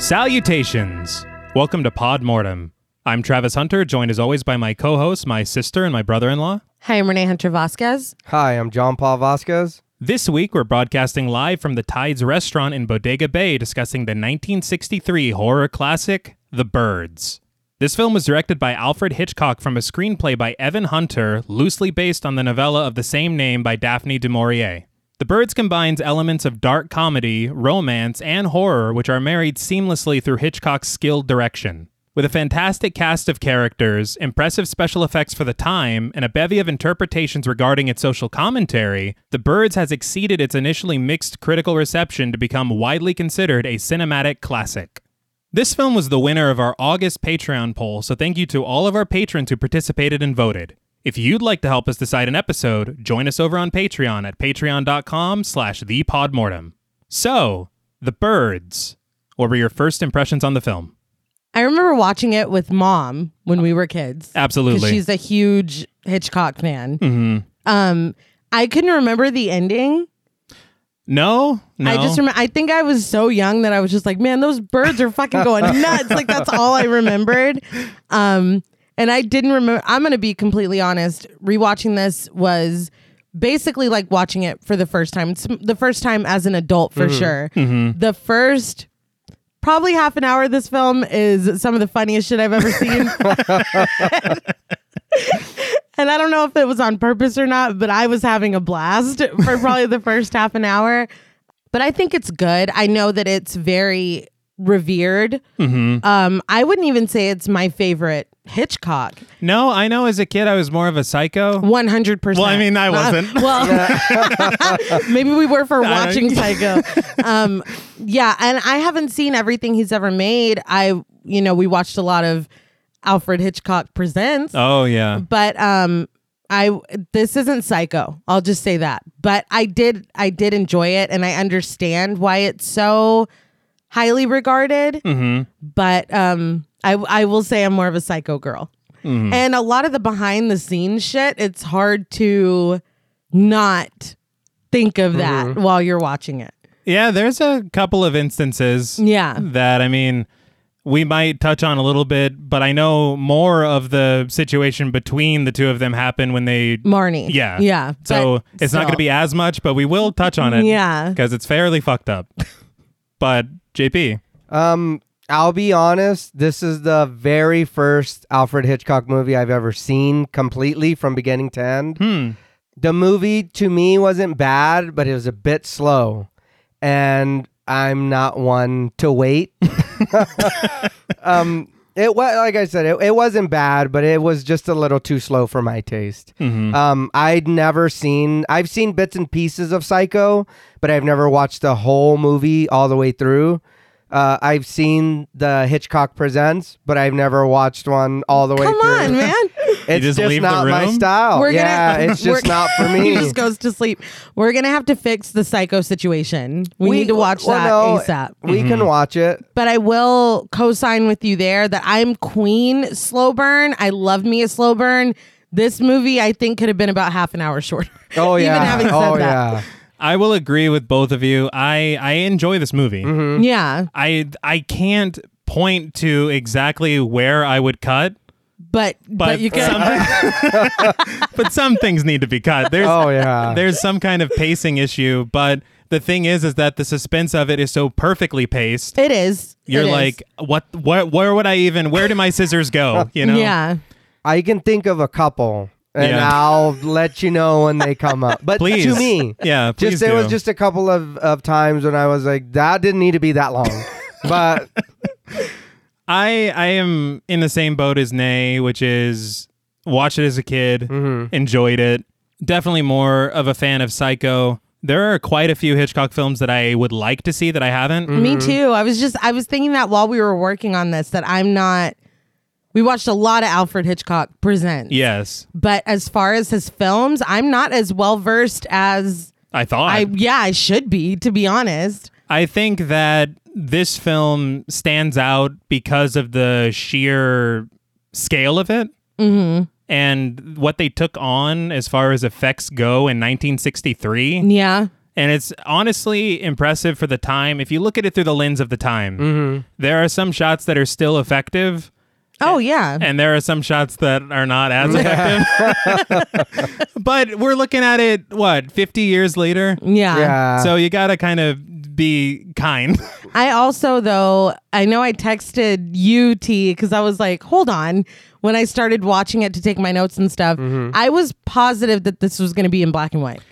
Salutations! Welcome to Pod Mortem. I'm Travis Hunter, joined as always by my co host, my sister, and my brother in law. Hi, I'm Renee Hunter Vasquez. Hi, I'm John Paul Vasquez. This week, we're broadcasting live from the Tides restaurant in Bodega Bay discussing the 1963 horror classic, The Birds. This film was directed by Alfred Hitchcock from a screenplay by Evan Hunter, loosely based on the novella of the same name by Daphne du Maurier. The Birds combines elements of dark comedy, romance, and horror, which are married seamlessly through Hitchcock's skilled direction. With a fantastic cast of characters, impressive special effects for the time, and a bevy of interpretations regarding its social commentary, The Birds has exceeded its initially mixed critical reception to become widely considered a cinematic classic. This film was the winner of our August Patreon poll, so thank you to all of our patrons who participated and voted. If you'd like to help us decide an episode, join us over on Patreon at patreon.com slash thepodmortem. So, The Birds. What were your first impressions on the film? I remember watching it with mom when we were kids. Absolutely. 'cause She's a huge Hitchcock fan. Um, I couldn't remember the ending. No? No. I just remember, I think I was so young that I was just like, man, those birds are fucking going nuts. Like, that's all I remembered. Um, and I didn't remember, I'm going to be completely honest. Rewatching this was basically like watching it for the first time. It's the first time as an adult for sure. The first probably half an hour of this film is some of the funniest shit I've ever seen. And I don't know if it was on purpose or not, but I was having a blast for probably the first half an hour. But I think it's good. I know that it's very revered. Mm-hmm. Um, I wouldn't even say it's my favorite Hitchcock. no, I know as a kid I was more of a psycho. One hundred percent. Well, I mean, I wasn't. well, maybe we were for I- watching Psycho. Um, yeah, and I haven't seen everything he's ever made. I, you know, we watched a lot of Alfred Hitchcock Presents Oh, yeah. but um i this isn't psycho i'll just say that but i did i did enjoy it and i understand why it's so highly regarded Mm-hmm. but um i i will say i'm more of a psycho girl Mm-hmm. and a lot of the behind the scenes shit it's hard to not think of that Mm-hmm. while you're watching it Yeah, there's a couple of instances. Yeah. That I mean, we might touch on a little bit, but I know more of the situation between the two of them happened when they. marnie Yeah. Mm. yeah So but it's not going to still. be as much, but we will touch on it. Yeah. Because it's fairly fucked up. but JP. Um, I'll be honest, this is the very first Alfred Hitchcock movie I've ever seen completely from beginning to end. Hmm. The movie to me wasn't bad, but it was a bit slow. And I'm not one to wait. um, it was like I said, it, it wasn't bad, but it was just a little too slow for my taste. Um, I'd never seen I've seen bits and pieces of Psycho, but I've never watched the whole movie all the way through. Uh, I've seen the Hitchcock Presents, but I've never watched one all the way come through. on man It's just just, leave the not my room? style. We're Oh, yeah, gonna, it's just we're- not for me. he just goes to sleep. We're gonna have to fix the psycho situation. We, need to watch well, that no, ASAP. We Mm-hmm. can watch it. But I will co-sign with you there that I'm Queen Slow Burn. I love me a slow burn. This movie I think could have been about half an hour shorter. Oh yeah. Even having said oh that. I will agree with both of you. I, I enjoy this movie. Yeah. Mm. I I can't point to exactly where I would cut. But, but but you could some- but some things need to be cut. There's Oh, yeah. There's some kind of pacing issue, but the thing is is that the suspense of it is so perfectly paced. it is. You're It is. like, what where where would I even where do my scissors go? You know? Yeah. yeah. I can think of a couple, and Yeah. I'll let you know when they come up. But Please. to me, Yeah, please. just there do. was just a couple of, of times when I was like, that didn't need to be that long. but I I am in the same boat as Nay, which is watched it as a kid, Mm-hmm. enjoyed it. Definitely more of a fan of Psycho. There are quite a few Hitchcock films that I would like to see that I haven't. Mm-hmm. Me too. I was just I was thinking that while we were working on this that I'm not we watched a lot of Alfred Hitchcock presents. Yes, but as far as his films, I'm not as well versed as I thought. I yeah, I should be to be honest. I think that this film stands out because of the sheer scale of it and what they took on as far as effects go in 1963. Yeah. And it's honestly impressive for the time. If you look at it through the lens of the time, there are some shots that are still effective, Oh yeah. and there are some shots that are not as effective. but we're looking at it, what, 50 years later? yeah. Yeah. So you got to kind of be kind. I also though I know I texted you T because I was like, hold on. When I started watching it to take my notes and stuff, I was positive that this was going to be in black and white.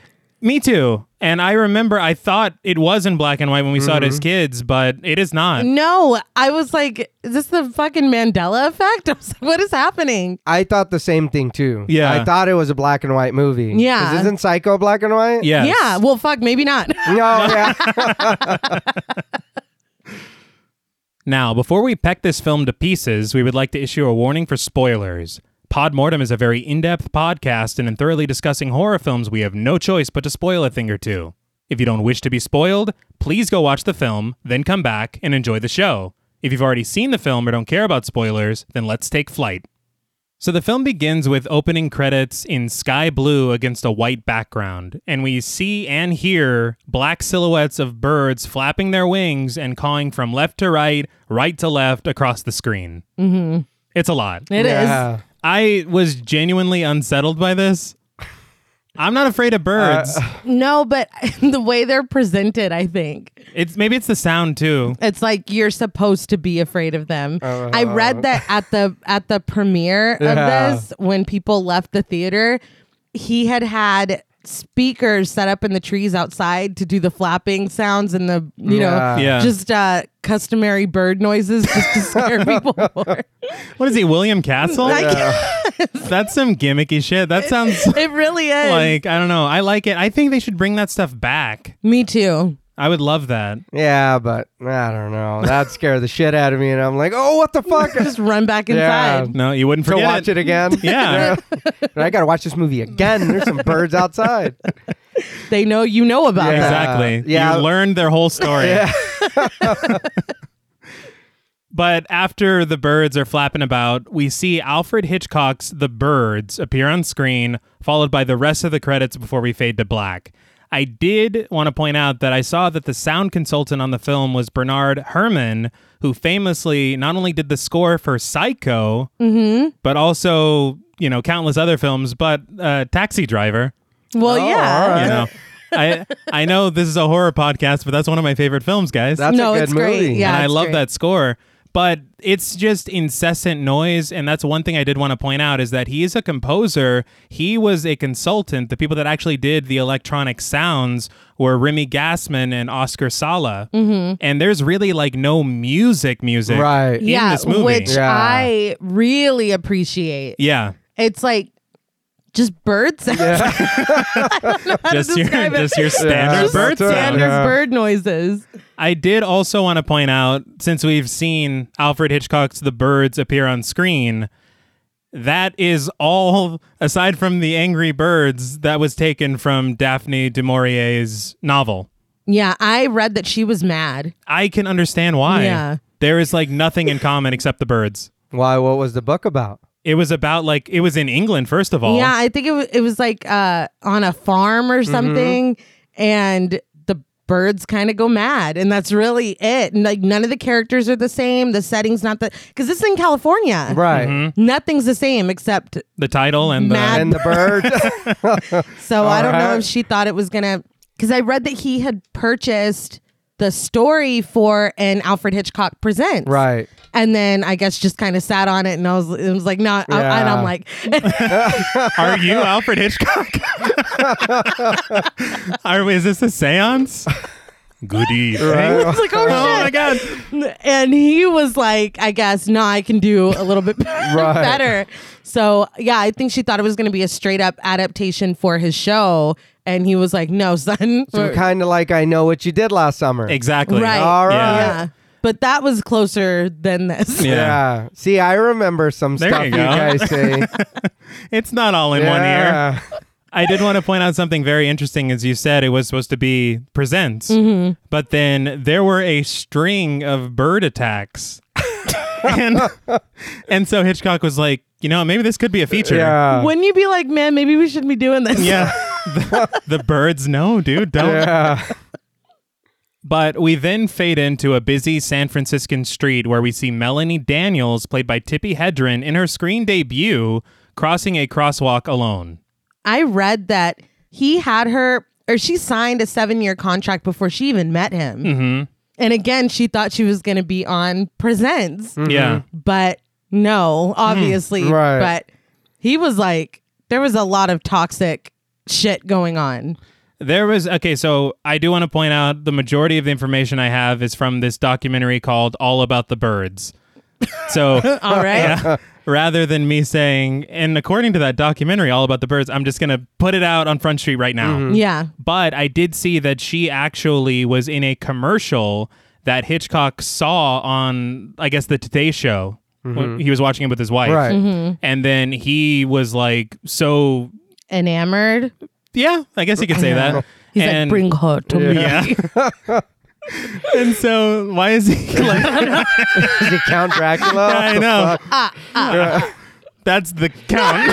Me too. And I remember I thought it was in black and white when we saw it as kids, but it is not. No, I was like, is this the fucking Mandela effect? I was like, what is happening? I thought the same thing too. Yeah. I thought it was a black and white movie. Yeah. 'Cause Isn't Psycho black and white? Yes. Yeah, well, fuck, maybe not. No, yeah. Now, before we peck this film to pieces, we would like to issue a warning for spoilers. Podmortem is a very in depth podcast, and in thoroughly discussing horror films, we have no choice but to spoil a thing or two. If you don't wish to be spoiled, please go watch the film, then come back and enjoy the show. If you've already seen the film or don't care about spoilers, then let's take flight. So the film begins with opening credits in sky blue against a white background, and we see and hear black silhouettes of birds flapping their wings and cawing from left to right, right to left across the screen. Mm-hmm. It's a lot. It is. Yeah. I was genuinely unsettled by this. I'm not afraid of birds. No, but the way they're presented, I think it's maybe it's the sound too. it's like you're supposed to be afraid of them. I read that at the at the premiere Uh-huh. Yeah. of this when people left the theater, he had had speakers set up in the trees outside to do the flapping sounds and the you Yeah. know Yeah. just uh customary bird noises just to scare people more. What is he, William Castle? Like, That's some gimmicky shit. That sounds It really is. like I don't know. I like it. I think they should bring that stuff back. Me too. I would love that. Yeah, but I don't know. That scared the shit out of me, and I'm like, oh, what the fuck? to Just run back Yeah. inside. No, you wouldn't forget watch it again. Yeah. And I gotta watch this movie again. There's some birds outside. They know you know about Yeah. that. Exactly. Yeah. You learned their whole story. Yeah. But after the birds are flapping about, we see Alfred Hitchcock's The Birds appear on screen, followed by the rest of the credits before we fade to black. I did want to point out that I saw that the sound consultant on the film was Bernard Herrmann, who famously not only did the score for Psycho, but also, you know, countless other films, but uh, Taxi Driver. Well, Oh, yeah. all right. You know, I, I know this is a horror podcast, but that's one of my favorite films, guys That's No, a good it's movie. great. Yeah. and I it's love great. that score. But it's just incessant noise, and that's one thing I did want to point out is that he is a composer. He was a consultant. The people that actually did the electronic sounds were Remy Gassman and Oscar Sala. Mm-hmm. And there's really like no music, music, Right. In this movie, which Yeah. I really appreciate. yeah, It's like just birds, just your describe it. just your standard Just bird that's right. sound. standard Yeah. bird noises. I did also want to point out, since we've seen Alfred Hitchcock's The Birds appear on screen, that is all, aside from the Angry Birds, that was taken from Daphne du Maurier's novel. Yeah, I read that she was mad. I can understand why. Yeah. There is like nothing in common except the birds. Why? What was the book about? It was about like, it was in England, first of all. Yeah, I think it was it was like uh, on a farm Mm-hmm. or something, and the birds kind of go mad, and that's really it. And like none of the characters are the same. The setting's not the because this is in California. Right. Mm-hmm. Nothing's the same except The title and Mad- And the bird. So I don't know right. if she thought it was gonna, because I read that he had purchased the story for an Alfred Hitchcock Presents, right. And then I guess just kind of sat on it, and I was, it was like, no, I- Yeah. and I'm like, the. Are you Alfred Hitchcock? Are, is this a seance? Good evening. I was like, Oh oh my shit! God. And he was like, I guess no, I can do a little bit better. So yeah, I think she thought it was gonna be a straight up adaptation for his show, and he was like, no, son, So kind of like I know what you did last summer. Exactly. right? All right. yeah. But that was closer than this. Yeah. Yeah. See, I remember some There stuff you go. you, guys say. It's not all in one ear. yeah. I did want to point out something very interesting. As you said, it was supposed to be presents, but then there were a string of bird attacks. and, and so Hitchcock was like, you know, maybe this could be a feature. Yeah. Wouldn't you be like, man, maybe we shouldn't be doing this? Yeah. the birds know, dude. Don't. Yeah. But we then fade into a busy San Franciscan street where we see Melanie Daniels, played by Tippi Hedren, in her screen debut, crossing a crosswalk alone. I read that he had her or she signed a seven year contract before she even met him. Mm-hmm. And again, she thought she was going to be on Presents, Yeah. but no, obviously. Mm, Right. But he was like, there was a lot of toxic shit going on. There was okay, so I do want to point out the majority of the information I have is from this documentary called All About the Birds. So All right. yeah, rather than me saying and according to that documentary All About the Birds, I'm just going to put it out on Front Street right now. Yeah. But I did see that she actually was in a commercial that Hitchcock saw on, I guess, the Today Show. When he was watching it with his wife. Right. Mm-hmm. And then he was like, so, Enamored. yeah, I guess he could say that. He's And- like, bring her to me. Yeah. and so, why is he like, Is he Count Dracula? I know. Uh, That's the count.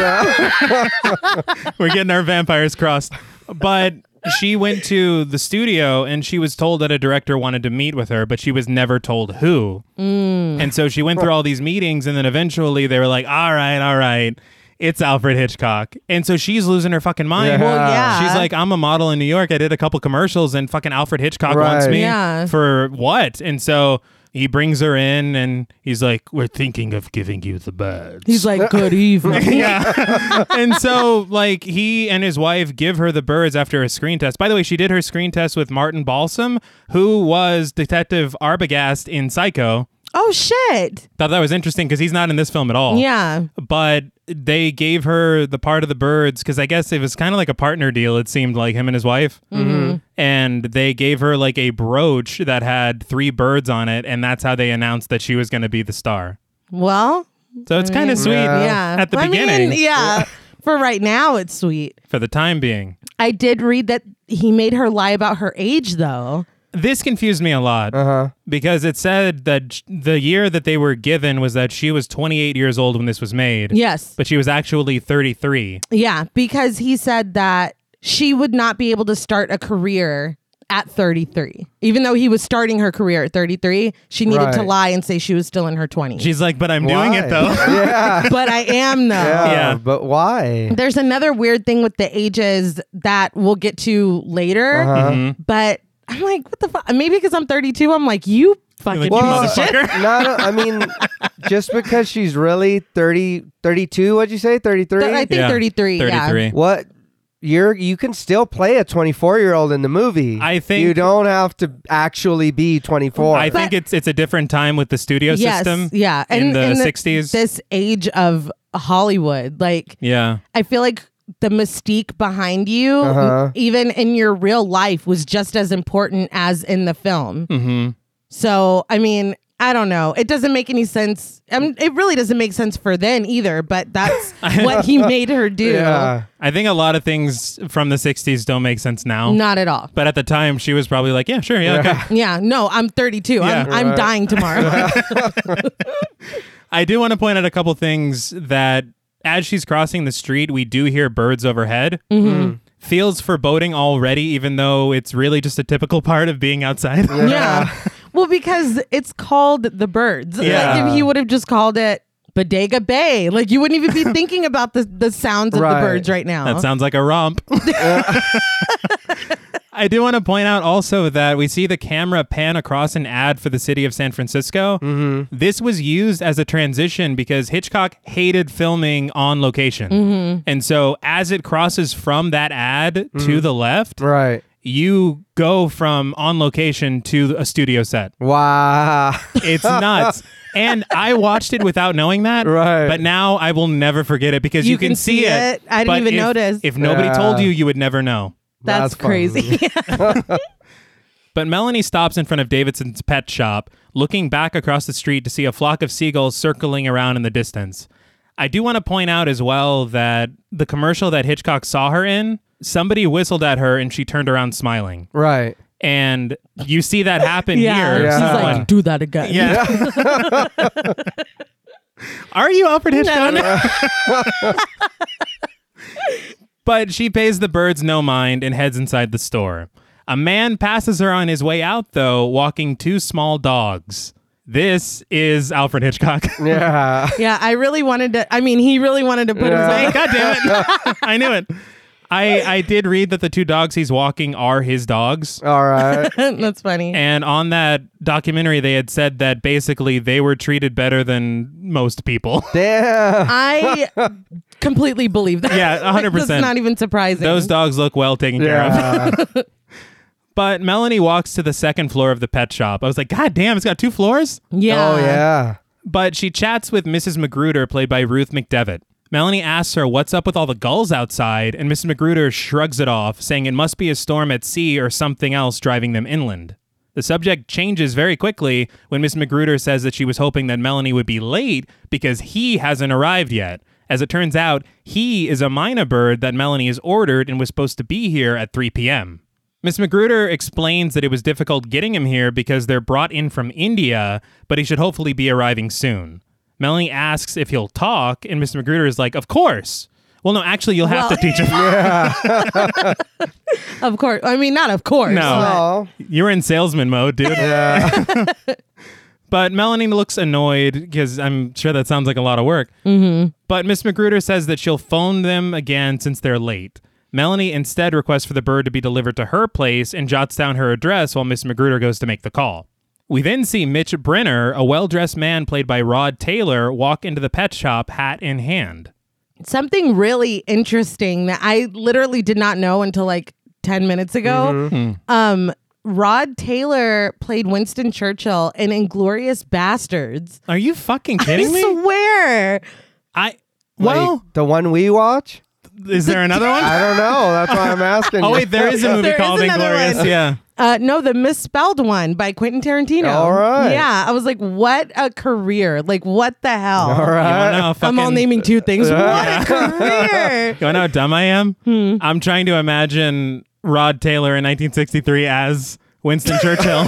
We're getting our vampires crossed. But she went to the studio and she was told that a director wanted to meet with her, but she was never told who. Mm. And so she went through all these meetings and then eventually they were like, all right, all right. It's Alfred Hitchcock. And so she's losing her fucking mind. Yeah. Well, yeah. She's like, I'm a model in New York. I did a couple commercials and fucking Alfred Hitchcock wants Right. me Yeah. for what? And so he brings her in and he's like, We're thinking of giving you the birds. He's like, good evening. yeah. and so, like, he and his wife give her the birds after a screen test. By the way, she did her screen test with Martin Balsam, who was Detective Arbogast in Psycho. oh, shit. Thought that was interesting because he's not in this film at all. Yeah. But they gave her the part of the birds because I guess it was kind of like a partner deal, it seemed like him and his wife. Mm-hmm. And they gave her like a brooch that had three birds on it. And that's how they announced that she was going to be the star. Well, So it's kind of sweet Mm-hmm. yeah. Uh, at the I mean, beginning yeah. For right now, it's sweet. for the time being. I did read that he made her lie about her age, though. This confused me a lot Uh-huh. because it said that sh- the year that they were given was that she was 28 years old when this was made. Yes. But she was actually 33. Yeah, because he said that she would not be able to start a career at 33. Even though he was starting her career at 33, she needed to Right. lie and say she was still in her 20s. She's like, but I'm doing it Why? though. yeah. but I am, though. yeah. Yeah. But why? There's another weird thing with the ages that we'll get to later, Uh-huh. Mm-hmm. but I'm like, what the fuck? Maybe because I'm 32, I'm like, you fucking like, you piece of shit. motherfucker. Not, I mean, just because she's really 30, 32, what'd you say? 33? I think Yeah. 33. Yeah. 33. what? You're, you can still play a 24 year old in the movie. I think- You don't have to actually be 24. I think it's it's a different time with the studio system. Yes. Yeah. in the 60s. This age of Hollywood. Like, Yeah. I feel like the mystique behind you, m- even in your real life, was just as important as in the film. Mm-hmm. So, I mean, I don't know. It doesn't make any sense. I mean, it really doesn't make sense for then either, but that's what he made her do. yeah. I think a lot of things from the 60s don't make sense now. Not at all. But at the time, she was probably like, yeah, sure. Yeah. Okay. Yeah, no, I'm 32. I'm, Yeah. I'm dying tomorrow. I do want to point out a couple things that as she's crossing the street, we do hear birds overhead. Mm-hmm. Feels foreboding already, even though it's really just a typical part of being outside. yeah. Well, because it's called the birds. Yeah. Like if he would have just called it Bodega Bay, like you wouldn't even be thinking about the, the sounds of Right. the birds right now. That sounds like a romp. I do want to point out also that we see the camera pan across an ad for the city of San Francisco. This was used as a transition because Hitchcock hated filming on location. And so as it crosses from that ad to the left, Right. you go from on location to a studio set. Wow. It's nuts. and I watched it without knowing that. Right. But now I will never forget it because you, can, see, it. I didn't but even if- notice. If nobody Yeah. told you, you would never know. That's, That's crazy. But Melanie stops in front of Davidson's pet shop, looking back across the street to see a flock of seagulls circling around in the distance. I do want to point out as well that the commercial that Hitchcock saw her in, somebody whistled at her and she turned around smiling. right. And you see that happen yeah. here. Yeah. She's Someone- like, do that again. Yeah. Are you Alfred Hitchcock? But she pays the birds no mind and heads inside the store. A man passes her on his way out, though, walking two small dogs. This is Alfred Hitchcock. Yeah. Yeah, I really wanted to. I mean, he really wanted to put his. God damn it. I knew it. I, I did read that the two dogs he's walking are his dogs. All right. That's funny. And on that documentary, they had said that basically they were treated better than most people. Damn. I completely believe that. Yeah, Like, that's 100%. not even surprising. Those dogs look well taken care of. Yeah. But Melanie walks to the second floor of the pet shop. I was like, God damn, it's got two floors? yeah. Oh yeah. But she chats with Mrs. Magruder, played by Ruth McDevitt. Melanie asks her what's up with all the gulls outside, and Mrs. Magruder shrugs it off, saying it must be a storm at sea or something else driving them inland. The subject changes very quickly when Miss Magruder says that she was hoping that Melanie would be late because he hasn't arrived yet. As it turns out, he is a minor bird that Melanie has ordered and was supposed to be here at 3 p.m. Miss Magruder explains that it was difficult getting him here because they're brought in from India, but he should hopefully be arriving soon. Melanie asks if he'll talk, and Miss Magruder is like, Of course. Well, no, actually, you'll have Well- to teach him. Of course. I mean, not of course. No. Oh. You're in salesman mode, dude. Yeah. But Melanie looks annoyed because I'm sure that sounds like a lot of work. But Miss Magruder says that she'll phone them again since they're late. Melanie instead requests for the bird to be delivered to her place and jots down her address while Miss Magruder goes to make the call. We then see Mitch Brenner, a well dressed man played by Rod Taylor, walk into the pet shop, hat in hand. But Something really interesting that I literally did not know until like 10 minutes ago. Hmm. Um, Rod Taylor played Winston Churchill in Inglorious Bastards. Are you fucking I kidding me? swear. I. Well, Like, the one we watch. is there another one? I don't know. That's why I'm asking. Oh, you. wait, there is a movie There is called another Inglorious. one. Yeah. Uh, no, the misspelled one by Quentin Tarantino. All right. Yeah, I was like, what a career! Like, what the hell? All You right. wanna know a Uh, I'm all fucking- naming two things. What a career! You wanna know how dumb I am? Hmm. I'm trying to imagine Rod Taylor in 1963 as Winston Churchill.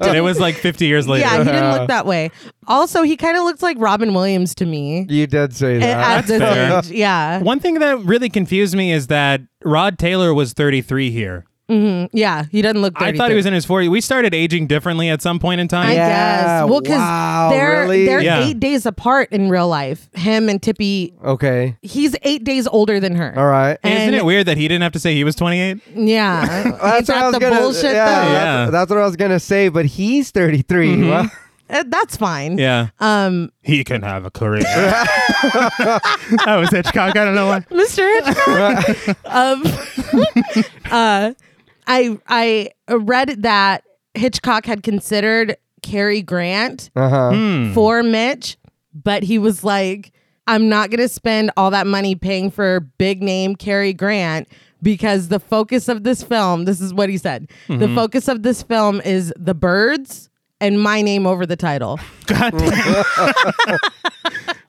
and it was like 50 years later. yeah, he didn't look that way. Also, he kind of looks like Robin Williams to me You did say at- that. at this fair. age. Yeah, One thing that really confused me is that Rod Taylor was 33 here. yeah, he doesn't look. 33. I thought he was in his 40s. We started aging differently at some point in time. I Yeah. guess. Well, because wow, they're really? they're Yeah. eight days apart in real life. Him and Tippy. okay. He's eight days older than her. All right. Isn't And- it weird that he didn't have to say he was 28? Yeah, Ain't That's what that I was the gonna. bullshit yeah, though. Yeah. Mm-hmm. That's, that's what I was gonna say. But he's 33. Well, Uh, that's fine. Yeah. Um, He can have a career. that was Hitchcock. I don't know why. Mr. Hitchcock. um, uh, I I read that Hitchcock had considered Cary Grant uh-huh. for Mitch, but he was like, "I'm not going to spend all that money paying for big name Cary Grant." Because the focus of this film, this is what he said the focus of this film is the birds and my name over the title. God damn.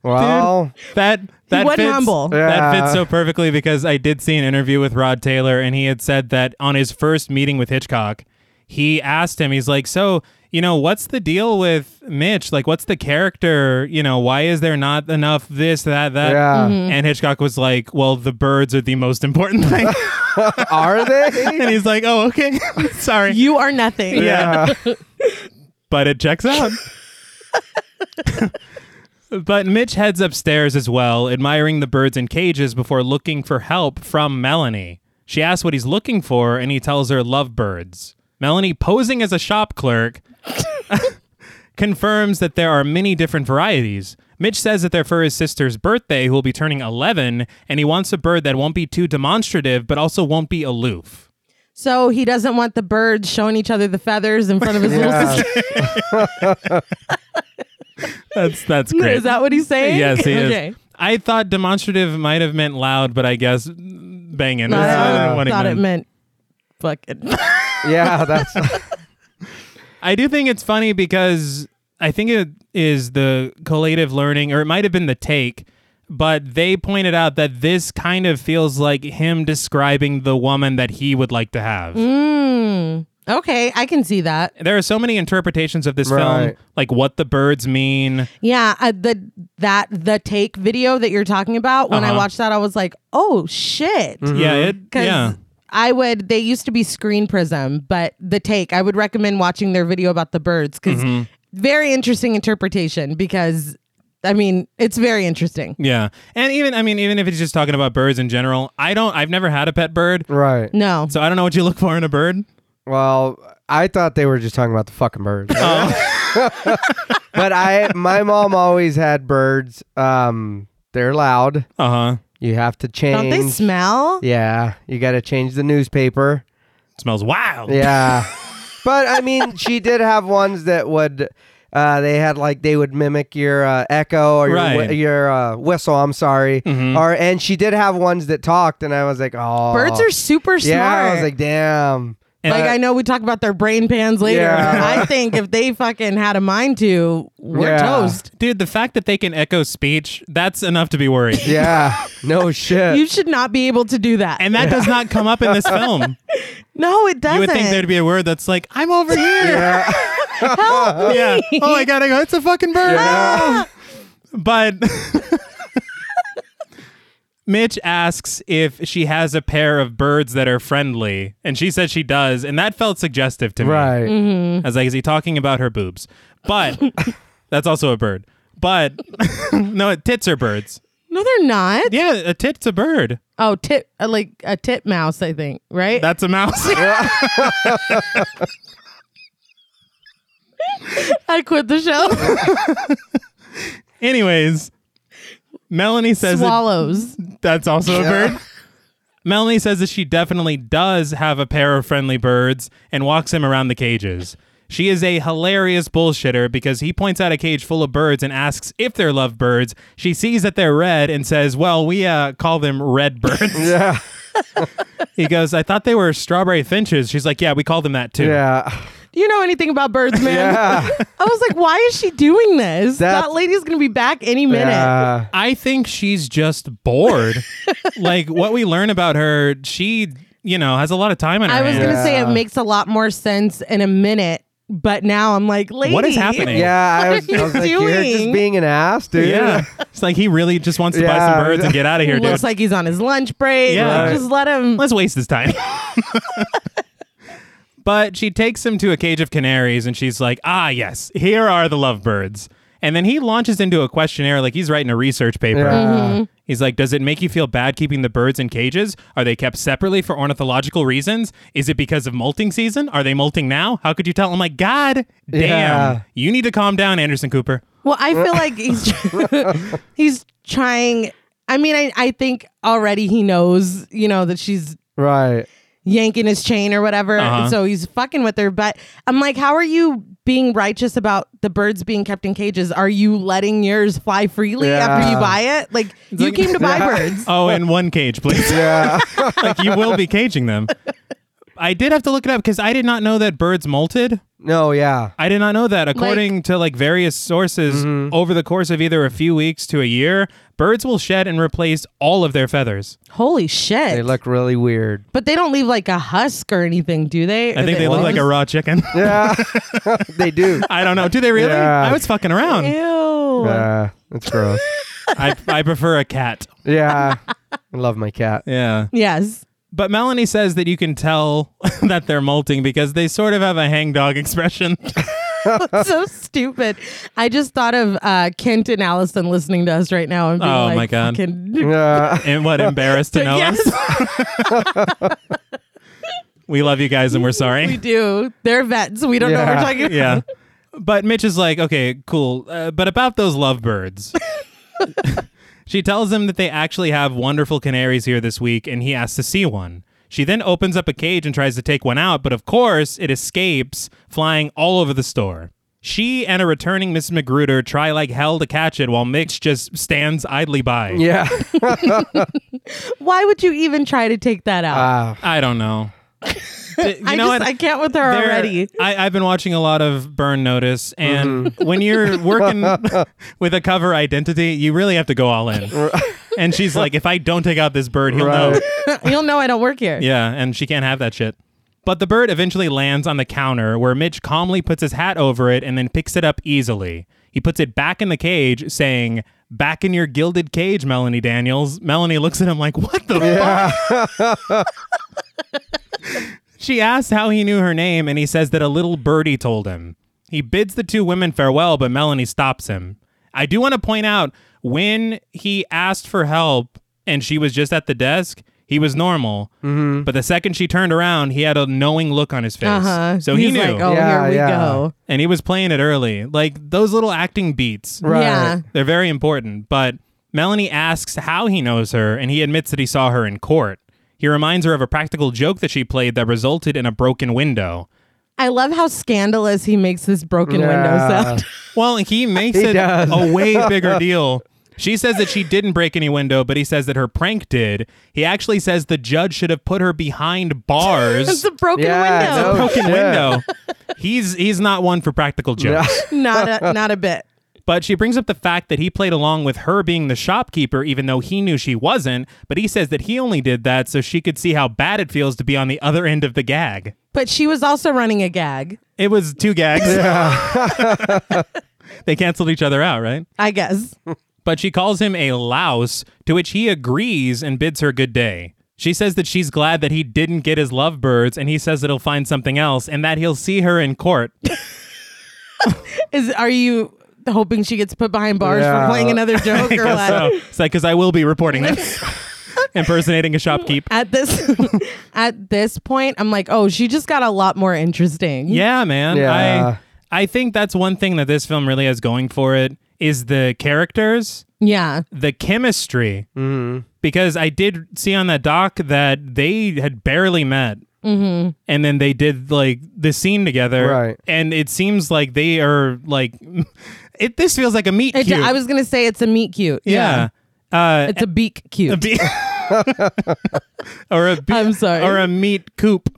Well, That that wasn't fits, humble. That Yeah. fits so perfectly because I did see an interview with Rod Taylor, and he had said that on his first meeting with Hitchcock, he asked him, he's like, "So, you know, what's the deal with Mitch? Like, what's the character? You know, why is there not enough this, that, that?" Yeah. Mhm. And Hitchcock was like, "Well, the birds are the most important thing," are they? and he's like, "Oh, okay, sorry." You are nothing. Yeah. but it checks out. but Mitch heads upstairs as well, admiring the birds in cages before looking for help from Melanie. She asks what he's looking for, and he tells her lovebirds. Melanie, posing as a shop clerk, confirms that there are many different varieties. Mitch says that they're for his sister's birthday, who will be turning 11, and he wants a bird that won't be too demonstrative, but also won't be aloof. So he doesn't want the birds showing each other the feathers in front of his little Yeah. sister. That's that's great. Is that what he's saying? Yes, he okay. is. I thought demonstrative might have meant loud, but I guess banging. is I uh, what thought it meant. meant fucking. yeah. That's I do think it's funny because I think it is the collative learning, or it might have been the take, but they pointed out that this kind of feels like him describing the woman that he would like to have. Okay, I can see that. There are so many interpretations of this film, Right. like what the birds mean. Yeah, uh, the that the take video that you're talking about. When I Uh-huh. watched that, I was like, oh shit. Yeah, it. Because Yeah, I would, they used to be Screen Prism, but the take, I would recommend watching their video about the birds because Mm-hmm. very interesting interpretation. Because, I mean, it's very interesting. yeah, and even I mean, even if it's just talking about birds in general, I don't. I've never had a pet bird, Right. No. so I don't know what you look for in a bird. Well, I thought they were just talking about the fucking birds. Oh. but I, my mom always had birds. Um, they're loud. Uh huh. You have to change. Don't they smell? Yeah, you got to change the newspaper. Smells wild. Yeah, but I mean, she did have ones that would. Uh, they had like they would mimic your uh, echo or your, Right. Mm-hmm. whi- your uh, whistle. I'm sorry, or and she did have ones that talked, and I was like, oh, Birds are super smart. yeah. I was like, damn, And- Like, I know we talk about their brain pans later. Yeah. but I think if they fucking had a mind to, we're Yeah. toast. Dude, the fact that they can echo speech, that's enough to be worried. yeah, no shit. You should not be able to do that. And that does not come up in this film. no, it doesn't. You would think there'd be a word that's like, I'm over here. Yeah. Yeah. Oh, I gotta go. It's a fucking bird. Ah! But Mitch asks if she has a pair of birds that are friendly, and she says she does, and that felt suggestive to me. Right. Mm-hmm. I was like, is he talking about her boobs? But that's also a bird. But no, tits are birds. No, they're not. Yeah, a tit's a bird. Oh, tit, uh, like a tit mouse, I think, right? That's a mouse. I quit the show. Anyways, Melanie says that- swallows. that's also a bird. Melanie says that she definitely does have a pair of friendly birds and walks him around the cages. She is a hilarious bullshitter because he points out a cage full of birds and asks if they're lovebirds. She sees that they're red and says, "Well, we uh, call them red birds." Yeah. he goes, "I thought they were strawberry finches." She's like, "Yeah, we call them that too." Yeah. Do you know anything about birds, man? Yeah. I was like, why is she doing this? That's- that lady's gonna be back any minute. Yeah. I think she's just bored. like what we learn about her, she, you know, has a lot of time on her I was hands. gonna say it makes a lot more sense in a minute, but now I'm like, lady, What is happening? Yeah, I What was, are I was you like, you're just doing? being an ass, dude. Yeah. it's like he really just wants to buy Yeah. some birds and get out of here, dude. Looks like he's on his lunch break. Yeah. Like, just let him. Let's waste his time. but she takes him to a cage of canaries and she's like, ah, yes, here are the lovebirds. And then he launches into a questionnaire like he's writing a research paper. Yeah. He's like, Does it make you feel bad keeping the birds in cages? Are they kept separately for ornithological reasons? Is it because of molting season? Are they molting now? How could you tell? I'm like, God damn, Yeah. you need to calm down, Anderson Cooper. Well, I feel like he's he's trying. I mean, I, I think already he knows, you know, that she's Right. yanking his chain or whatever. Uh-huh. So he's fucking with her. But I'm like, how are you being righteous about the birds being kept in cages? Are you letting yours fly freely after you Yeah. buy it? Like you like- came to buy birds. Oh, in one cage, please. Yeah. like you will be caging them. I did have to look it up because I did not know that birds molted. no, yeah. I did not know that. According to like various sources, over the course of either a few weeks to a year, birds will shed and replace all of their feathers. Holy shit! They look really weird. but they don't leave like a husk or anything, do they? I think they look like a raw chicken. Yeah. they do. I don't know. Do they really? Yeah. I was fucking around. Ew. Yeah. That's gross. I, I prefer a cat. Yeah. I love my cat. Yeah. Yes. But Melanie says that you can tell that they're molting because they sort of have a hang dog expression. so stupid. I just thought of uh, Kent and Allison listening to us right now and being Oh, like, my God. fucking- Yeah. and what embarrassed to know yes, us. We love you guys and we're sorry. we do. They're vets. We don't know what we're Yeah. talking about. yeah. But Mitch is like, okay, cool. Uh, but about those lovebirds. she tells him that they actually have wonderful canaries here this week, and he asks to see one. She then opens up a cage and tries to take one out, but of course, it escapes, flying all over the store. She and a returning Miss Magruder try like hell to catch it while Mitch just stands idly by. Yeah. Why would you even try to take that out? Ah. I don't know. D- Uh, you I know what? just I can't with her there- already. I, I've been watching a lot of Burn Notice, and when you're working with a cover identity, you really have to go all in. and she's like, if I don't take out this bird, he'll know. Right. You'll know I don't work here. Yeah, and she can't have that shit. But the bird eventually lands on the counter where Mitch calmly puts his hat over it and then picks it up easily. He puts it back in the cage, saying, Back in your gilded cage, Melanie Daniels. Melanie looks at him like, What the fuck? she asks how he knew her name, and he says that a little birdie told him. He bids the two women farewell, but Melanie stops him. I do want to point out when he asked for help and she was just at the desk, he was normal. Mm-hmm. But the second she turned around, he had a knowing look on his face. Uh-huh. So he He's knew. like, oh, Yeah, here we yeah. go. And he was playing it early. Like those little acting beats, Right. Yeah. they're very important. But Melanie asks how he knows her, and he admits that he saw her in court. He reminds her of a practical joke that she played that resulted in a broken window. I love how scandalous he makes this broken Yeah. window sound. Well, he makes He it does. a way bigger deal. She says that she didn't break any window, but he says that her prank did. He actually says the judge should have put her behind it's bars. a broken Yeah, window. no. broken Oh, shit. window. He's he's not one for practical jokes. not a not a bit. But she brings up the fact that he played along with her being the shopkeeper, even though he knew she wasn't. But he says that he only did that so she could see how bad it feels to be on the other end of the gag. But she was also running a gag, It was two gags. they canceled each other out, right? I guess. But she calls him a louse, to which he agrees and bids her good day. She says that she's glad that he didn't get his lovebirds, and he says that he'll find something else and that he'll see her in court. Is are you hoping she gets put behind bars Yeah. for playing another joke or what? so it's like, because I will be reporting this, impersonating a shopkeep. At this at this point, I'm like, oh, she just got a lot more interesting. Yeah, man. Yeah. I I think that's one thing that this film really has going for it is the characters, Yeah. the chemistry. Mm-hmm. Because I did see on that doc that they had barely met. Mm-hmm. And then they did like the scene together, Right. And it seems like they are like, it. This feels like a meet It- cute. I was gonna say it's a meat cute. yeah, Uh, It's a beak cute. a be- or a be- I'm sorry. or a meat coop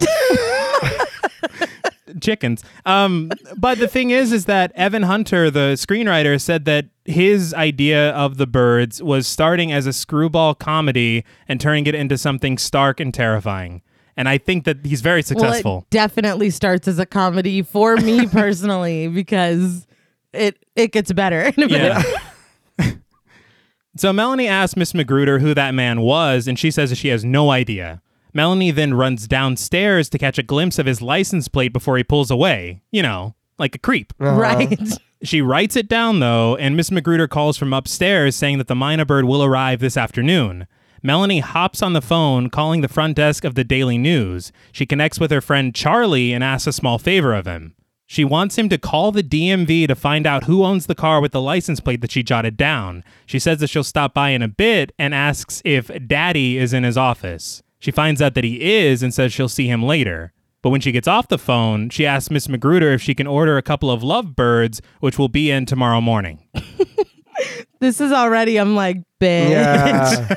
chickens um but the thing is is that evan hunter the screenwriter said that his idea of the birds was starting as a screwball comedy and turning it into something stark and terrifying and i think that he's very successful Well, it definitely starts as a comedy for me personally because it it gets better in a minute. Yeah. so Melanie asks Miss Magruder who that man was, and she says that she has no idea. Melanie then runs downstairs to catch a glimpse of his license plate before he pulls away, you know, like a creep. Right. She writes it down, though, and Miss Magruder calls from upstairs saying that the Mina bird will arrive this afternoon. Melanie hops on the phone, calling the front desk of the Daily News. She connects with her friend Charlie and asks a small favor of him. She wants him to call the DMV to find out who owns the car with the license plate that she jotted down. She says that she'll stop by in a bit and asks if Daddy is in his office. She finds out that he is and says she'll see him later. But when she gets off the phone, she asks Miss Magruder if she can order a couple of lovebirds, which will be in tomorrow morning. This is already I'm like, bitch. Yeah.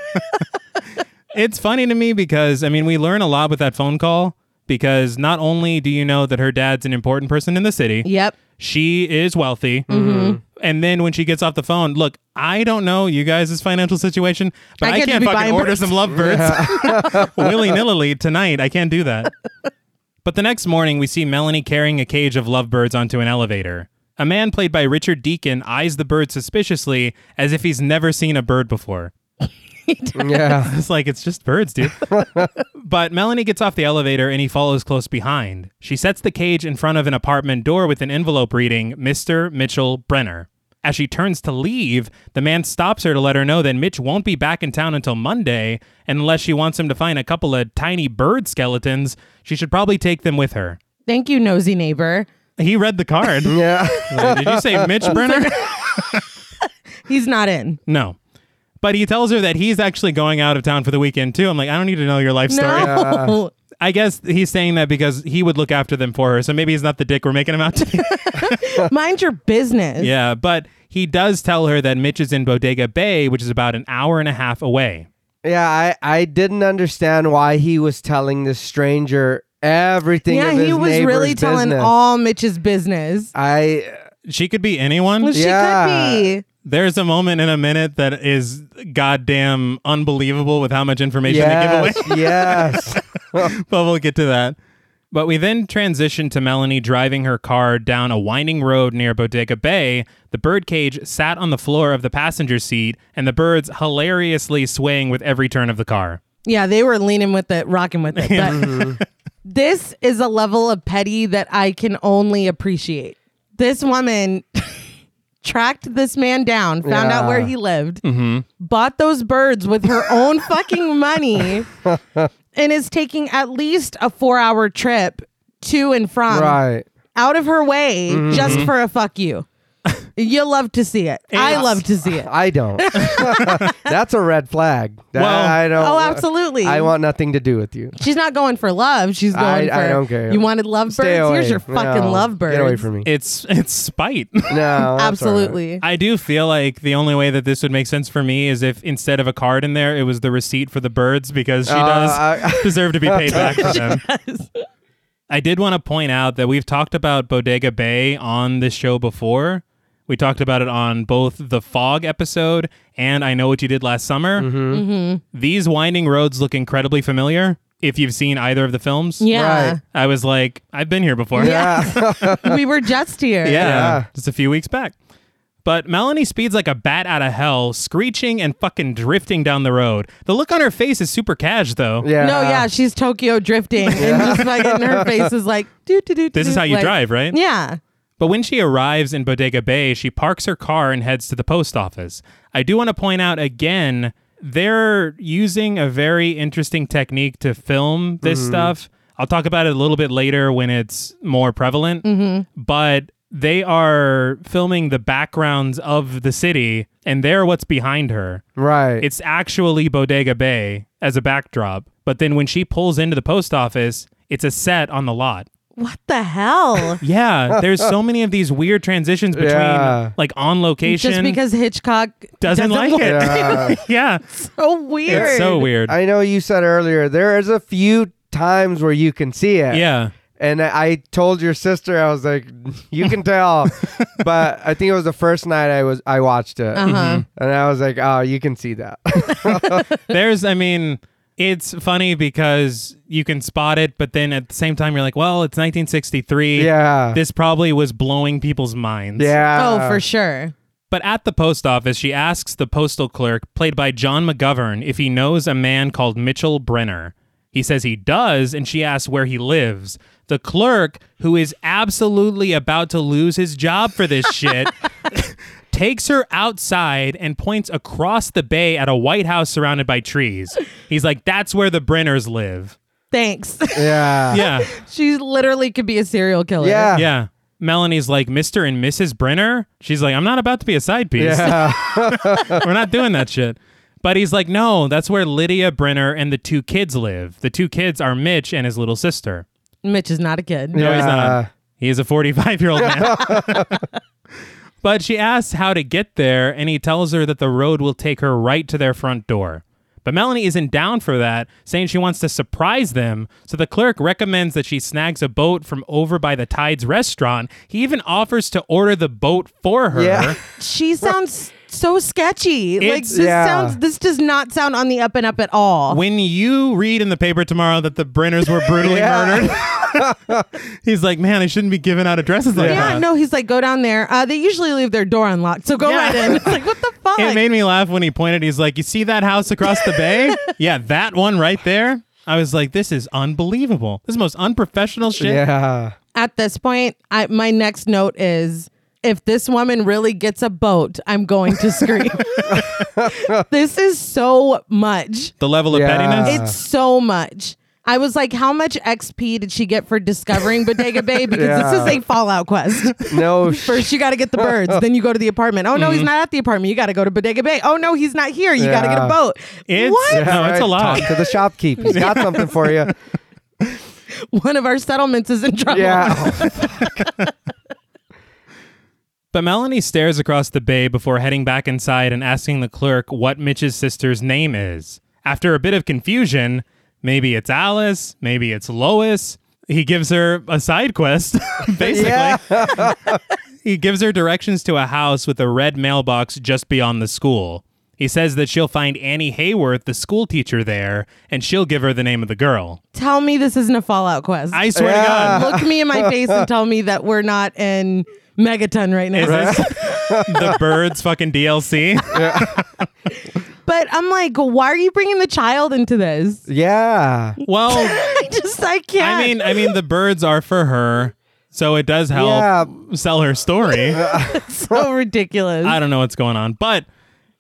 it's funny to me because, I mean, we learn a lot with that phone call because not only do you know that her dad's an important person in the city, Yep. she is wealthy. Mm-hmm. And then when she gets off the phone, look, I don't know you guys' financial situation, but I I, can't can't be fucking buying order birds. some lovebirds willy nilly tonight. I can't do that. But the next morning, we see Melanie carrying a cage of lovebirds onto an elevator. A man played by Richard Deacon eyes the bird suspiciously as if he's never seen a bird before. yeah. It's like, it's just birds, dude. but Melanie gets off the elevator and he follows close behind. She sets the cage in front of an apartment door with an envelope reading, Mr. Mitchell Brenner. As she turns to leave, the man stops her to let her know that Mitch won't be back in town until Monday, and unless she wants him to find a couple of tiny bird skeletons, she should probably take them with her. Thank you, nosy neighbor. He read the card. Yeah. Did you say Mitch Brenner? He's not in. No. But he tells her that he's actually going out of town for the weekend too. I'm like, I don't need to know your life story. No. I guess he's saying that because he would look after them for her. So maybe he's not the dick we're making him out to be. Mind your business. yeah, but he does tell her that Mitch is in Bodega Bay, which is about an hour and a half away. Yeah. I, I didn't understand why he was telling this stranger everything. Yeah, of his he was neighbor's really telling business. all Mitch's business. I She could be anyone. Well, she Yeah. could be. There's a moment in a minute that is goddamn unbelievable with how much information they give away. yes, yes. but we'll get to that. But we then transitioned to Melanie driving her car down a winding road near Bodega Bay. The birdcage sat on the floor of the passenger seat, and the birds hilariously swaying with every turn of the car. Yeah, they were leaning with it, rocking with it. Mm-hmm. But this is a level of petty that I can only appreciate. This woman tracked this man down, found out where Yeah. Mm-hmm. he lived, bought those birds with her own fucking money, and is taking at least a four hour trip to and from Right. out of her way Mm-hmm. just for a fuck you. you love to see it. I love to see it. I don't. That's a red flag. That- Well- I don't. Oh, absolutely. I want nothing to do with you. She's not going for love. She's going I- for. I don't care. You wanted lovebirds. Stay away. Here's your fucking No, lovebirds. Get away from me. It's it's spite. No, that's all right. Absolutely. I do feel like the only way that this would make sense for me is if instead of a card in there, it was the receipt for the birds because she Uh, does I- deserve to be paid back for them. I did want to point out that we've talked about Bodega Bay on this show before. We talked about it on both the Fog episode and I Know What You Did Last Summer. Mm-hmm. These winding roads look incredibly familiar if you've seen either of the films. Yeah. I was like, I've been here before. Yeah. we were just here. Yeah, Yeah. just a few weeks back. But Melanie speeds like a bat out of hell, screeching and fucking drifting down the road. The look on her face is super cash, though. yeah. No, yeah, she's Tokyo drifting, and just like in her face is like, doo doo doo. This is doo, how you like- drive, right? Yeah. But when she arrives in Bodega Bay, she parks her car and heads to the post office. I do want to point out again, they're using a very interesting technique to film this stuff. I'll talk about it a little bit later when it's more prevalent. But they are filming the backgrounds of the city and they're what's behind her. Right. It's actually Bodega Bay as a backdrop. But then when she pulls into the post office, it's a set on the lot. What the hell? Yeah, there's so many of these weird transitions between Yeah. like on location. just because Hitchcock doesn't, like want- it. yeah. yeah, So weird. it's so weird. I know you said earlier there is a few times where you can see it. yeah, And I- I told your sister, I was like, you can tell. but I think it was the first night I was I watched it. Uh-huh. Mm-hmm. And I was like, oh, you can see that. there's. I mean, it's funny because you can spot it, but then at the same time, you're like, well, it's 1963. yeah. This probably was blowing people's minds. yeah. Oh, for sure. But at the post office, she asks the postal clerk, played by John McGovern, if he knows a man called Mitchell Brenner. He says he does, and she asks where he lives. The clerk, who is absolutely about to lose his job for this shit, takes her outside and points across the bay at a White House surrounded by trees. He's like, That's where the Brenners live. Thanks. Yeah. Yeah. she literally could be a serial killer. Yeah. Yeah. Melanie's like, Mr. and Mrs. Brenner? She's like, I'm not about to be a side piece. Yeah. We're not doing that shit. But he's like, no, that's where Lydia Brenner and the two kids live. The two kids are Mitch and his little sister. Mitch is not a kid. No, he's Yeah. not. He is a 45 year old man. but she asks how to get there, and he tells her that the road will take her right to their front door. But Melanie isn't down for that, saying she wants to surprise them. So the clerk recommends that she snags a boat from over by the Tides restaurant. He even offers to order the boat for her. Yeah. She sounds so sketchy. like It's- this Yeah. sounds this does not sound on the up and up at all. when you read in the paper tomorrow that the Brenners were brutally murdered, he's like, man, I shouldn't be giving out addresses like yeah, that. no, he's like, go down there. Uh, they usually leave their door unlocked, so go Yeah. right in. It's like, what the fuck? It made me laugh when he pointed. He's like, you see that house across the bay? yeah, that one right there. I was like, this is unbelievable. This is the most unprofessional shit. Yeah. At this point, I, my next note is if this woman really gets a boat, I'm going to scream. this is so much. The level of Yeah. pettiness. It's so much. I was like, how much XP did she get for discovering Bodega Bay? Because Yeah. this is a Fallout quest. No. First, you got to get the birds. then you go to the apartment. Oh, no, he's not at the apartment. You got to go to Bodega Bay. Oh, no, he's not here. You got to get a Yeah. boat. It's- what? Yeah. No, it's a lot. Talk to the shopkeep. He's got something for you. One of our settlements is in trouble. Yeah. But Melanie stares across the bay before heading back inside and asking the clerk what Mitch's sister's name is. After a bit of confusion, maybe it's Alice, maybe it's Lois, he gives her a side quest, basically. he gives her directions to a house with a red mailbox just beyond the school. He says that she'll find Annie Hayworth, the school teacher there, and she'll give her the name of the girl. Tell me this isn't a Fallout quest. I swear to Yeah. God. Look me in my face and tell me that we're not in Megaton right now. Is this the birds fucking DLC? But I'm like, why are you bringing the child into this? Yeah. Well, I just, I can't. I mean, I mean, the birds are for her, so it does help Yeah. sell her story. so ridiculous. I don't know what's going on, but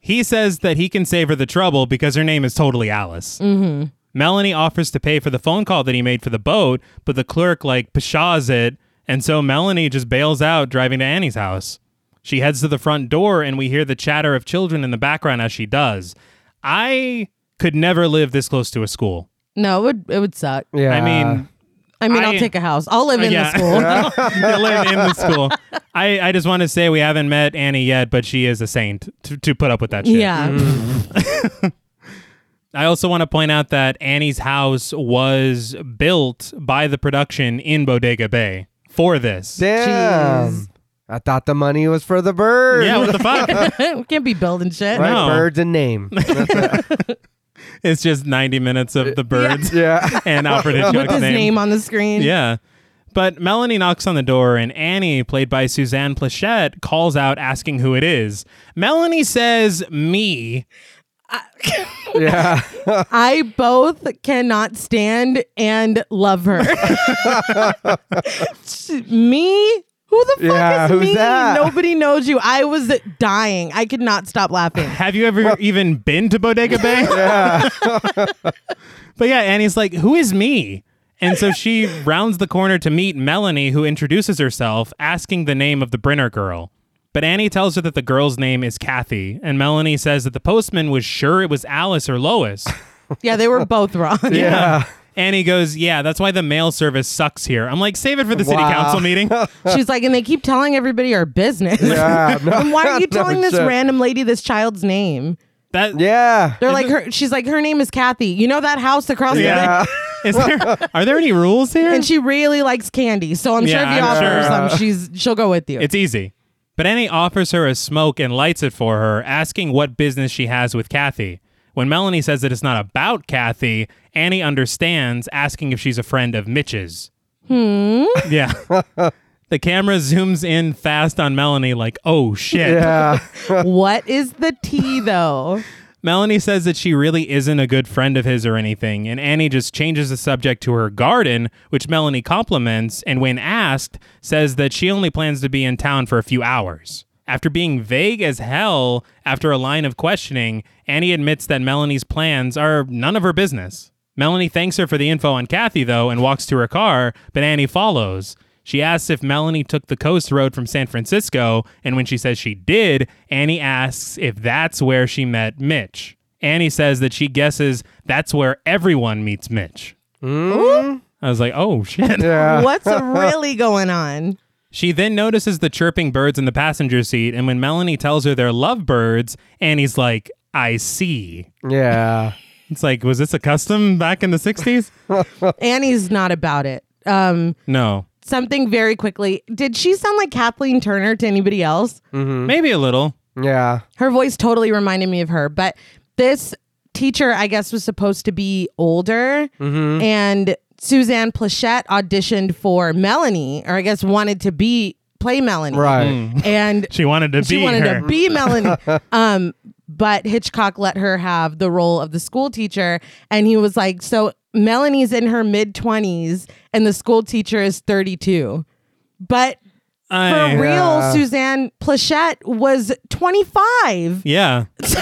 he says that he can save her the trouble because her name is totally Alice. Mm-hmm. Melanie offers to pay for the phone call that he made for the boat, but the clerk like pshaws it, and so Melanie just bails out, driving to Annie's house. She heads to the front door, and we hear the chatter of children in the background as she does. I could never live this close to a school. no, it would, it would suck. Yeah. I mean, I mean, I, I- will take a house. I'll live in yeah. the school. You're living in the school. I, I just want to say we haven't met Annie yet, but she is a saint to, to put up with that shit. yeah. I also want to point out that Annie's house was built by the production in Bodega Bay for this. Damn. Jeez. I thought the money was for the birds. Yeah, what the fuck? we can't be building shit. Right, No. birds and name. it's just 90 minutes of the birds yeah. and Alfred With Hitchcock's his name. on the screen. Yeah. But Melanie knocks on the door, and Annie, played by Suzanne Plachette, calls out asking who it is. Melanie says, Me. Yeah. I both cannot stand and love her. me? Who the fuck Yeah, is who's me? that? Nobody knows you. I was dying. I could not stop laughing. Have you ever even been to Bodega Bay? but yeah, Annie's like, who is me? And so she rounds the corner to meet Melanie, who introduces herself, asking the name of the Brenner girl. But Annie tells her that the girl's name is Kathy, and Melanie says that the postman was sure it was Alice or Lois. Yeah, they were both wrong. Yeah. Annie goes, Yeah, that's why the mail service sucks here. I'm like, save it for the city Wow. council meeting. She's like, and they keep telling everybody our business. Yeah. No, And why are you no telling this shit. random lady this child's name? That Yeah. They're like, her. She's like, her name is Kathy. You know that house across the way? Yeah. is there are there any rules here? And she really likes candy, so I'm Yeah, sure if I'm you offer her sure. some, she's she'll go with you. It's easy. But Annie offers her a smoke and lights it for her, asking what business she has with Kathy. When Melanie says that it's not about Kathy, Annie understands, asking if she's a friend of Mitch's. Hmm. Yeah. the camera zooms in fast on Melanie, like, oh shit. Yeah. what is the tea though? Melanie says that she really isn't a good friend of his or anything, and Annie just changes the subject to her garden, which Melanie compliments, and when asked, says that she only plans to be in town for a few hours. After being vague as hell after a line of questioning, Annie admits that Melanie's plans are none of her business. Melanie thanks her for the info on Kathy, though, and walks to her car, but Annie follows. She asks if Melanie took the coast road from San Francisco, and when she says she did, Annie asks if that's where she met Mitch. Annie says that she guesses that's where everyone meets Mitch. Hmm? I was like, oh shit. What's really going on? She then notices the chirping birds in the passenger seat, and when Melanie tells her they're lovebirds, Annie's like, I see. Yeah. It's like, was this a custom back in the 60s? Annie's not about it. Um, No. something very quickly. Did she sound like Kathleen Turner to anybody else? Maybe a little. Yeah. Her voice totally reminded me of her, but this teacher, I guess, was supposed to be older. Mm-hmm. And Suzanne Plachette auditioned for Melanie, or I guess wanted to be play Melanie. Right. Mm. And She wanted to she be wanted her. to be Melanie. um, but Hitchcock let her have the role of the school teacher, and he was like, "So Melanie's in her mid twenties, and the school teacher is thirty-two, but." For I- real, Yeah. Suzanne Plachette was 25. yeah. What?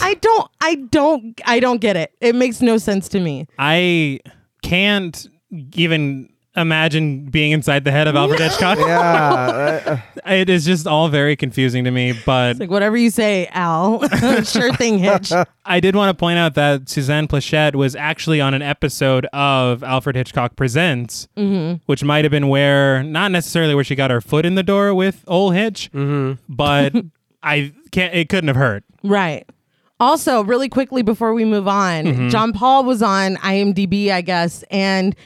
I don't, I don't, I don't get it. It makes no sense to me. I can't even imagine being inside the head of Alfred Hitchcock. yeah. It is just all very confusing to me, but Like whatever you say, Al. sure thing, Hitch. I did want to point out that Suzanne Plachette was actually on an episode of Alfred Hitchcock Presents, Mm-hmm. which might have been where, not necessarily where she got her foot in the door with old Hitch, but I can't, it couldn't have hurt. Right. Also, really quickly before we move on, John Paul was on IMDb, I guess, and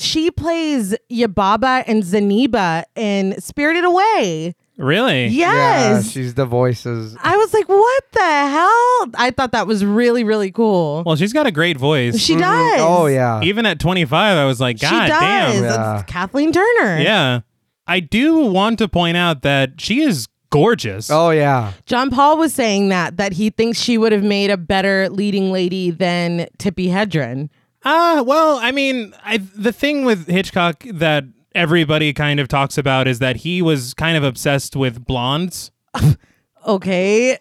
she plays Yababa and Zaniba in Spirited Away. Really? Yeah, Yes. she's the voices. I was like, what the hell? I thought that was really, really cool. Well, she's got a great voice. she does. Oh yeah. Even at 25, I was like, She God does. damn. It's Yeah. Kathleen Turner. Yeah. I do want to point out that she is gorgeous. Oh yeah. John Paul was saying that, that he thinks she would have made a better leading lady than Tippi Hedren. Ah, well, I mean, I, the thing with Hitchcock that everybody kind of talks about is that he was kind of obsessed with blondes. Okay.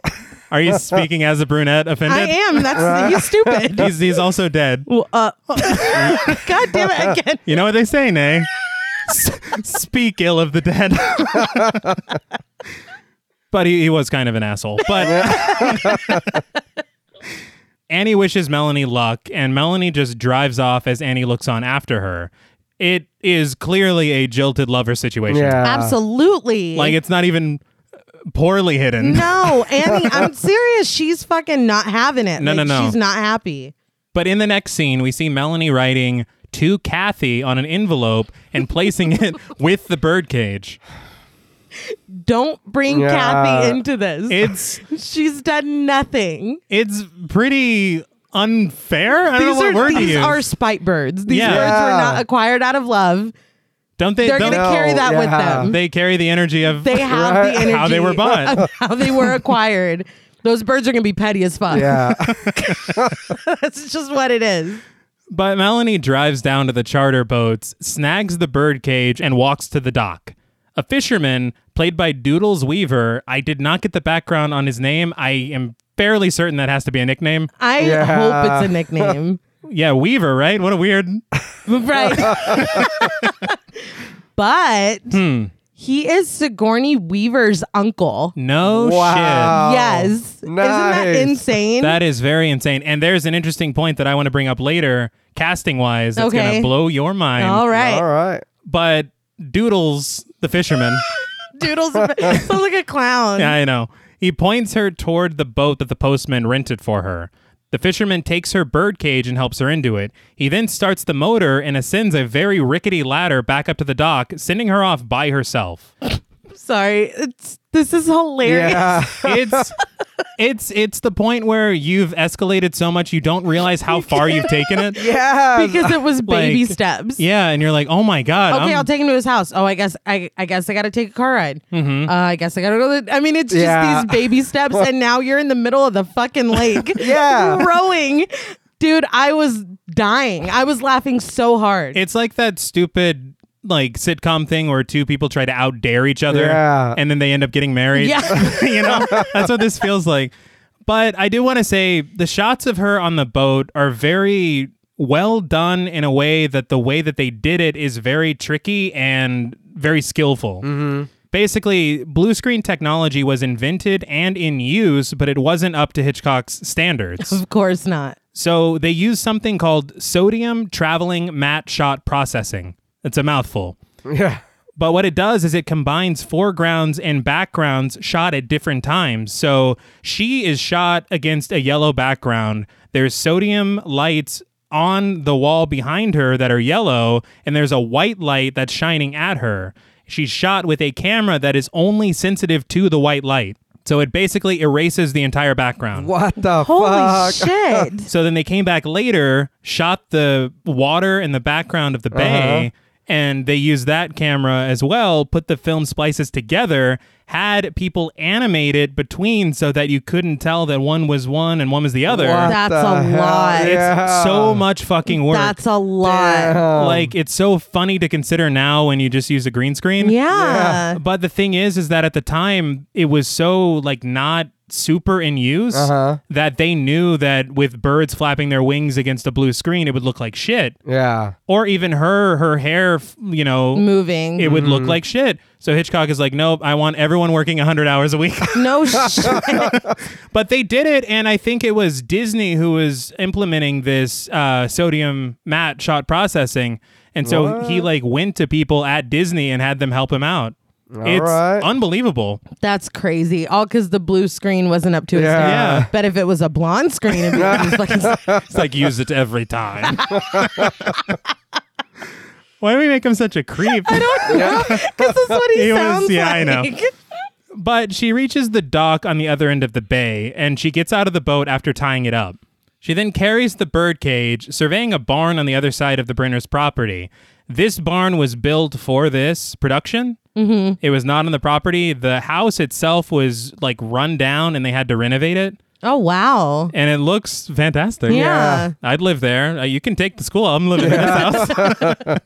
Are you speaking as a brunette I offended? am. That's he's stupid. He's, he's also dead. Well, uh, God damn it again. You know what they say, Nay? S- Speak ill of the dead. but he, he was kind of an asshole. But Annie wishes Melanie luck, and Melanie just drives off as Annie looks on after her. It is clearly a jilted lover situation. Yeah. Absolutely. Like, it's not even poorly hidden. no, Annie, I'm serious. She's fucking not having it. No, no, Like, no. She's not happy. But in the next scene, we see Melanie writing to Kathy on an envelope and placing it with the birdcage. Don't bring Yeah. Kathy into this. It's. She's done nothing. it's pretty unfair. I don't know These what are word to these use. are spite birds. These Yeah. birds were Yeah. not acquired out of love. don't they? They're Don't, going to carry No, that with yeah. them. They carry the energy of They have Right. the energy. How they were bought. of How they were acquired. Those birds are going to be petty as fuck. Yeah. That's just what it is. But Melanie drives down to the charter boats, snags the bird cage, and walks to the dock. A fisherman, played by Doodles Weaver, I did not get the background on his name. I am fairly certain that has to be a nickname. I Yeah. hope it's a nickname. Yeah, Weaver, right? What a weird. right. but Hmm. he is Sigourney Weaver's uncle. No shit. Wow. yes. Isn't that nice. insane? That is very insane. And there's an interesting point that I want to bring up later, casting wise. It's going to Okay. blow your mind. All right. All right. but Doodles, the fisherman, Doodles sounds like a clown. yeah, I know, he points her toward the boat that the postman rented for her. The fisherman takes her birdcage and helps her into it. He then starts the motor and ascends a very rickety ladder back up to the dock, sending her off by herself. Sorry. It's this is hilarious. Yeah. It's it's it's the point where you've escalated so much you don't realize how far you've taken it. Yeah. Because it was baby Like, steps. Yeah, and you're like, oh my god, Okay, I'm- I'll take him to his house. Oh, I guess I, I guess I got to take a car ride. Uh, I guess I got to go. To, I mean, it's just Mm-hmm. Yeah. these baby steps, and now you're in the middle of the fucking lake. Yeah. rowing, dude. I was dying. I was laughing so hard. It's like that stupid like sitcom thing where two people try to outdare each other Yeah. and then they end up getting married. Yeah. you know? That's what this feels like. But I do want to say the shots of her on the boat are very well done in a way that the way that they did it is very tricky and very skillful. Basically, blue screen technology was invented and in use, but it wasn't up to Hitchcock's standards. of course not. So they use something called sodium traveling matte shot processing. It's a mouthful. yeah. But what it does is it combines foregrounds and backgrounds shot at different times. So she is shot against a yellow background. There's sodium lights on the wall behind her that are yellow, and there's a white light that's shining at her. She's shot with a camera that is only sensitive to the white light. So it basically erases the entire background. What the Holy fuck? shit! So then they came back later, shot the water in the background of the bay, and they used that camera as well, put the film splices together, had people animate it between so that you couldn't tell that one was one and one was the other. What That's the a hell? lot. It's Yeah. So much fucking work. That's a lot. Yeah. Damn. like it's so funny to consider now when you just use a green screen. But the thing is, is that at the time it was so like not super in use Uh-huh. that they knew that with birds flapping their wings against a blue screen, it would look like shit. Yeah. Or even her, her hair, f- you know, Moving. it would look Mm-hmm. like shit. So Hitchcock is like, nope, I want everyone working 100 hours a week. no shit. but they did it, and I think it was Disney who was implementing this uh, sodium matte shot processing. And so he like went to people at Disney and had them help him out. it's right. unbelievable. That's crazy. All because the blue screen wasn't up to its Yeah. Yeah. standard. But if it was a blonde screen, it'd be just like, It's like use it every time. Why do we make him such a creep? because that's what he, He was- sounds yeah, I like. know. But she reaches the dock on the other end of the bay and she gets out of the boat after tying it up. She then carries the birdcage, surveying a barn on the other side of the Brenner's property. This barn was built for this production. Mm-hmm. It was not on the property. The house itself was like run down and they had to renovate it. Oh wow. And it looks fantastic. Yeah. I'd live there. Uh, you can take the school. I'm living in this house.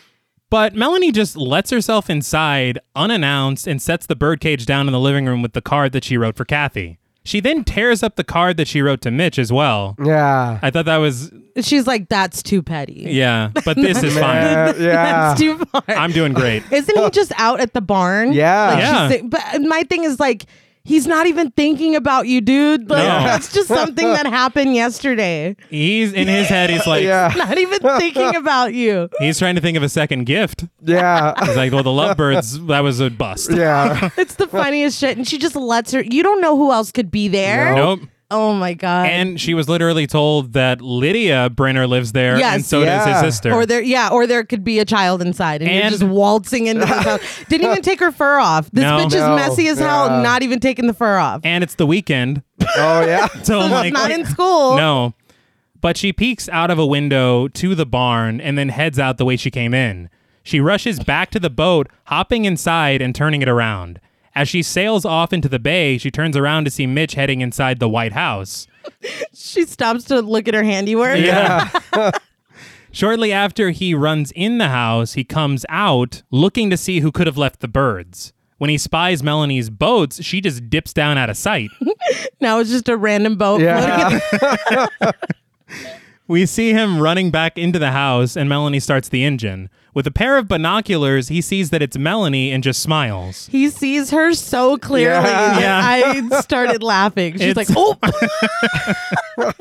but Melanie just lets herself inside unannounced and sets the birdcage down in the living room with the card that she wrote for Kathy. She then tears up the card that she wrote to Mitch as well. Yeah. I thought that was, She's like, that's too petty. yeah, but this is fine. Uh, yeah. That's too far. I'm doing great. Isn't he just out at the barn? Yeah. Like, she's Yeah. si- but my thing is like, he's not even thinking about you, dude. Like, No. that's just something that happened yesterday. He's in his head, he's like, yeah. Not even thinking about you. he's trying to think of a second gift. Yeah. He's like, well, the lovebirds, that was a bust. Yeah. It's the funniest shit. And she just lets her. You don't know who else could be there. Nope. Oh my god. And she was literally told that Lydia Brenner lives there, Yes. and so does Yeah. his sister. or there, yeah, or there could be a child inside, and, you're And- just waltzing into the house. Didn't even take her fur off. This No. bitch No. is messy as hell, Yeah. not even taking the fur off. and it's the weekend, Oh yeah. so I'm like, not in school. no. But she peeks out of a window to the barn and then heads out the way she came in. She rushes back to the boat, hopping inside and turning it around. As she sails off into the bay, she turns around to see Mitch heading inside the White House. She stops to look at her handiwork. Yeah. Shortly after he runs in the house, he comes out looking to see who could have left the birds. When he spies Melanie's boats, she just dips down out of sight. Now it's just a random boat. Yeah. floating in- we see him running back into the house, and Melanie starts the engine. With a pair of binoculars, he sees that it's Melanie and just smiles. He sees her so clearly. Yeah. that Yeah. I started laughing. She's like, It's- oh,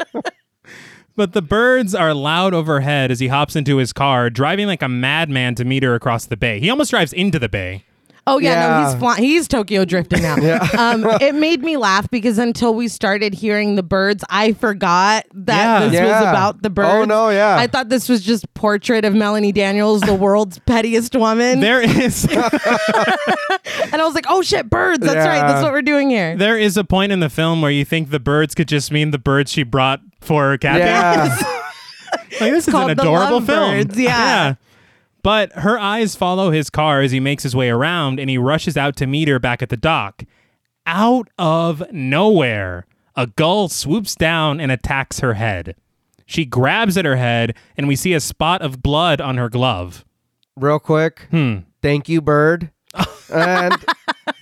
But the birds are loud overhead as he hops into his car, driving like a madman to meet her across the bay. He almost drives into the bay. Oh yeah, no, Yeah. he's flying. He's Tokyo drifting now. um, it made me laugh because until we started hearing the birds, I forgot that Yeah. this was Yeah. about the Oh, birds. no, yeah. I thought this was just portrait of Melanie Daniels, the world's pettiest woman, There is and I was like, oh shit, birds. That's right. That's Yeah. what we're doing here. There is a point in the film where you think the birds could just mean the birds she brought for Kathy. Yeah. Like, this is an called The adorable film. Lovebirds, yeah. But her eyes follow his car as he makes his way around and he rushes out to meet her back at the dock. Out of nowhere, a gull swoops down and attacks her head. She grabs at her head and we see a spot of blood on her glove. Real quick. Hmm. Thank you, bird. And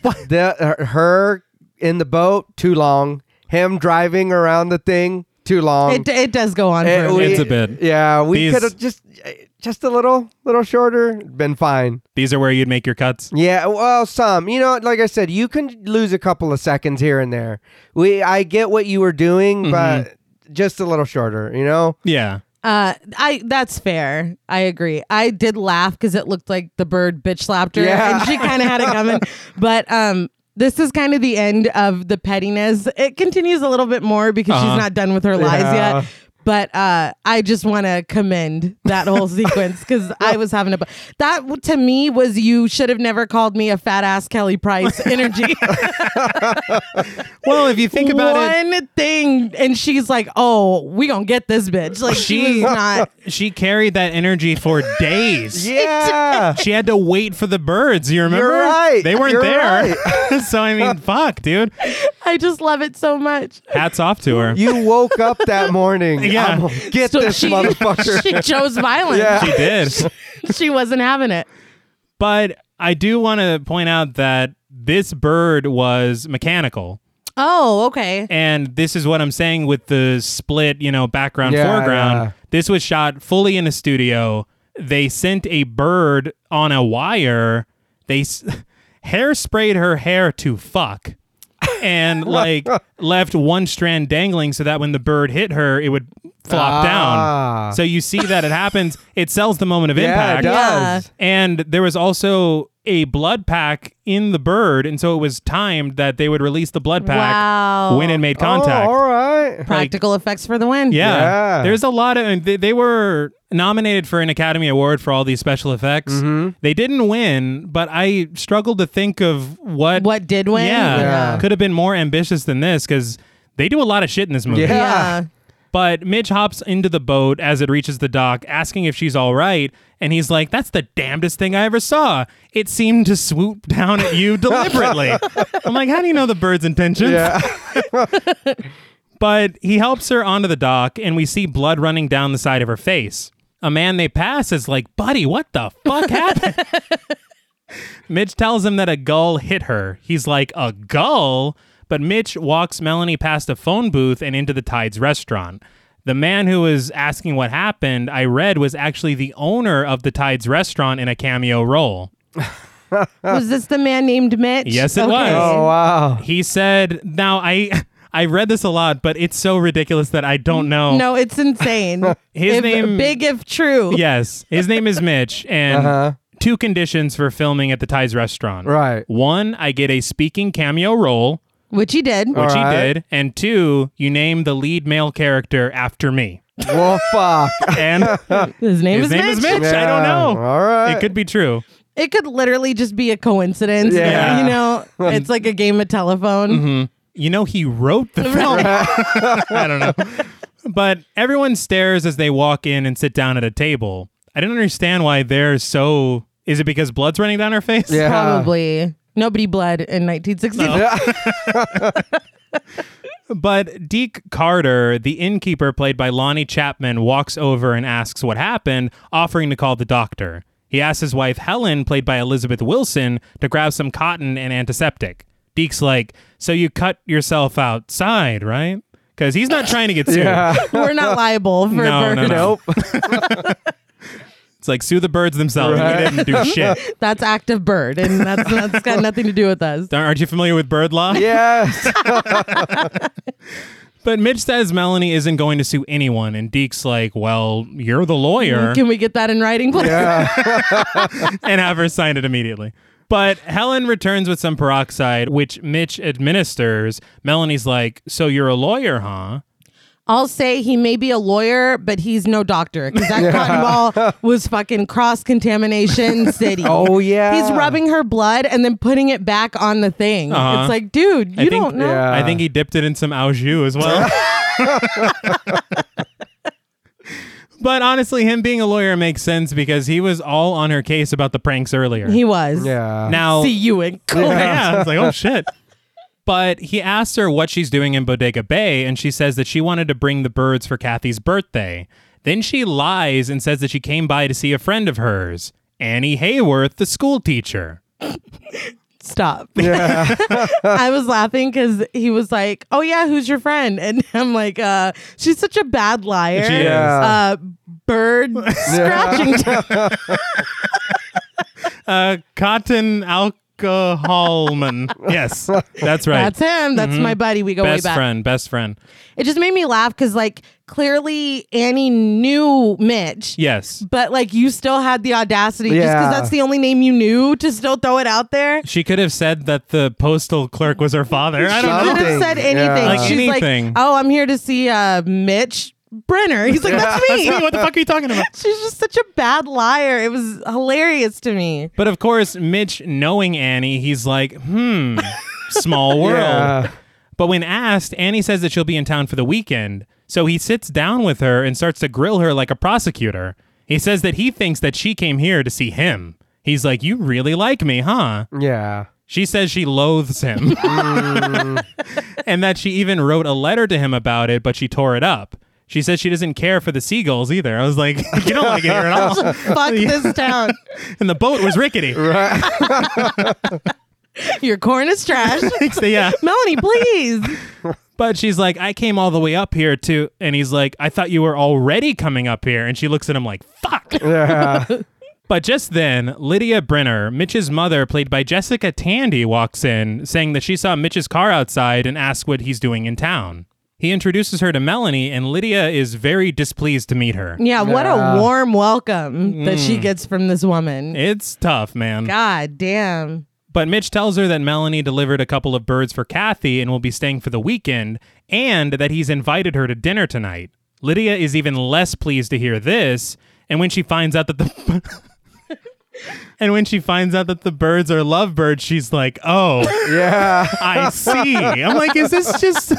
the, her in the boat too long. Him driving around the thing too long. it, it does go on. Eh, for we- bit. It's a bit. Yeah, we These- could have just eh, just a little little shorter. Been fine. These are where you'd make your cuts. Yeah, well, some. You know, like I said, you can lose a couple of seconds here and there. We, I get what you were doing, Mm-hmm. but just a little shorter. You know. Yeah. Uh, I that's fair. I agree. I did laugh because it looked like the bird bitch slapped her, Yeah. and she kind of had it coming. But um, this is kind of the end of the pettiness. It continues a little bit more because Uh-huh. she's not done with her lies Yeah. yet. But uh, I just want to commend that whole sequence because I was having a bu- that w- to me was you should have never called me a fat ass Kelly Price energy. Well, if you think about it, One thing, and she's like, "Oh, we gonna get this bitch." Like she, She- was not. she carried that energy for days. Yeah. She had to wait for the birds. You remember? You're right. They weren't You're there. so I mean, fuck, dude. I just love it so much. Hats off to her. You woke up that morning. Yeah. I'm gonna get So this she, motherfucker. She chose violence. Yeah. she did. She wasn't having it. But I do want to point out that this bird was mechanical. Oh, okay. And this is what I'm saying with the split, you know, background, Yeah, foreground. yeah. This was shot fully in a studio. They sent a bird on a wire. They s- hairsprayed her hair to fuck and like left one strand dangling so that when the bird hit her, it would flop Ah. down. So you see that it happens. It sells the moment of yeah, it impact. does. And there was also a blood pack in the bird, and so it was timed that they would release the blood pack Wow. when it made Oh, contact. all right. Practical effects for the win. yeah. Yeah. there's a lot of and they, they were nominated for an Academy Award for all these special effects. Mm-hmm. They didn't win, but I struggled to think of what What did win? Yeah, Yeah. could have been more ambitious than this because they do a lot of shit in this movie. Yeah. Yeah. But Midge hops into the boat as it reaches the dock, asking if she's all right. And he's like, That's the damnedest thing I ever saw. It seemed to swoop down at you deliberately. I'm like, How do you know the bird's intentions? Yeah. But he helps her onto the dock, and we see blood running down the side of her face. A man they pass is like, Buddy, what the fuck happened? Mitch tells him that a gull hit her. He's like, A gull? But Mitch walks Melanie past a phone booth and into the Tides restaurant. The man who was asking what happened, I read, was actually the owner of the Tides restaurant in a cameo role. Was this the man named Mitch? Yes, it Okay. was. Ah. Oh wow. He said, Now I. I read this a lot, but it's so ridiculous that I don't know. No, it's insane. His If- name- big if true. yes. His name is Mitch, and two conditions for filming at the Thai's restaurant. Uh-huh. Right. One, I get a speaking cameo role, Which he did. which All he right. did, and two, you name the lead male character after me. Well, fuck. And His name, his is, name Mitch. is Mitch. I don't Yeah, know. all right. It could be true. It could literally just be a coincidence. Yeah. You know, it's like a game of telephone. You know, he wrote the film. I don't know. But everyone stares as they walk in and sit down at a table. I don't understand why they're so. Is it because blood's running down her face? Yeah. Probably. Nobody bled in 1963. But Deke Carter, the innkeeper played by Lonnie Chapman, walks over and asks what happened, offering to call the doctor. He asks his wife Helen, played by Elizabeth Wilson, to grab some cotton and antiseptic. Deke's like, "So you cut yourself outside, right?" Because he's not trying to get sued. Yeah. We're not liable for No, birth. no, no. Nope. It's like sue the birds themselves. Right. We didn't do shit. That's active bird, and that's that's got nothing to do with us. Aren't you familiar with bird law? Yes. But Mitch says Melanie isn't going to sue anyone, and Deke's like, "Well, you're the Mm-hmm. lawyer." Can we get that in writing, please? and have her sign it immediately. But Helen returns with some peroxide, which Mitch administers. Melanie's like, So you're a lawyer, huh? I'll say he may be a lawyer, but he's no doctor because that cotton ball was fucking cross contamination city. Oh, yeah. he's rubbing her blood and then putting it back on the thing. Uh-huh. It's like, dude, you I think- don't know. Yeah. I think he dipped it in some au jus as well. but honestly, him being a lawyer makes sense because he was all on her case about the pranks earlier. He was. Yeah. now, See you in court. yeah. I was like, oh shit. But he asks her what she's doing in Bodega Bay, and she says that she wanted to bring the birds for Kathy's birthday. Then she lies and says that she came by to see a friend of hers, Annie Hayworth, the school teacher. Stop. I was laughing because he was like, "Oh yeah, who's your friend?" And I'm like, "Uh, she's such a bad liar." She is. Uh, bird scratching. Uh, Cotton Alcoholman. yes, that's right. Mm-hmm. That's him. That's my buddy. We go way best back. friend, best friend. It just made me laugh because, like, clearly Annie knew Mitch, Yes. but like you still had the audacity just Yeah. because that's the only name you knew to still throw it out there. She could have said that the postal clerk was her father. I don't Some- know. Could have said Something. anything. Yeah. Like She's anything. like, "Oh, I'm here to see uh, Mitch Brenner." He's like, "That's me." What the fuck are you talking about? She's just such a bad liar. It was hilarious to me. But of course, Mitch, knowing Annie, he's like, hmm, small world. Yeah. But when asked, Annie says that she'll be in town for the weekend. So he sits down with her and starts to grill her like a prosecutor. He says that he thinks that she came here to see him. He's like, You really like me, huh? Yeah. She says she loathes him and that she even wrote a letter to him about it, but she tore it up. She says she doesn't care for the seagulls either. I was like, You don't like it here at all. Fuck this town. And the boat was rickety. Your corn is trash. So, yeah. Melanie, please. But she's like, I came all the way up here to, and he's like, I thought you were already coming up here. And she looks at him like, fuck. Yeah. But just then, Lydia Brenner, Mitch's mother, played by Jessica Tandy, walks in, saying that she saw Mitch's car outside and asks what he's doing in town. He introduces her to Melanie, and Lydia is very displeased to meet her. Yeah, what a warm welcome that Mm. she gets from this woman. It's tough, man. God damn. But Mitch tells her that Melanie delivered a couple of birds for Kathy and will be staying for the weekend, and that he's invited her to dinner tonight. Lydia is even less pleased to hear this And when she finds out that the And when she finds out that the birds are lovebirds, she's like, "Oh, Yeah. I see." I'm like, "Is this just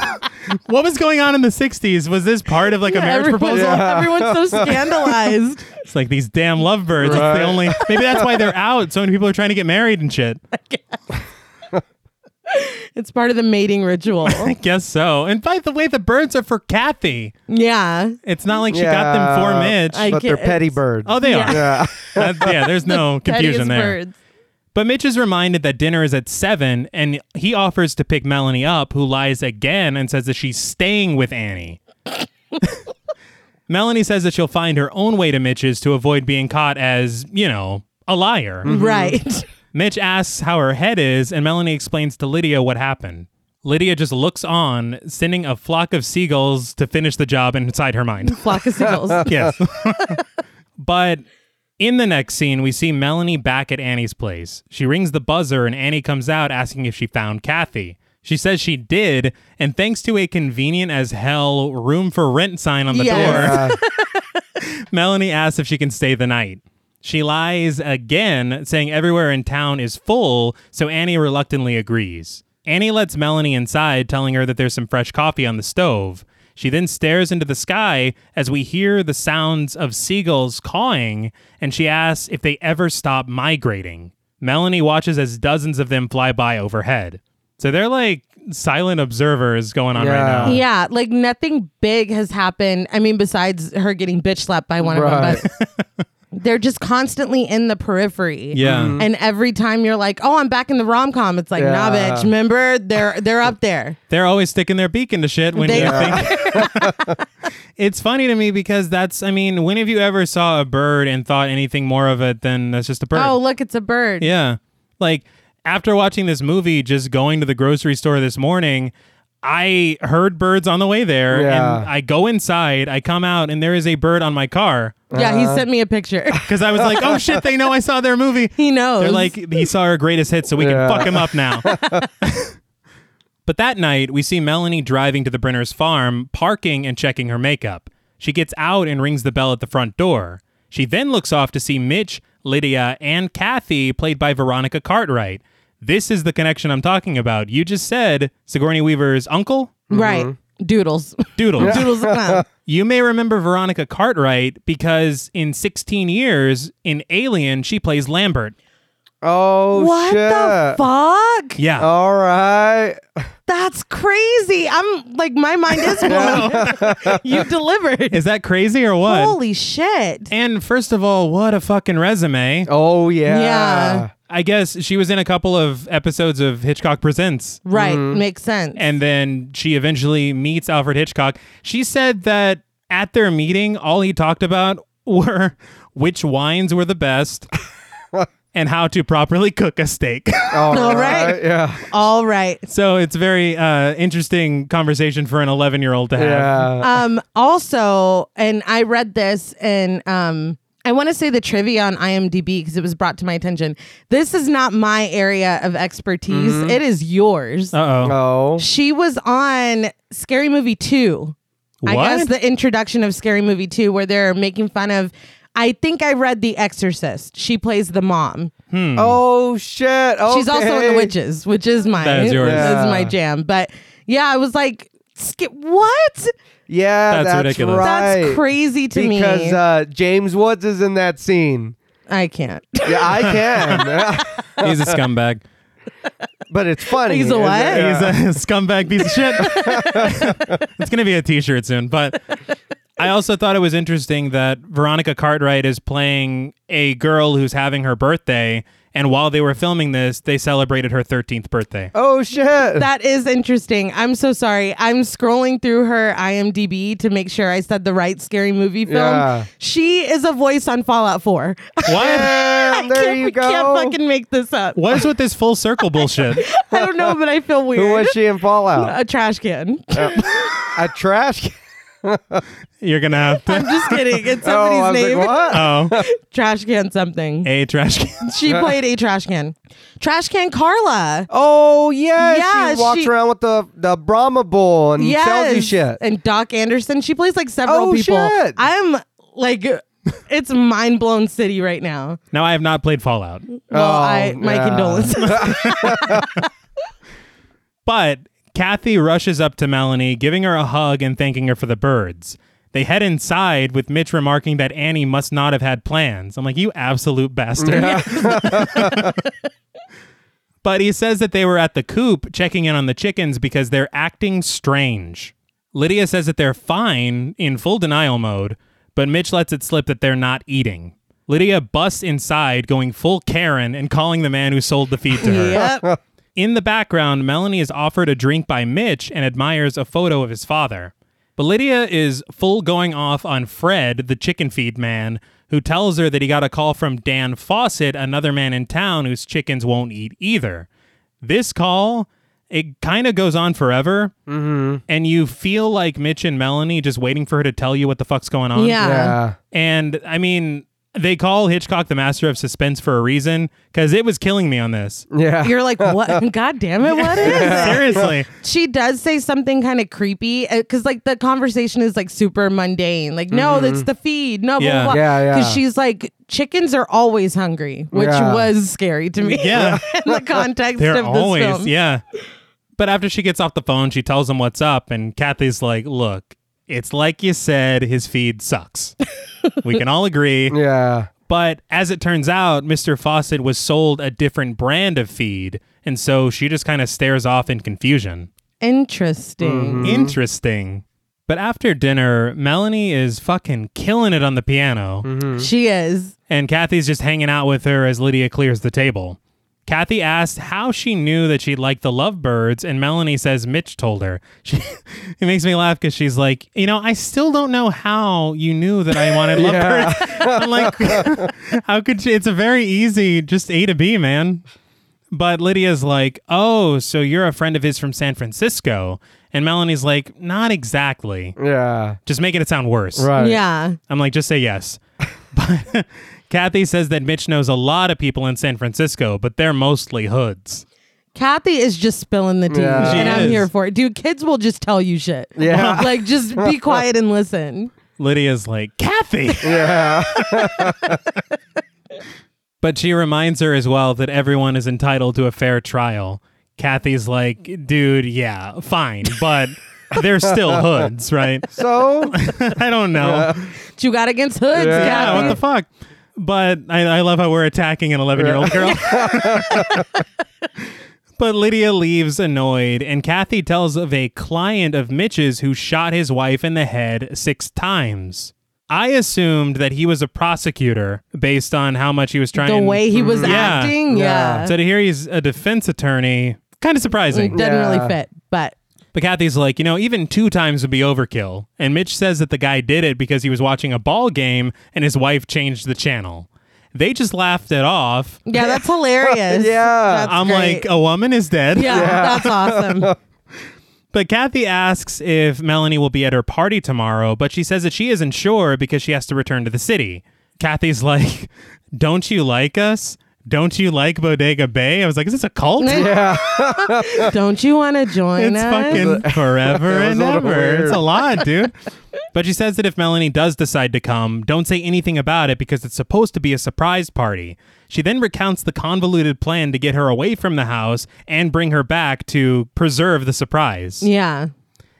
what was going on in the '60s? Was this part of like a marriage Everyone's- proposal?" Everyone's so scandalized. It's like these damn lovebirds. It's Right. the only. Maybe that's why they're out. So many people are trying to get married and shit. It's part of the mating ritual. Guess so. And by the way, the birds are for Kathy. yeah. It's not like she got them for Yeah. Mitch. I- but they're get- petty birds. oh, they are. yeah. That- yeah, there's no Pettiest confusion there. birds. But Mitch is reminded that dinner is at seven, and he offers to pick Melanie up, who lies again and says that she's staying with Annie. Melanie says that she'll find her own way to Mitch's to avoid being caught as, you know, a liar. Mm-hmm. Right. Mitch asks how her head is, and Melanie explains to Lydia what happened. Lydia just looks on, sending a flock of seagulls to finish the job inside her mind. Flock of seagulls. Yes. but in the next scene, we see Melanie back at Annie's place. She rings the buzzer, and Annie comes out asking if she found Kathy. She says she did, and thanks to a convenient as hell room for rent sign on the door, Yes. Melanie asks if she can stay the night. She lies again, saying everywhere in town is full, so Annie reluctantly agrees. Annie lets Melanie inside, telling her that there's some fresh coffee on the stove. She then stares into the sky as we hear the sounds of seagulls cawing, and she asks if they ever stop migrating. Melanie watches as dozens of them fly by overhead. So they're like silent observers going on Yeah. right now. Yeah, like nothing big has happened. I mean, besides her getting bitch slapped by one Right. of them, but they're just constantly in the periphery. Yeah. And every time you're like, "Oh, I'm back in the rom com," it's like, "Nah, Yeah. bitch. Remember, they're they're up there." They're always sticking their beak into shit when They you think. it's funny to me because that's, I mean, when have you ever saw a bird and thought anything more of it than that's just a bird? Oh, look, it's a bird. Yeah. Like after watching this movie, just going to the grocery store this morning, I heard birds on the way there Yeah. and I go inside, I come out, and there is a bird on my car. Yeah, he sent me a picture. Because I was like, oh shit, they know I saw their movie. he knows. They're like, he saw our greatest hit, so we Yeah. can fuck him up now. but that night, we see Melanie driving to the Brenner's farm, parking and checking her makeup. She gets out and rings the bell at the front door. She then looks off to see Mitch, Lydia, and Kathy, played by Veronica Cartwright. This is the connection I'm talking about. You just said Sigourney Weaver's uncle, right, doodles, Doodles. doodles. uh, You may remember Veronica Cartwright because in 16 years, in Alien, she plays Lambert. Oh what shit. the fuck? Yeah. All right. That's crazy. I'm like, my mind is blown. you delivered. Is that crazy or what? Holy shit. And first of all, what a fucking resume. Oh yeah. Yeah. I guess she was in a couple of episodes of Hitchcock Presents. Right, makes sense. Mm-hmm. And then she eventually meets Alfred Hitchcock. She said that at their meeting, all he talked about were which wines were the best and how to properly cook a steak. All All right. right. Yeah. All right. so it's very uh, interesting conversation for an 11 year old to have. Yeah. Um also, and I read this and um I want to say the trivia on IMDb because it was brought to my attention. This is not my area of expertise. It is yours. Mm-hmm. Uh oh. Oh. she was on Scary Movie 2. I What? guess the introduction of Scary Movie 2 where they're making fun of I think I read The Exorcist. She plays the mom. Hmm. Oh shit. Okay. She's also in The Witches, which is my That is yours. That's Yeah. my jam. But yeah, I was like, skip what? Yeah, That's that's, ridiculous. Right. That's crazy to me. because uh, James Woods is in that scene. I can't. Yeah, I can. He's a scumbag. but it's funny. He's a what? Yeah. He's a scumbag piece of shit. it's gonna be a T-shirt soon, but I also thought it was interesting that Veronica Cartwright is playing a girl who's having her birthday, and while they were filming this, they celebrated her 13th birthday. oh shit. That is interesting. I'm so sorry. I'm scrolling through her IMDb to make sure I said the right scary movie film. Yeah. She is a voice on Fallout 4. What? Damn, there Can't- you we go. can't fucking make this up. What is with this full circle bullshit? I don't know, but I feel weird. Who was she in Fallout? a trash can. a trash. can. You're gonna have to. I'm just kidding. It's Oh, somebody's I was name. like, what? Oh, Trash can something. a trash can. She played a trash can. Trash can Carla. Oh yeah, Yeah, she walks she- around with the the Brahma bull and Yes. tells you shit. And Doc Anderson, she plays like several Oh, people. shit. I'm like it's mind blown city right now. Now I have not played Fallout, Well, Oh, I my yeah. condolences. but Kathy rushes up to Melanie, giving her a hug and thanking her for the birds. They head inside with Mitch remarking that Annie must not have had plans. I'm like, you absolute bastard. but he says that they were at the coop checking in on the chickens because they're acting strange. Lydia says that they're fine in full denial mode, but Mitch lets it slip that they're not eating. Lydia busts inside, going full Karen and calling the man who sold the feed to her. yep. In the background, Melanie is offered a drink by Mitch and admires a photo of his father. But Lydia is full going off on Fred, the chicken feed man, who tells her that he got a call from Dan Fawcett, another man in town whose chickens won't eat either. This call, it kind of goes on forever. And you feel like Mitch and Melanie just waiting for her to tell you what the fuck's going on. Yeah. Yeah. And I mean, they call Hitchcock the master of suspense for a reason because it was killing me on this. Yeah. You're like, what? God damn it, what is it? Seriously. she does say something kind of creepy because like the conversation is like super mundane like no that's the feed no Mm-hmm. Yeah. blah blah Yeah, yeah. because she's like chickens are always hungry which Yeah. was scary to me Yeah. in the context They're of this always, film yeah. But after she gets off the phone, she tells him what's up, and Kathy's like, "Look, it's like you said, his feed sucks. we can all agree." Yeah. But as it turns out, Mr. Fawcett was sold a different brand of feed, and so she just kind of stares off in confusion. interesting Interesting. But after dinner, Melanie is fucking killing it on the piano. Mm-hmm. she is and Kathy's just hanging out with her as Lydia clears the table. Kathy asks how she knew that she liked the lovebirds, and Melanie says Mitch told her. She, it makes me laugh because she's like, you know, I still don't know how you knew that I wanted lovebirds. I'm like, how could you? It's a very easy, just A to B, man. But Lydia's like, oh, so you're a friend of his from San Francisco. And Melanie's like, not exactly. Yeah. Just making it sound worse. Right. yeah I'm like, just say yes. But Kathy says that Mitch knows a lot of people in San Francisco, but they're mostly hoods. Kathy is just spilling the tea, Yeah. She and I'm is. here for it. Dude, kids will just tell you shit. Yeah. like just be quiet and listen. Lydia's like, Kathy. Yeah. but she reminds her as well that everyone is entitled to a fair trial. Kathy's like, dude, yeah, fine, but they're still hoods, right? So I don't know. What you got against hoods, Yeah. Yeah, Kathy? what the fuck? But I, I love how we're attacking an 11 year old girl. but Lydia leaves annoyed, and Kathy tells of a client of Mitch's who shot his wife in the head six times. I assumed that he was a prosecutor based on how much he was trying. the way he was Mm-hmm. Yeah. acting, Yeah. yeah, So to hear he's a defense attorney, kind of surprising. doesn't Yeah. really fit. But But Kathy's like, you know, even two times would be overkill. And Mitch says that the guy did it because he was watching a ball game and his wife changed the channel. They just laughed it off. Yeah, that's hilarious. Yeah. That's I'm great. like, a woman is dead. yeah, that's awesome. But Kathy asks if Melanie will be at her party tomorrow, but she says that she isn't sure because she has to return to the city. Kathy's like, don't you like us? Don't you like Bodega Bay? I was like, is this a cult? Don't you want to join It's us? fucking forever It was and a little ever. weird. It's a lot, dude. But she says that if Melanie does decide to come, don't say anything about it because it's supposed to be a surprise party. She then recounts the convoluted plan to get her away from the house and bring her back to preserve the surprise. yeah.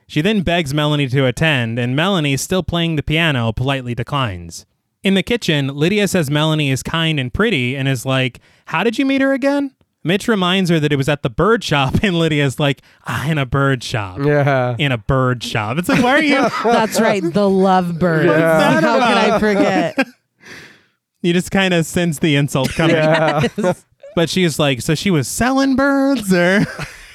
She then begs Melanie to attend, and Melanie, still playing the piano, politely declines. In the kitchen, Lydia says Melanie is kind and pretty and is like, How did you meet her again? Mitch reminds her that it was at the bird shop, and Lydia's like, ah, In a bird shop. yeah. In a bird shop. It's like, Why are you? That's right. The lovebird. that How could I about? forget? you just kind of sense the insult coming. But she's like, So she was selling birds or.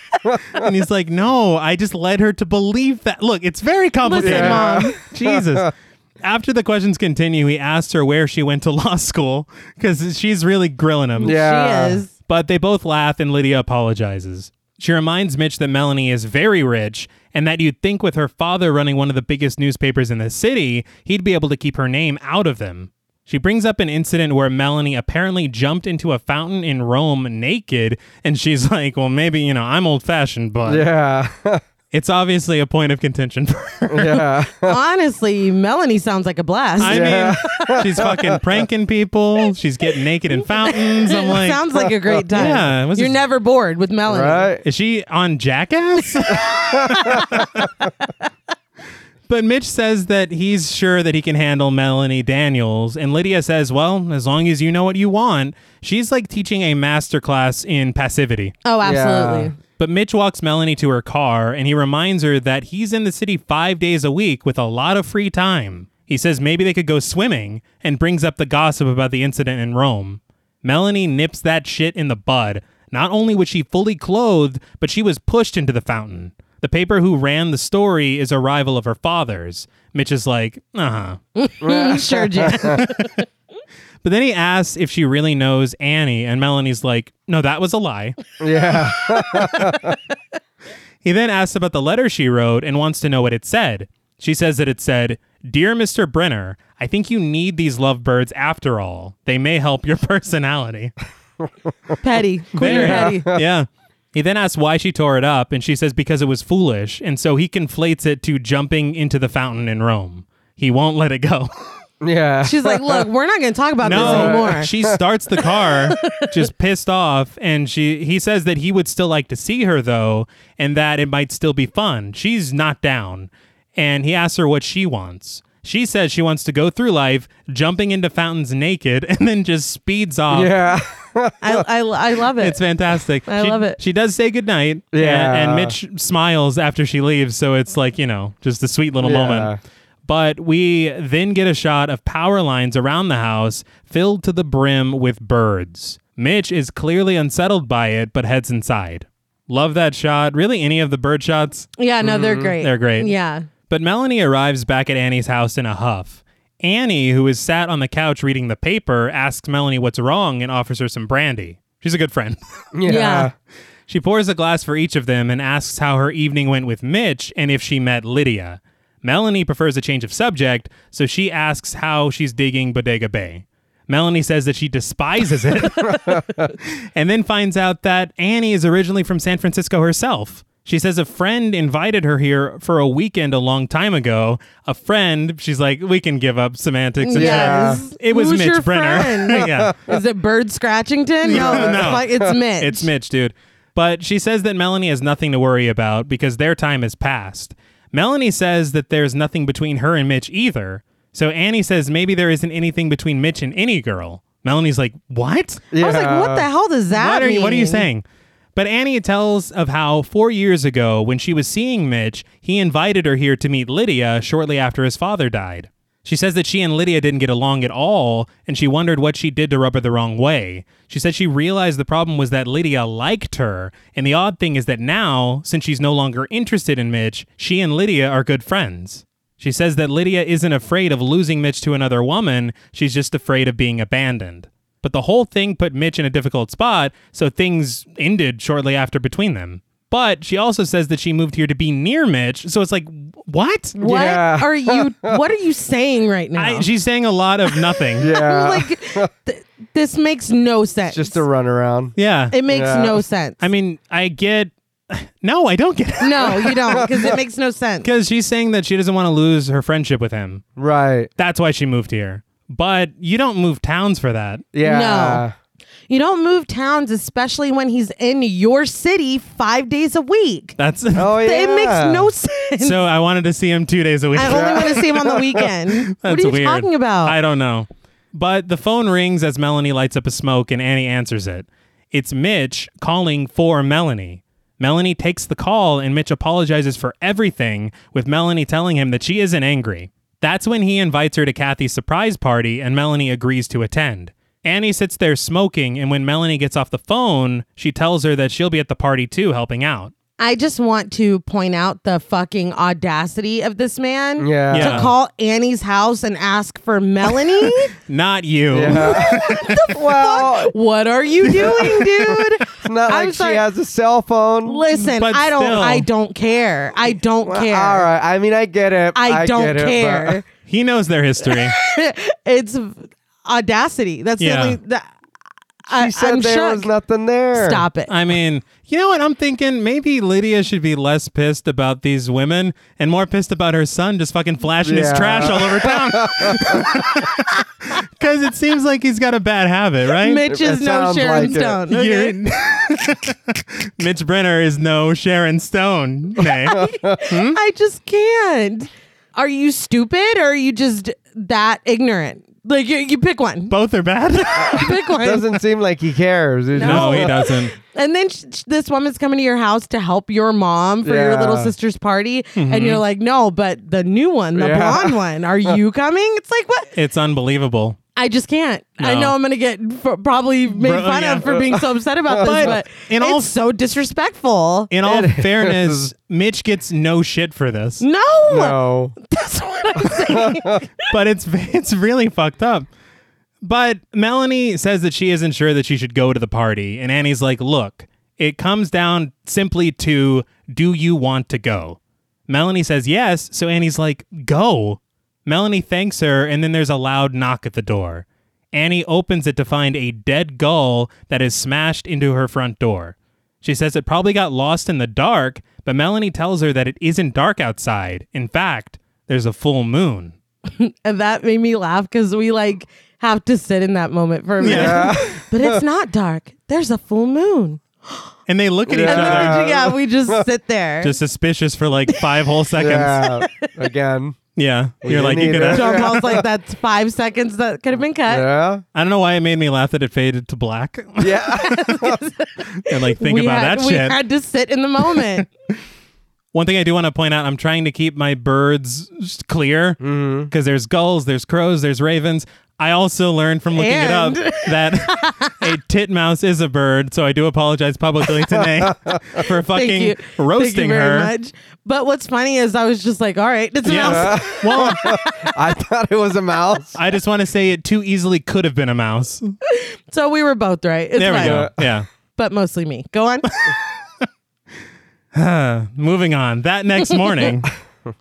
and he's like, No, I just led her to believe that. Look, it's very Listen, complicated. mom. Jesus. After the questions continue, he asks her where she went to law school because she's really grilling him. Yeah. She is. But they both laugh and Lydia apologizes. She reminds Mitch that Melanie is very rich and that you'd think with her father running one of the biggest newspapers in the city, he'd be able to keep her name out of them. She brings up an incident where Melanie apparently jumped into a fountain in Rome naked, and she's like, Well, maybe, you know, I'm old fashioned, but Yeah. It's obviously a point of contention for her. yeah. Honestly, Melanie sounds like a blast. I mean, she's fucking pranking people. She's getting naked in fountains. I'm like, uh, sounds like a great time. Yeah, it was You're just- never bored with Melanie. right. Is she on Jackass? but Mitch says that he's sure that he can handle Melanie Daniels. And Lydia says, well, as long as you know what you want, she's like teaching a master class in passivity. Oh, absolutely. But Mitch walks Melanie to her car and he reminds her that he's in the city five days a week with a lot of free time. He says maybe they could go swimming and brings up the gossip about the incident in Rome. Melanie nips that shit in the bud. Not only was she fully clothed, but she was pushed into the fountain. The paper who ran the story is a rival of her father's. Mitch is like, uh huh. Mm, sure, Jen. But then he asks if she really knows Annie, and Melanie's like, no, that was a lie. Yeah. He then asks about the letter she wrote and wants to know what it said. She says that it said, Dear Mr. Brenner, I think you need these lovebirds after all. They may help your personality. petty. Queen There. Petty. yeah. He then asks why she tore it up, and she says because it was foolish, and so he conflates it to jumping into the fountain in Rome. He won't let it go. Yeah. She's like, look, we're not going to talk about this No, anymore. she starts the car, just pissed off, and she he says that he would still like to see her though, and that it might still be fun. She's not down, and he asks her what she wants. She says she wants to go through life jumping into fountains naked, and then just speeds off. Yeah. I, I, I love it. It's fantastic. I she, love it. She does say goodnight. uh, Yeah. And, and Mitch smiles after she leaves. So it's like, you know, just a sweet little Yeah. moment. But we then get a shot of power lines around the house filled to the brim with birds. Mitch is clearly unsettled by it, but heads inside. Love that shot. Really, any of the bird shots. yeah, no, Mm-hmm. they're great. They're great. Yeah. But Melanie arrives back at Annie's house in a huff. Annie, who is sat on the couch reading the paper, asks Melanie what's wrong and offers her some brandy. She's a good friend. Yeah. Yeah. She pours a glass for each of them and asks how her evening went with Mitch and if she met Lydia. Melanie prefers a change of subject, so she asks how she's digging Bodega Bay. Melanie says that she despises it and then finds out that Annie is originally from San Francisco herself. She says a friend invited her here for a weekend a long time ago. A friend, she's like, we can give up semantics. and Yeah. Yes. It was Who's Mitch your Brenner. friend? yeah. Is it Bird Scratchington? No, No, it's, no. like- it's Mitch. It's Mitch, dude. But she says that Melanie has nothing to worry about because their time has passed. Melanie says that there's nothing between her and Mitch either. So Annie says maybe there isn't anything between Mitch and any girl. Melanie's like, "What? I was like, what the hell does that What are you what are you mean? saying?" But Annie tells of how 4 years ago when she was seeing Mitch, he invited her here to meet Lydia shortly after his father died. She says that she and Lydia didn't get along at all, and she wondered what she did to rub her the wrong way. She said she realized the problem was that Lydia liked her, and the odd thing is that now, since she's no longer interested in Mitch, she and Lydia are good friends. She says that Lydia isn't afraid of losing Mitch to another woman, she's just afraid of being abandoned. But the whole thing put Mitch in a difficult spot, so things ended shortly after between them. But she also says that she moved here to be near Mitch, so it's like, what? What Yeah. are you? What are you saying right now? I, she's saying a lot of nothing. Yeah. like th- this makes no sense. Just a runaround. Yeah. it makes Yeah. no sense. I mean, I get. No, I don't get it. no, you don't, because it makes no sense. Because she's saying that she doesn't want to lose her friendship with him. Right. That's why she moved here. But you don't move towns for that. Yeah. You don't move towns, especially when he's in your city five days a week. That's Oh yeah. It makes no sense. so. I wanted to see him two days a week. I only want to see him on the weekend. what are That's you weird. talking about? I don't know. But the phone rings as Melanie lights up a smoke and Annie answers it. It's Mitch calling for Melanie. Melanie takes the call and Mitch apologizes for everything, with Melanie telling him that she isn't angry. That's when he invites her to Kathy's surprise party and Melanie agrees to attend. Annie sits there smoking, and when Melanie gets off the phone, she tells her that she'll be at the party too, helping out. I just want to point out the fucking audacity of this man Yeah. to Yeah. call Annie's house and ask for Melanie. Not you. Well, what are you doing, dude? it's not I'm like she sorry. has a cell phone. Listen, But I don't still. I don't care. I don't care. All right. I mean, I get it. I, don't get it, care. but- He knows their history. it's audacity. That's Yeah. the only that I, She said am there shook. was nothing there. Stop it. I mean, you know what? I'm thinking maybe Lydia should be less pissed about these women and more pissed about her son just fucking flashing his Yeah. trash all over town. Because it seems like he's got a bad habit, right? Mitch It is no sounds Sharon like it. Stone. okay? You're- Mitch Brenner is no Sharon Stone. Nay. Hmm? I just can't. Are you stupid or are you just that ignorant? Like you, you pick one. Both are bad. pick one. Doesn't seem like he cares. He's no, just- he doesn't. And then sh- sh- this woman's coming to your house to help your mom for your Yeah. little sister's party, and you're like, "No, but the new one, the Yeah. blonde one, are you coming?" It's like, what? It's unbelievable. I just can't. I No. know I'm gonna get f- probably made Bro- fun yeah. of for being so upset about But this, but in it's all- so disrespectful. In all fairness, Mitch gets no shit for this, no, no. that's what I'm saying. but it's it's really fucked up. But Melanie says that she isn't sure that she should go to the party, and Annie's like, "Look, it comes down simply to do you want to go?" Melanie says yes, so Annie's like, "Go." Melanie thanks her, and then there's a loud knock at the door. Annie opens it to find a dead gull that is smashed into her front door. She says it probably got lost in the dark, but Melanie tells her that it isn't dark outside. In fact, there's a full moon. and that made me laugh because we like have to sit in that moment for a minute. but it's not dark. There's a full moon. And they look at each And other, then we, yeah, we just sit there. just suspicious for like five whole seconds. Yeah. Yeah. Again. You're like, you didn't could either. have, John Paul's like, that's five seconds that could have been cut. Yeah. I don't know why it made me laugh that it faded to black Yeah. and like think we about had, that we shit. had to sit in the moment. One thing I do want to point out, I'm trying to keep my birds just clear because there's gulls, there's crows, there's ravens. I also learned from looking it And- up that a titmouse is a bird, so I do apologize publicly today for Thank fucking you. roasting Thank you her. very much. But what's funny is I was just like, all right, it's a mouse. Yeah. well, I thought it was a mouse. I just want to say it too easily could have been a mouse. So we were both right. It's There we fine. go. Yeah. But mostly me. Go on. Moving on. That next morning,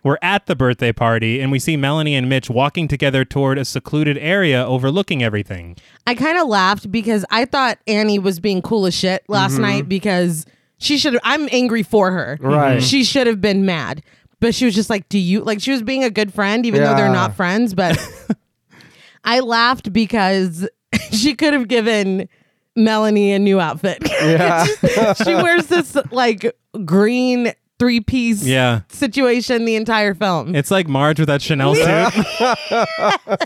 we're at the birthday party and we see Melanie and Mitch walking together toward a secluded area overlooking everything. I kind of laughed because I thought Annie was being cool as shit last Mm-hmm. night because she should have. I'm angry for her. Mm-hmm. Right. Mhm. She should have been mad, but she was just like, "Do you like?" She was being a good friend, even though they're Yeah. not friends. But I laughed because she could have given Melanie a new outfit. Yeah. she wears this like green three piece Yeah. situation the entire film. It's like Marge with that Chanel suit.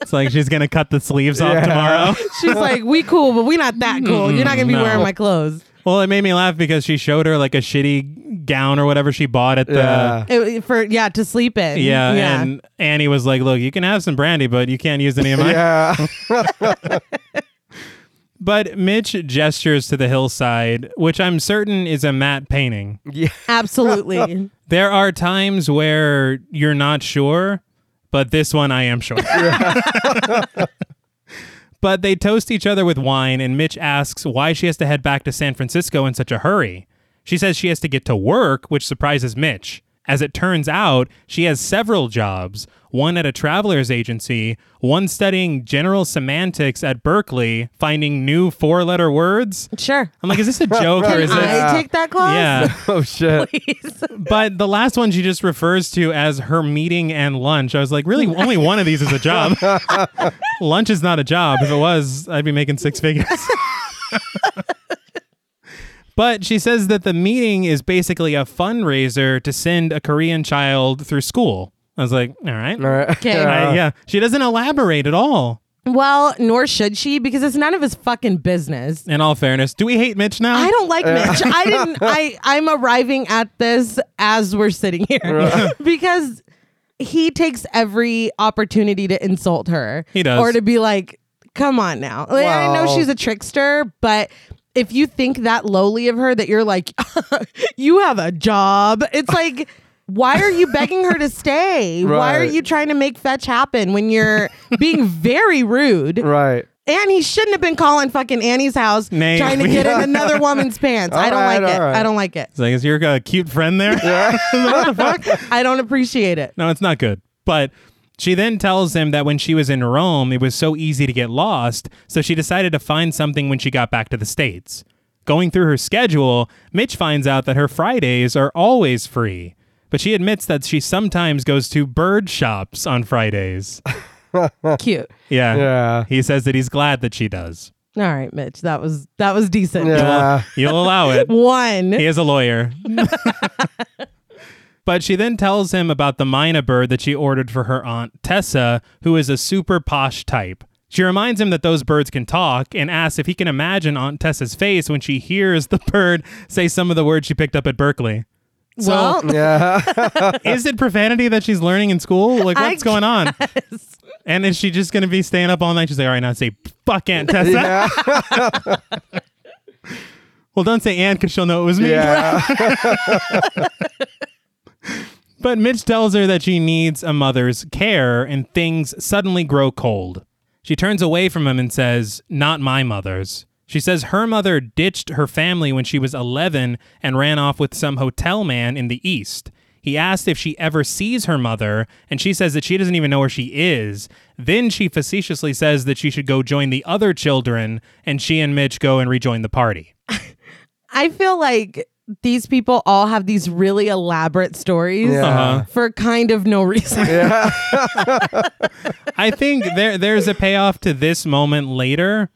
it's like she's gonna cut the sleeves off tomorrow. She's like, "We cool, but we not that cool. You're not gonna be Mm, no. wearing my clothes." Well, it made me laugh because she showed her like a shitty gown or whatever she bought at the Yeah. yeah. It- for yeah to sleep in. and Annie was like, "Look, you can have some brandy, but you can't use any of mine." Yeah. But Mitch gestures to the hillside, which I'm certain is a matte painting. Absolutely. There are times where you're not sure, but this one I am sure. but they toast each other with wine, and Mitch asks why she has to head back to San Francisco in such a hurry. She says she has to get to work, which surprises Mitch. As it turns out, she has several jobs one at a traveler's agency, one studying general semantics at Berkeley, finding new four letter words. sure. I'm like, is this a joke or Can is it? I take that clause? Yeah. Oh shit. But the last one she just refers to as her meeting and lunch. I was like, really, only one of these is a job. lunch is not a job. If it was, I'd be making six figures. but she says that the meeting is basically a fundraiser to send a Korean child through school. I was like, all right. All right. Okay. I- yeah. She doesn't elaborate at all. Well, nor should she because it's none of his fucking business. In all fairness, do we hate Mitch now? I don't like Mitch. I didn't. I I'm arriving at this as we're sitting here because he takes every opportunity to insult her. He does. or to be like, come on now. Like, I know Wow. she's a trickster, but. If you think that lowly of her that you're like, you have a job, it's like, why are you begging her to stay? Why are Right. you trying to make fetch happen when you're being very rude? Right. And he shouldn't have been calling fucking Annie's house Name. trying to get in another woman's pants. I don't right, like it. all right. I don't like it. It's like, is your uh, cute friend there? I don't appreciate it. No, it's not good. But She then tells him that when she was in Rome, it was so easy to get lost, so she decided to find something when she got back to the States. Going through her schedule, Mitch finds out that her Fridays are always free, but she admits that she sometimes goes to bird shops on Fridays. Cute. Yeah. Yeah. He says that he's glad that she does. All right, Mitch. That was that was decent. Yeah. You'll allow it. One. He is a lawyer. but she then tells him about the Mina bird that she ordered for her aunt Tessa, who is a super posh type. She reminds him that those birds can talk and asks if he can imagine Aunt Tessa's face when she hears the bird say some of the words she picked up at Berkeley. So, well, yeah. is it profanity that she's learning in school? Like, I what's going on? And is she just going to be staying up all night? She's like, all right, now say, fuck Aunt Tessa. Yeah. Well, don't say Aunt because she'll know it was me. Yeah. But Mitch tells her that she needs a mother's care, and things suddenly grow cold. She turns away from him and says, Not my mother's. She says her mother ditched her family when she was 11 and ran off with some hotel man in the East. He asked if she ever sees her mother, and she says that she doesn't even know where she is. Then she facetiously says that she should go join the other children, and she and Mitch go and rejoin the party. I feel like these people all have these really elaborate stories Yeah. Uh-huh. for kind of no reason. I think there there's a payoff to this moment later,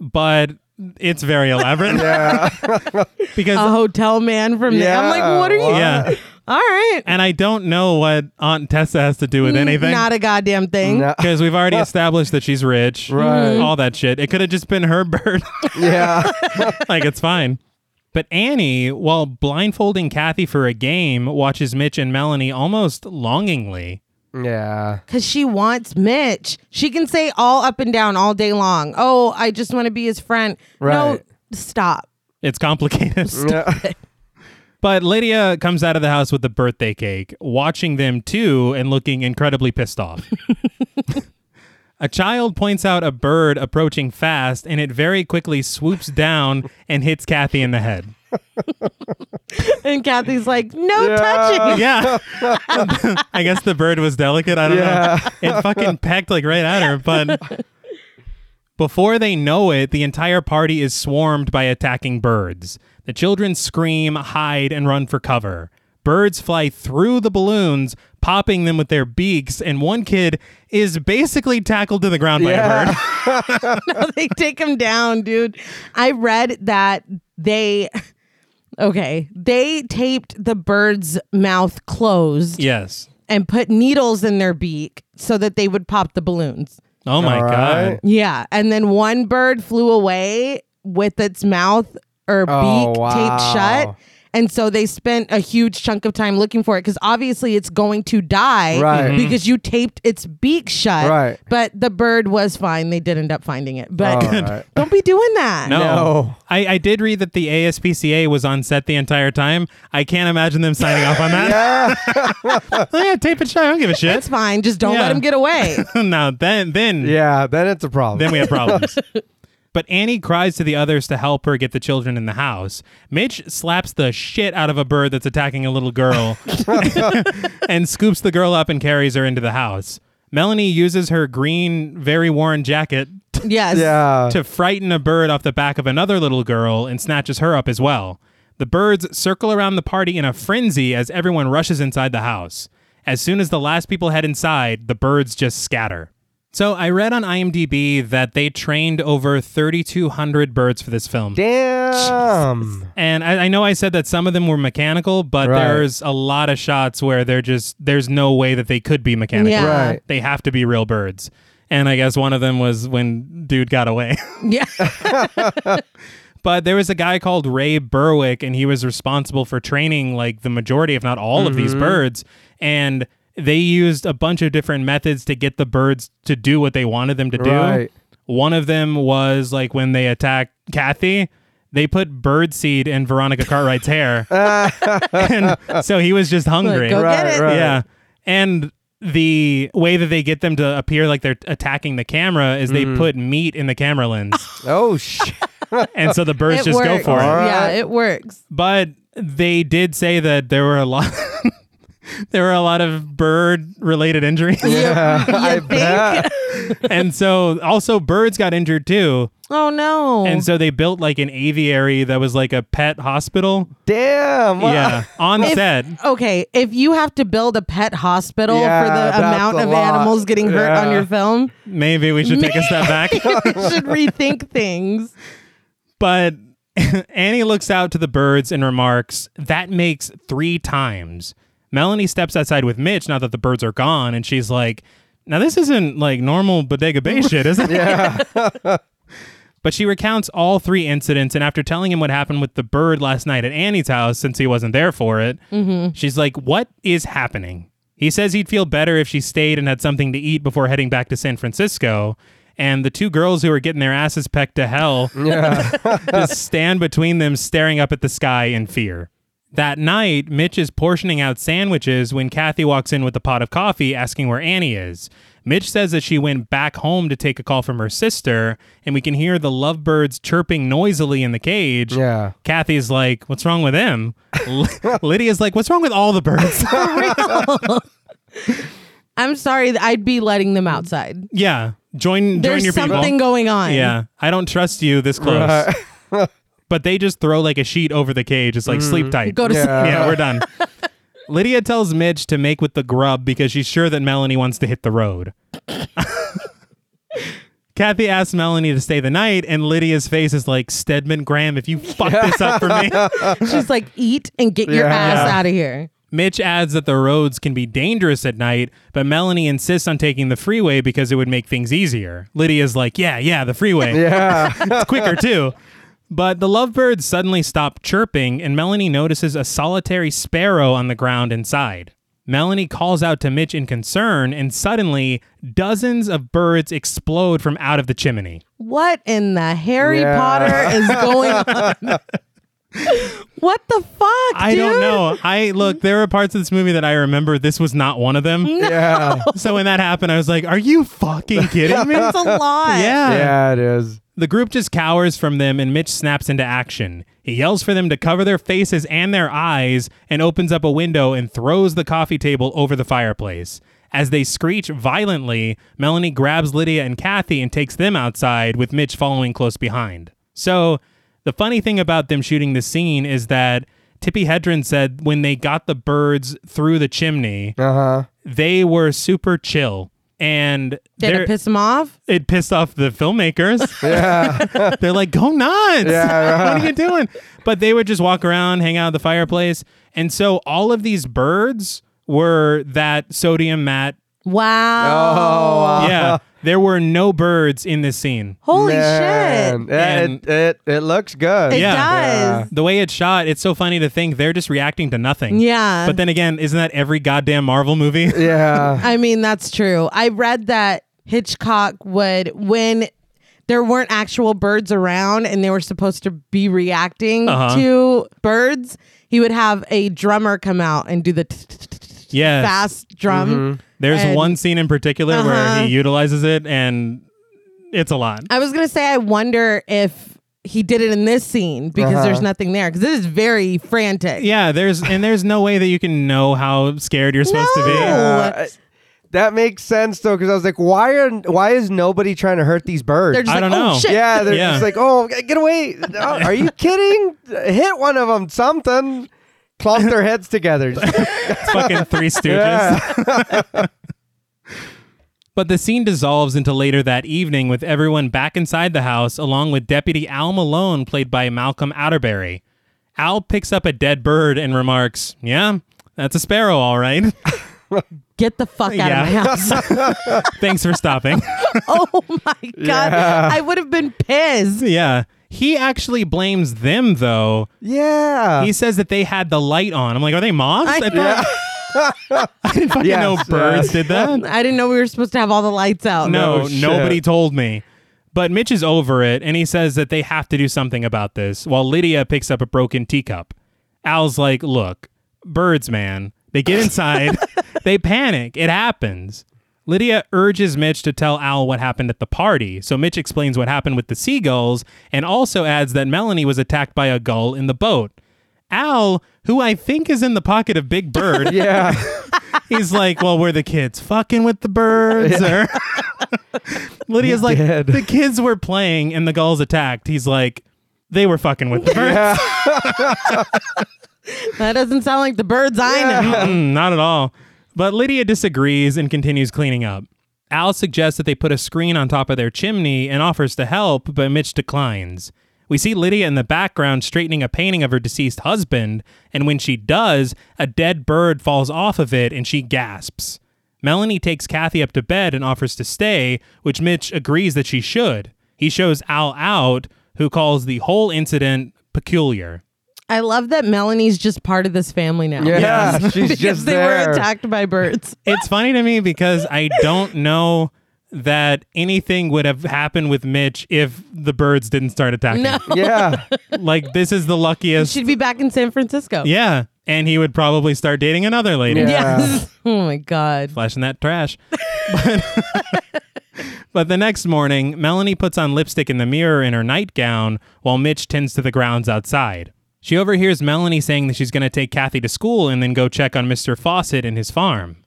but it's very elaborate. because A hotel man from there. I'm Yeah, like, what are you? yeah, All right. and I don't know what Aunt Tessa has to do with anything. Not a Mm-hmm. goddamn thing. No. because we've already established that she's rich, Right. All that shit. It could have just been her bird. Yeah. like it's fine. But Annie, while blindfolding Kathy for a game, watches Mitch and Melanie almost longingly. Yeah. Cause she wants Mitch. She can say all up and down all day long. Oh, I just want to be his friend. No, Right. stop. It's complicated. Yeah. But Lydia comes out of the house with the birthday cake, watching them too and looking incredibly pissed off. a child points out a bird approaching fast and it very quickly swoops down and hits Kathy in the head. And Kathy's like, no Yeah. touching. Yeah. I guess the bird was delicate. I don't Yeah. know. It fucking pecked like right at her, but before they know it, the entire party is swarmed by attacking birds. The children scream, hide, and run for cover. Birds fly through the balloons, popping them with their beaks, and one kid is basically tackled to the ground by a Yeah. bird. they take him down, dude. I read that they okay, they taped the bird's mouth closed Yes. and put needles in their beak so that they would pop the balloons. Oh my All god. right. Yeah, and then one bird flew away with its mouth or Oh, beak taped wow. shut. And so they spent a huge chunk of time looking for it because obviously it's going to die Mm-hmm. Right. Mhm. because you taped its beak shut. Right. But the bird was fine. They did end up finding it. But All right. don't be doing that. No. No. I, I did read that the ASPCA was on set the entire time. I can't imagine them signing off on that. Oh, yeah, tape it shut. I don't give a shit. It's fine. Just don't Yeah. let him get away. now then then Yeah. Then it's a problem. then we have problems. but Annie cries to the others to help her get the children in the house. Mitch slaps the shit out of a bird that's attacking a little girl and scoops the girl up and carries her into the house. Melanie uses her green, very worn jacket yes. yeah. to frighten a bird off the back of another little girl and snatches her up as well. The birds circle around the party in a frenzy as everyone rushes inside the house. As soon as the last people head inside, the birds just scatter. So I read on IMDb that they trained over 3,200 birds for this film. Damn. And I, I know I said that some of them were mechanical, but Right. there's a lot of shots where they're just there's no way that they could be mechanical. Yeah. Right. They have to be real birds. And I guess one of them was when dude got away. Yeah. But there was a guy called Ray Berwick, and he was responsible for training like the majority, if not all, of these Mm-hmm. birds. And they used a bunch of different methods to get the birds to do what they wanted them to do. Right. One of them was like when they attacked Kathy, they put bird seed in Veronica Cartwright's hair. and so he was just hungry. Like, go Right, get it. right. Yeah. And the way that they get them to appear like they're attacking the camera is Mm-hmm. they put meat in the camera lens. Oh shit. and so the birds It just works. go for it All right. Yeah, it works. but they did say that there were a lot there were a lot of bird related injuries. Yeah, I think? bet. and so also birds got injured too. Oh no. And so they built like an aviary that was like a pet hospital. Damn. wow. Yeah. On If- set. okay, if you have to build a pet hospital Yeah, for that's the amount a of lot. animals getting hurt on Yeah. your film, Maybe we should take a step back. you should rethink things. But Annie looks out to the birds and remarks, That makes three times. Melanie steps outside with Mitch now that the birds are gone, and she's like, Now, this isn't like normal Bodega Bay shit, is it? Yeah. But she recounts all three incidents, and after telling him what happened with the bird last night at Annie's house, since he wasn't there for it, she's like, What is happening? He says he'd feel better if she stayed and had something to eat before heading back to San Francisco. And the two girls who are getting their asses pecked to hell just stand between them, staring up at the sky in fear. That night, Mitch is portioning out sandwiches when Kathy walks in with a pot of coffee asking where Annie is. Mitch says that she went back home to take a call from her sister, and we can hear the lovebirds chirping noisily in the cage. Yeah. Kathy's like, What's wrong with him? L- Lydia's like, What's wrong with all the birds? I'm sorry, I'd be letting them outside. yeah. Join, join There's your people. something going on. Yeah, I don't trust you this close. but they just throw like a sheet over the cage. It's like sleep tight. Go to Yeah. sleep. yeah, we're done. Lydia tells Midge to make with the grub because she's sure that Melanie wants to hit the road. Kathy asks Melanie to stay the night, and Lydia's face is like, Stedman Graham, if you fuck this up for me. She's like, eat and get your Yeah. ass out of here. Mitch adds that the roads can be dangerous at night, but Melanie insists on taking the freeway because it would make things easier. Lydia's like, yeah, yeah, the freeway. Yeah. it's quicker too. But the lovebirds suddenly stop chirping, and Melanie notices a solitary sparrow on the ground inside. Melanie calls out to Mitch in concern, and suddenly, dozens of birds explode from out of the chimney. What in the Harry Yeah. Potter is going on? what the fuck? I dude? don't know. I look, there are parts of this movie that I remember. This was not one of them. Yeah. So when that happened, I was like, are you fucking kidding me? It's a lot. Yeah, it is. The group just cowers from them, and Mitch snaps into action. He yells for them to cover their faces and their eyes and opens up a window and throws the coffee table over the fireplace. As they screech violently, Melanie grabs Lydia and Kathy and takes them outside, with Mitch following close behind. So, the funny thing about them shooting the scene is that Tippy Hedren said when they got the birds through the chimney, Uh huh. they were super chill. And Did they're- it piss him off? it pissed off the filmmakers. Yeah. They're like, go nuts. Yeah, what are you doing? But they would just walk around, hang out at the fireplace. And so all of these birds were that sodium mat. Oh, Wow. Uh-huh. Yeah. There were no birds in this scene. Oh, Holy Man. shit. Yeah, And- it, it, it looks good. It Yeah. does. The way it's shot, it's so funny to think they're just reacting to nothing. Yeah. But then again, isn't that every goddamn Marvel movie? Yeah. I mean, that's true. I read that Hitchcock would, when there weren't actual birds around and they were supposed to be reacting Uh-huh. to birds, he would have a drummer come out and do the Yes. Mm-hmm. fast drum. There's And- one scene in particular where Uh-huh. he utilizes it and it's a lot. I was going to say, I wonder if he did it in this scene because there's nothing there because this is very frantic. Yeah, there's and there's no way that you can know how scared you're supposed to be. No. Uh, that makes sense though, because I was like, why are why is nobody trying to hurt these birds? They're just I like, don't oh, know. shit. yeah, they're Yeah. just like, oh, g- get away! Oh, are you kidding? Hit one of them, something. Clomp their heads together. fucking Three Stooges. but the scene dissolves into later that evening with everyone back inside the house, along with Deputy Al Malone, played by Malcolm Atterbury. Al picks up a dead bird and remarks, Yeah, that's a sparrow, all right. Get the fuck out Yeah. of my house. Thanks for stopping. oh my god i would have been pissed yeah. He actually blames them, though. yeah, He says that they had the light on. I'm like, Are they moths? I, I- thought, I didn't fucking Yes, know yes. birds did that. i didn't know we were supposed to have all the lights out No, No shit. nobody told me. But Mitch is over it and he says that they have to do something about this while Lydia picks up a broken teacup. Al's like, Look, birds, man. They get inside, they panic. It happens. Lydia urges Mitch to tell Al what happened at the party. So Mitch explains what happened with the seagulls and also adds that Melanie was attacked by a gull in the boat. Al, who I think is in the pocket of Big Bird, Yeah. he's like, "Well, we're the kids fucking with the birds." Or Lydia's like, Dead. "The kids were playing and the gulls attacked." He's like, "They were fucking with the birds." That doesn't sound like the birds I know. Mm, not at all. But Lydia disagrees and continues cleaning up. Al suggests that they put a screen on top of their chimney and offers to help, but Mitch declines. We see Lydia in the background straightening a painting of her deceased husband, and when she does, a dead bird falls off of it and she gasps. Melanie takes Kathy up to bed and offers to stay, which Mitch agrees that she should. He shows Al out, who calls the whole incident peculiar. I love that Melanie's just part of this family now. Yeah, she's because just they there. were attacked by birds. it's funny to me because I don't know that anything would have happened with Mitch if the birds didn't start attacking. No. yeah. Like this is the luckiest. She'd be back in San Francisco. yeah, and he would probably start dating another lady. Yeah. Yes. oh my God. Flashing that trash. But, but the next morning, Melanie puts on lipstick in the mirror in her nightgown while Mitch tends to the grounds outside. She overhears Melanie saying that she's going to take Kathy to school and then go check on Mr. Fawcett and his farm.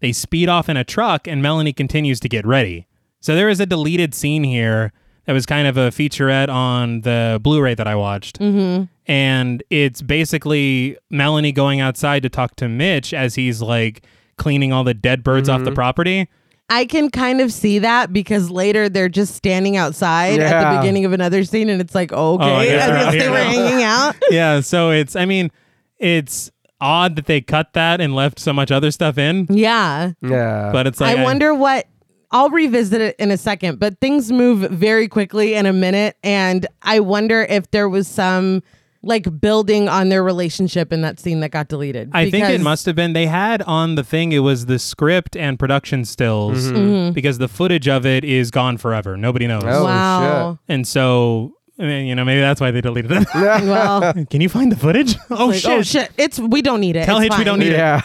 They speed off in a truck, and Melanie continues to get ready. So there is a deleted scene here that was kind of a featurette on the Blu ray that I watched. Mm-hmm. And it's basically Melanie going outside to talk to Mitch as he's like cleaning all the dead birds off the property. I can kind of see that because later they're just standing outside at the Yeah. beginning of another scene and it's like, okay, Oh, yeah, I they're out guess they here were now. hanging out. yeah. So it's, I mean, it's odd that they cut that and left so much other stuff in, Yeah. Yeah. but it's like, I wonder what I'll revisit it in a second, but things move very quickly in a minute and I wonder if there was some like building on their relationship in that scene that got deleted. I think it Because- must have been they had on the thing it was the script and production stills Mm-hmm. because the footage of it is gone forever. Nobody knows. Oh. Holy Wow. And so I mean, you know, maybe that's why they deleted it. Well, Can you find the footage? oh, like, shit. oh shit. It's we don't need it. Tell It's Hitch we fine. don't need it. yeah.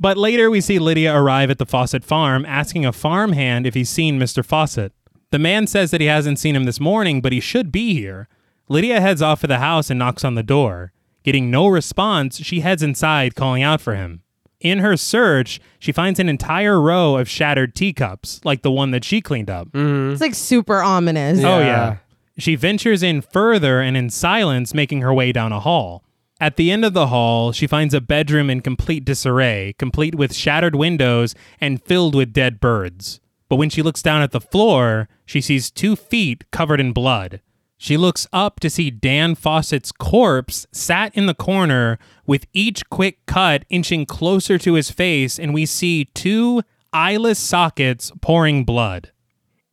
But later we see Lydia arrive at the Fawcett farm asking a farmhand if he's seen Mr. Fawcett. The man says that he hasn't seen him this morning, but he should be here. Lydia heads off to the house and knocks on the door. Getting no response, she heads inside calling out for him. In her search, she finds an entire row of shattered teacups, like the one that she cleaned up. It's like super ominous. Oh, Yeah. yeah. She ventures in further and in silence, making her way down a hall. At the end of the hall, she finds a bedroom in complete disarray, complete with shattered windows and filled with dead birds. But when she looks down at the floor, she sees two feet covered in blood. She looks up to see Dan Fawcett's corpse sat in the corner with each quick cut inching closer to his face, and we see two eyeless sockets pouring blood.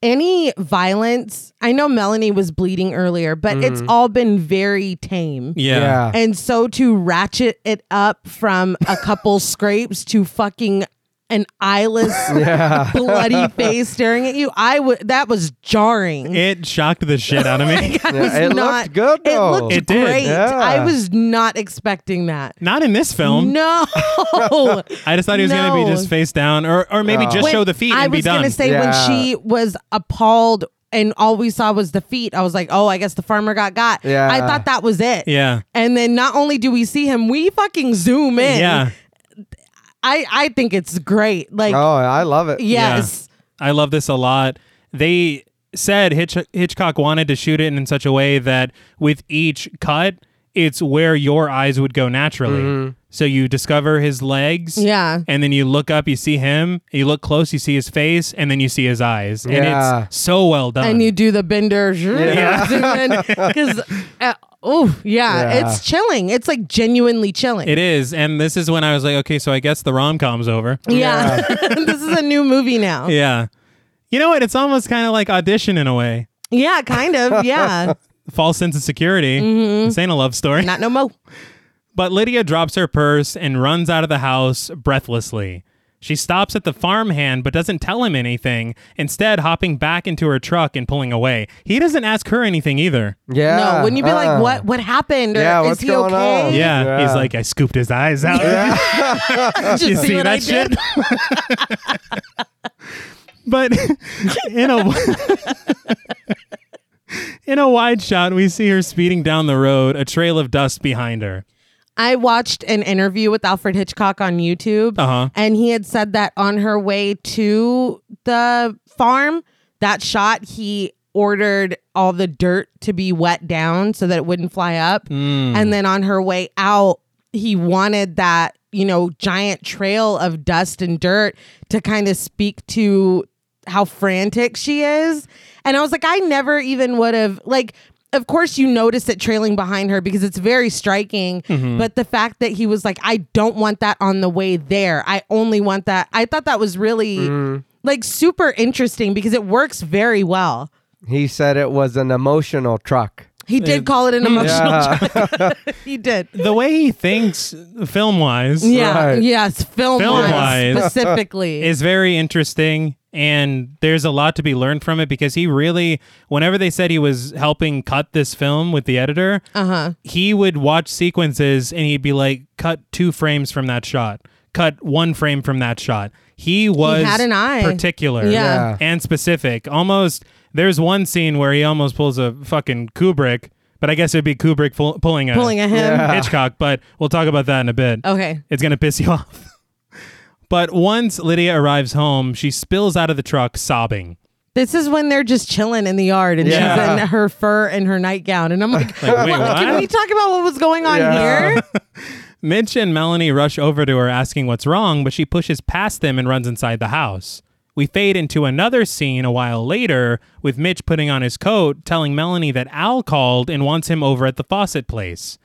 Any violence, I know Melanie was bleeding earlier, but it's all been very tame. Yeah. And so to ratchet it up from a couple scrapes to fucking an eyeless, bloody face staring at you, I would that was jarring. It shocked the shit out of me. I was it looked not- good, though. It looked It did. great. Yeah. I was not expecting that. Not in this film. No, I just thought he was going to No. be just face down, or or maybe just When- show the feet I and be was done. gonna say Yeah. when she was appalled and all we saw was the feet. I was like, oh, I guess the farmer got got. Yeah. I thought that was it. yeah, And then not only do we see him, we fucking zoom in. yeah, I I think it's great. Like Oh, I love it. yes. yeah. I love this a lot. They said Hitch- Hitchcock wanted to shoot it in such a way that with each cut, it's where your eyes would go naturally. So you discover his legs. Yeah. And then you look up, you see him. You look close, you see his face, and then you see his eyes. And Yeah. it's so well done. And you do the bender because oh yeah, Yeah. it's chilling. It's like genuinely chilling. it is. And this is when I was like, okay, so I guess the rom com's over. yeah, this is a new movie now. Yeah, Yeah. You know what? It's almost kind of like audition in a way. kind of. Yeah, False sense of security. This ain't a love story. not no mo. But Lydia drops her purse and runs out of the house breathlessly. She stops at the farmhand but doesn't tell him anything, instead, hopping back into her truck and pulling away. He doesn't ask her anything either. Yeah. no, wouldn't you be uh-uh. like, what? What happened? Or Yeah, is what's he going okay? on? Yeah. Yeah. He's like, I scooped his eyes out. Did You you see what I did? shit? but in a in a wide shot, we see her speeding down the road, a trail of dust behind her. I watched an interview with Alfred Hitchcock on YouTube, Uh-huh. and he had said that on her way to the farm, that shot he ordered all the dirt to be wet down so that it wouldn't fly up, and then on her way out, he wanted that you know giant trail of dust and dirt to kind of speak to how frantic she is. And I was like, I never even would have like of course you notice it trailing behind her because it's very striking, but the fact that he was like, I don't want that on the way there. I only want that. I thought that was really like super interesting because it works very well. He said it was an emotional truck. He did call it an emotional track. he did. The way he thinks, film wise, Yeah. Right. Yes. Film, Film-wise. specifically. is very interesting and there's a lot to be learned from it because he really whenever they said he was helping cut this film with the editor uh-huh. he would watch sequences and he'd be like cut two frames from that shot cut one frame from that shot he was had an eye. particular Yeah. Yeah. and specific almost there's one scene where he almost pulls a fucking kubrick but i guess it'd be kubrick pull, pulling a Pulling a him. hitchcock but we'll talk about that in a bit Okay. it's going to piss you off. But once Lydia arrives home, she spills out of the truck sobbing. This is when they're just chilling in the yard and Yeah. she's in her fur and her nightgown. And I'm like, Like, wait, "What? can what?" we talk about what was going on Yeah. here? Mitch and Melanie rush over to her asking what's wrong, but she pushes past them and runs inside the house. We fade into another scene a while later with Mitch putting on his coat, telling Melanie that Al called and wants him over at the faucet place.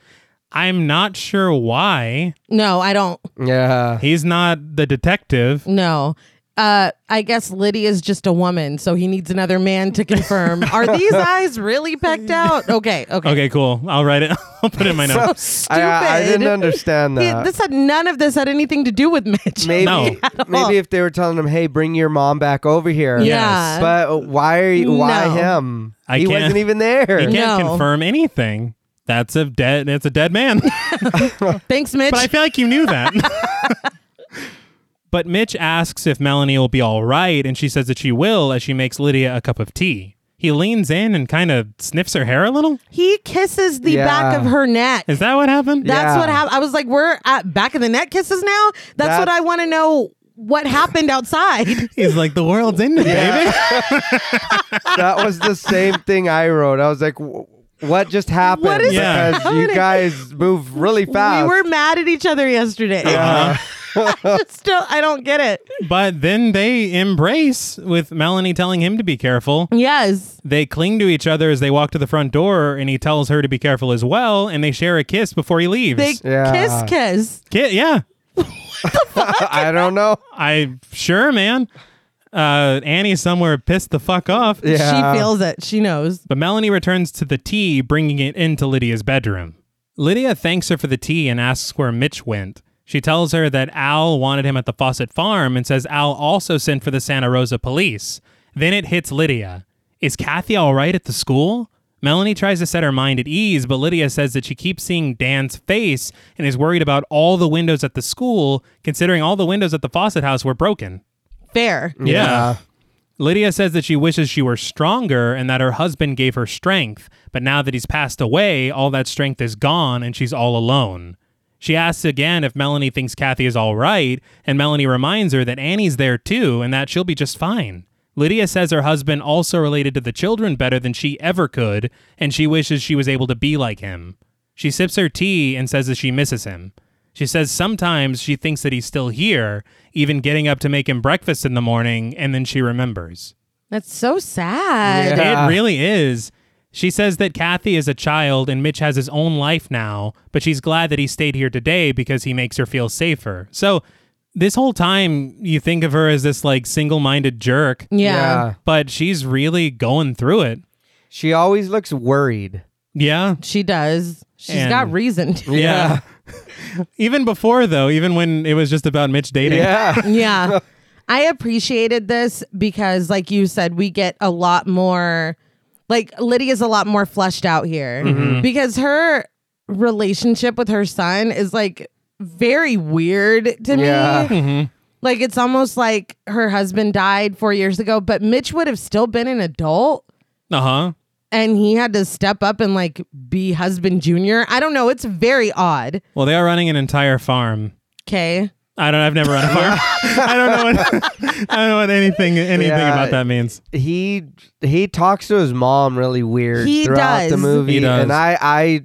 I'm not sure why. No, I don't. Yeah. He's not the detective. No. Uh, I guess Lydia's just a woman, so he needs another man to confirm. Are these eyes really pecked out? Okay, okay. Okay, cool. I'll write it. I'll put it in my notes. I, I- I didn't Stupid. understand He- that. this had none of this had anything to do with Mitch. maybe No. all. maybe if they were telling him, "Hey, bring your mom back over here." Yeah. But why are you, why No. him? I he can't- wasn't even there. He can't No. confirm anything. That's a dead. That's a dead man. Thanks, Mitch. But I feel like you knew that. but Mitch asks if Melanie will be all right, and she says that she will as she makes Lydia a cup of tea. He leans in and kind of sniffs her hair a little. he kisses the Yeah. back of her neck. Is that what happened? That's Yeah. what happened. I was like, we're at back of the net kisses now. That's, what That's- I want to know. What happened outside? He's like, the world's in it, baby. that was the same thing I wrote. I was like, "Wh- "What just happened?" What is Yeah. because you happening? guys move really fast. We were mad at each other yesterday. I just don't. I don't get it. But then they embrace with Melanie telling him to be careful. Yes. They cling to each other as they walk to the front door, and he tells her to be careful as well, and they share a kiss before he leaves. They Yeah. kiss, kiss. Ki- yeah. I don't know. I sure, man. Uh, Annie's somewhere pissed the fuck off. Yeah. She feels it. She knows. But Melanie returns to the tea, bringing it into Lydia's bedroom. Lydia thanks her for the tea and asks where Mitch went. She tells her that Al wanted him at the Fawcett Farm and says Al also sent for the Santa Rosa police. Then it hits Lydia. Is Kathy all right at the school? Melanie tries to set her mind at ease, but Lydia says that she keeps seeing Dan's face and is worried about all the windows at the school, considering all the windows at the Fawcett house were broken. Fair. Yeah. Lydia says that she wishes she were stronger and that her husband gave her strength, but now that he's passed away, all that strength is gone and she's all alone. She asks again if Melanie thinks Kathy is all right, and Melanie reminds her that Annie's there too and that she'll be just fine. Lydia says her husband also related to the children better than she ever could, and she wishes she was able to be like him. She sips her tea and says that she misses him. She says sometimes she thinks that he's still here, even getting up to make him breakfast in the morning, and then she remembers. That's so sad. Yeah. It really is. She says that Kathy is a child and Mitch has his own life now, but she's glad that he stayed here today because he makes her feel safer. So, this whole time, you think of her as this like single minded jerk, Yeah. Yeah. but she's really going through it. She always looks worried. Yeah. She does. She's And- got reason. To. Yeah. even before, though, even when it was just about Mitch dating. Yeah. yeah. I appreciated this because, like you said, we get a lot more, like, Lydia's a lot more fleshed out here Mm-hmm. because her relationship with her son is like very weird to Yeah. me. Like, it's almost like her husband died four years ago, but Mitch would have still been an adult. Uh huh. and he had to step up and like be husband junior. I don't know. It's very odd. Well, they are running an entire farm. Okay. I don't. I've never run a farm. I don't know. What, I don't know what anything anything Yeah. about that means. he he talks to his mom really weird He throughout the does. movie, He does. and I I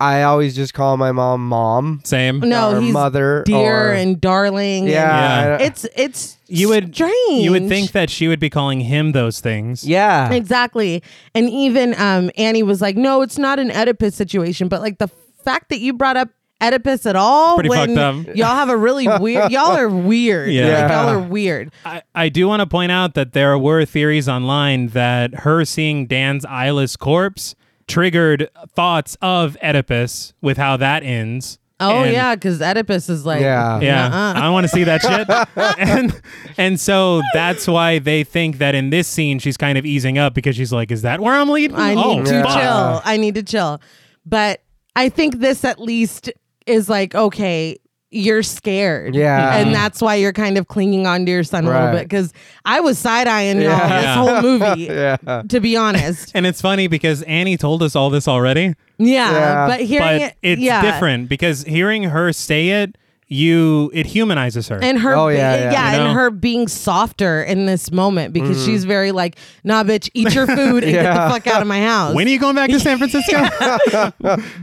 I always just call my mom mom, Same. No, or he's mother, dear or- and darling. and- yeah, Yeah. I don't- it's it's Uh, You would- strange. You would think that she would be calling him those things. yeah. exactly. And even um, Annie was like, "No, it's not an Oedipus situation." But like the fact that you brought up Oedipus at all, Pretty when fucked up. y'all have a really weird. Y'all are weird. Yeah. Like, y'all Yeah. are weird. I, I do want to point out that there were theories online that her seeing Dan's eyeless corpse triggered thoughts of Oedipus with how that ends. Oh And- yeah, Uh-uh. because Oedipus is like, Yeah. Yeah, I want to see that shit. and and so that's why they think that in this scene she's kind of easing up because she's like, "Is that where I'm leading? I need oh, to fuck. chill. I need to chill. But I think this at least is like, okay, you're scared. Yeah. And that's why you're kind of clinging on to your son a little bit. Right. Cause I was side eyeing Yeah. y'all this whole movie, yeah. to be honest. And it's funny because Annie told us all this already, Yeah. Yeah. But hearing but it, it's yeah. different because hearing her say it, you it humanizes her. And her, Oh, be- yeah, yeah, yeah. Mm-hmm. You know? and her being softer in this moment because she's very like, nah, bitch, eat your food and get the fuck out of my house. when are you going back to San Francisco?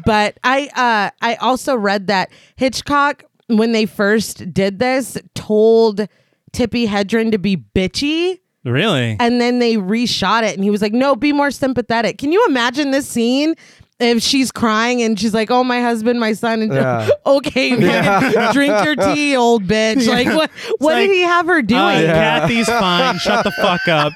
but I uh I also read that Hitchcock when they first did this told Tippy Hedren to be bitchy really? and then they reshot it and he was like no be more sympathetic. Can you imagine this scene? If she's crying and she's like, "Oh, my husband, my son," and Yeah. okay, fucking drink your tea, old bitch. Like, what? What like, did he have her doing? Uh, Kathy's fine. Shut the fuck up.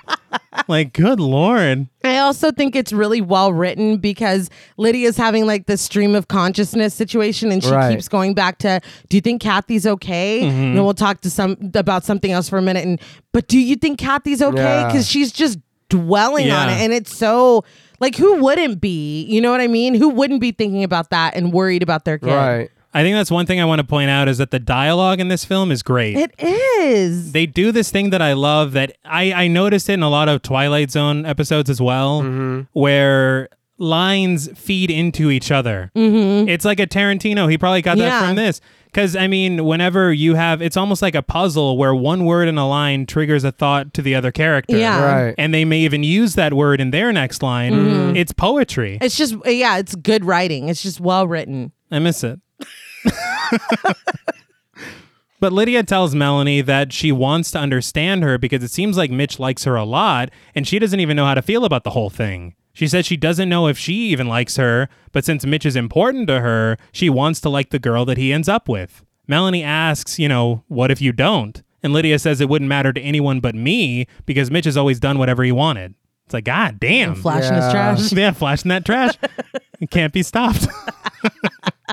Like, good lord. I also think it's really well written because Lydia's having like this stream of consciousness situation and she Right. Mm-hmm. keeps going back to do you think Kathy's okay? And then we'll talk to some about something else for a minute and but do you think Kathy's okay? Yeah. Cuz she's just dwelling on Yeah. it and it's so like who wouldn't be? You know what I mean? Who wouldn't be thinking about that and worried about their kid? Right. I think that's one thing I want to point out is that the dialogue in this film is great. It is. they do this thing that I love that I, I noticed it in a lot of Twilight Zone episodes as well, where lines feed into each other. Mm-hmm. It's like a Tarantino. He probably got that Yeah. from this. Because, I mean, whenever you have, it's almost like a puzzle where one word in a line triggers a thought to the other character. Yeah. Right. And they may even use that word in their next line. Mm-hmm. It's poetry. It's just yeah, it's good writing. It's just well written. I miss it. but Lydia tells Melanie that she wants to understand her because it seems like Mitch likes her a lot and she doesn't even know how to feel about the whole thing. She says she doesn't know if she even likes her, but since Mitch is important to her, she wants to like the girl that he ends up with. Melanie asks, you know, what if you don't? And Lydia says it wouldn't matter to anyone but me because Mitch has always done whatever he wanted. It's like, God damn. Flashing Yeah. his trash. Yeah, flashing that trash. it can't be stopped.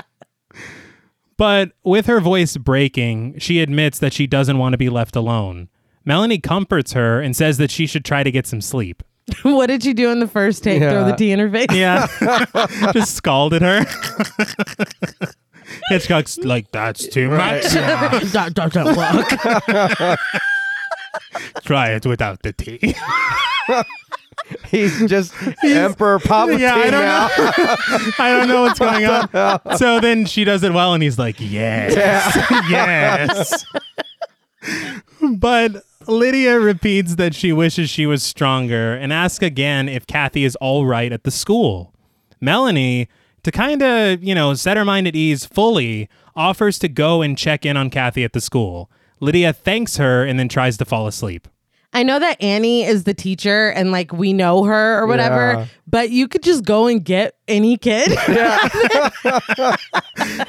but with her voice breaking, she admits that she doesn't want to be left alone. Melanie comforts her and says that she should try to get some sleep. what did you do in the first take? Throw the Yeah. tea in her face. Yeah. Just scalded her. Hitchcock's like, that's too much. Dot, dot, dot, walk. Try it without the tea. He's just Emperor Palpatine Yeah, I don't now. I don't know what's going on. So then she does it well, and he's like, yes, yes. but Lydia repeats that she wishes she was stronger and asks again if Kathy is all right at the school. Melanie, to kind of, you know, set her mind at ease fully, offers to go and check in on Kathy at the school. Lydia thanks her and then tries to fall asleep. I know that Annie is the teacher and like we know her or whatever, Yeah. but you could just go and get any kid.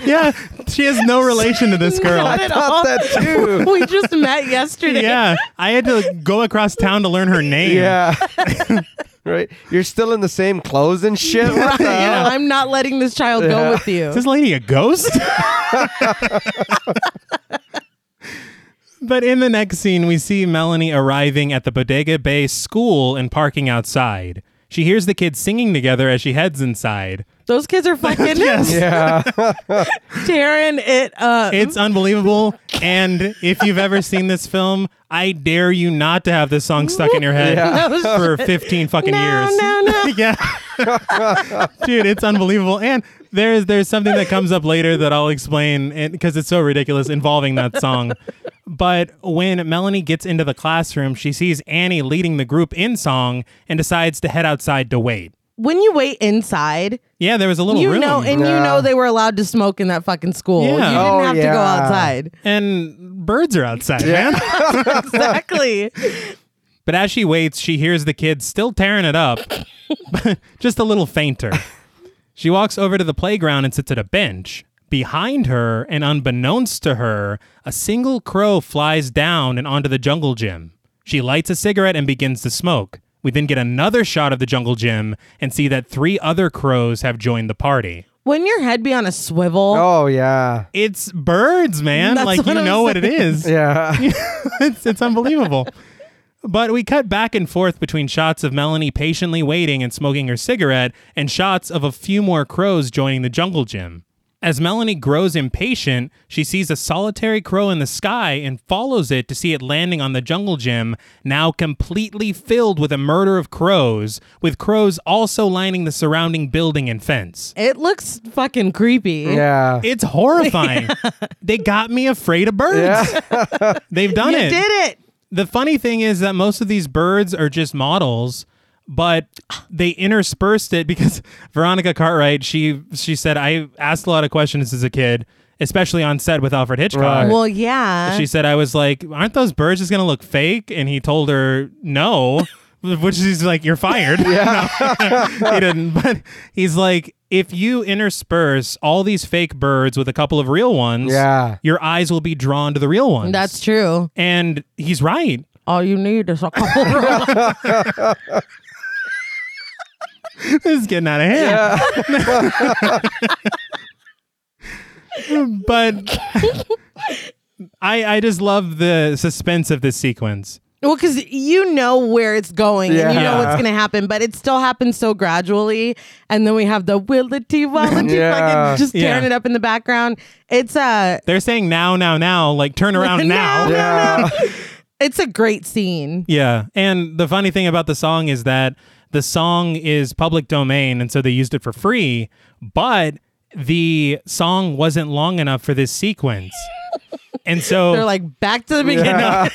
Yeah, she has no relation to this girl. Not at all. Not that too. We just met yesterday. Yeah, I had to go across town to learn her name. Yeah. right. You're still in the same clothes and shit. What You the- know, I'm not letting this child go with Is you. this lady a ghost? but in the next scene, we see Melanie arriving at the Bodega Bay school and parking outside. She hears the kids singing together as she heads inside. Those kids are fucking Yeah. tearing it up. It's unbelievable. And if you've ever seen this film, I dare you not to have this song stuck in your head Yeah. No for 15 fucking No, years. no, no. yeah. Dude, it's unbelievable. And there's there's something that comes up later that I'll explain because it's so ridiculous involving that song. But when Melanie gets into the classroom, she sees Annie leading the group in song and decides to head outside to wait. when you wait inside, Yeah, there was a little you room. know, and you Yeah. know they were allowed to smoke in that fucking school. Yeah. You didn't Oh, have to go yeah. outside. and birds are outside, man. Exactly. But as she waits, she hears the kids still tearing it up, but just a little fainter. She walks over to the playground and sits at a bench. Behind her, and unbeknownst to her, a single crow flies down and onto the jungle gym. She lights a cigarette and begins to smoke. We then get another shot of the jungle gym and see that three other crows have joined the party. Wouldn't your head be on a swivel? Oh yeah. It's birds, man. That's like, you what I'm know what it saying. is. Yeah. it's, it's unbelievable. But we cut back and forth between shots of Melanie patiently waiting and smoking her cigarette and shots of a few more crows joining the jungle gym. As Melanie grows impatient, she sees a solitary crow in the sky and follows it to see it landing on the jungle gym, now completely filled with a murder of crows, with crows also lining the surrounding building and fence. It looks fucking creepy. Yeah. It's horrifying. They got me afraid of birds. They've done You it. did it. The funny thing is that most of these birds are just models, but they interspersed it because Veronica Cartwright, she she said, I asked a lot of questions as a kid, especially on set with Alfred Hitchcock. Right. Well, yeah. She said, I was like, aren't those birds just gonna look fake? And he told her, no. Which is like, you're fired. No, he didn't. But he's like, if you intersperse all these fake birds with a couple of real ones, Yeah. your eyes will be drawn to the real ones. That's true. and he's right. All you need is a couple. this is getting out of hand. but I I just love the suspense of this sequence. Well, because you know where it's going and you know Yeah. what's going to happen, but it still happens so gradually. And then we have the willity willity Yeah. fucking just tearing Yeah. it up in the background. It's a They're saying now, now, now, like turn around now. Now, Yeah. Yeah. Oh it's a great scene. And the funny thing about the song is that the song is public domain and so they used it for free, but the song wasn't long enough for this sequence. And so They're like back to the beginning.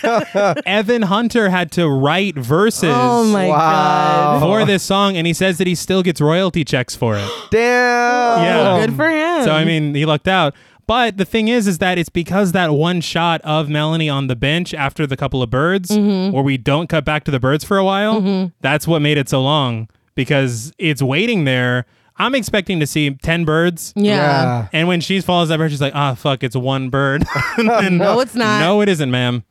Evan Hunter had to write verses Oh my Wow. god! for this song, and he says that he still gets royalty checks for it. Damn. Yeah. Oh, Good for him. So I mean, he lucked out. But the thing is, is that it's because that one shot of Melanie on the bench after the couple of birds, Mm-hmm. where we don't cut back to the birds for a while. That's what made it so long because it's waiting there. I'm expecting to see ten birds, yeah. Yeah. and when she follows that bird, she's like, "Ah, fuck, it's one bird." No, it's not. No, it isn't, ma'am.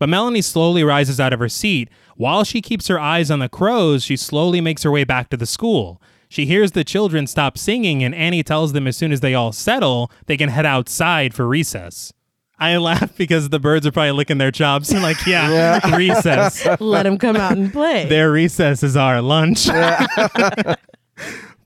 But Melanie slowly rises out of her seat. While she keeps her eyes on the crows, she slowly makes her way back to the school. She hears the children stop singing, and Annie tells them as soon as they all settle, they can head outside for recess. I laugh because the birds are probably licking their chops and like, yeah, recess. Let him come out and play. Their recess is our lunch.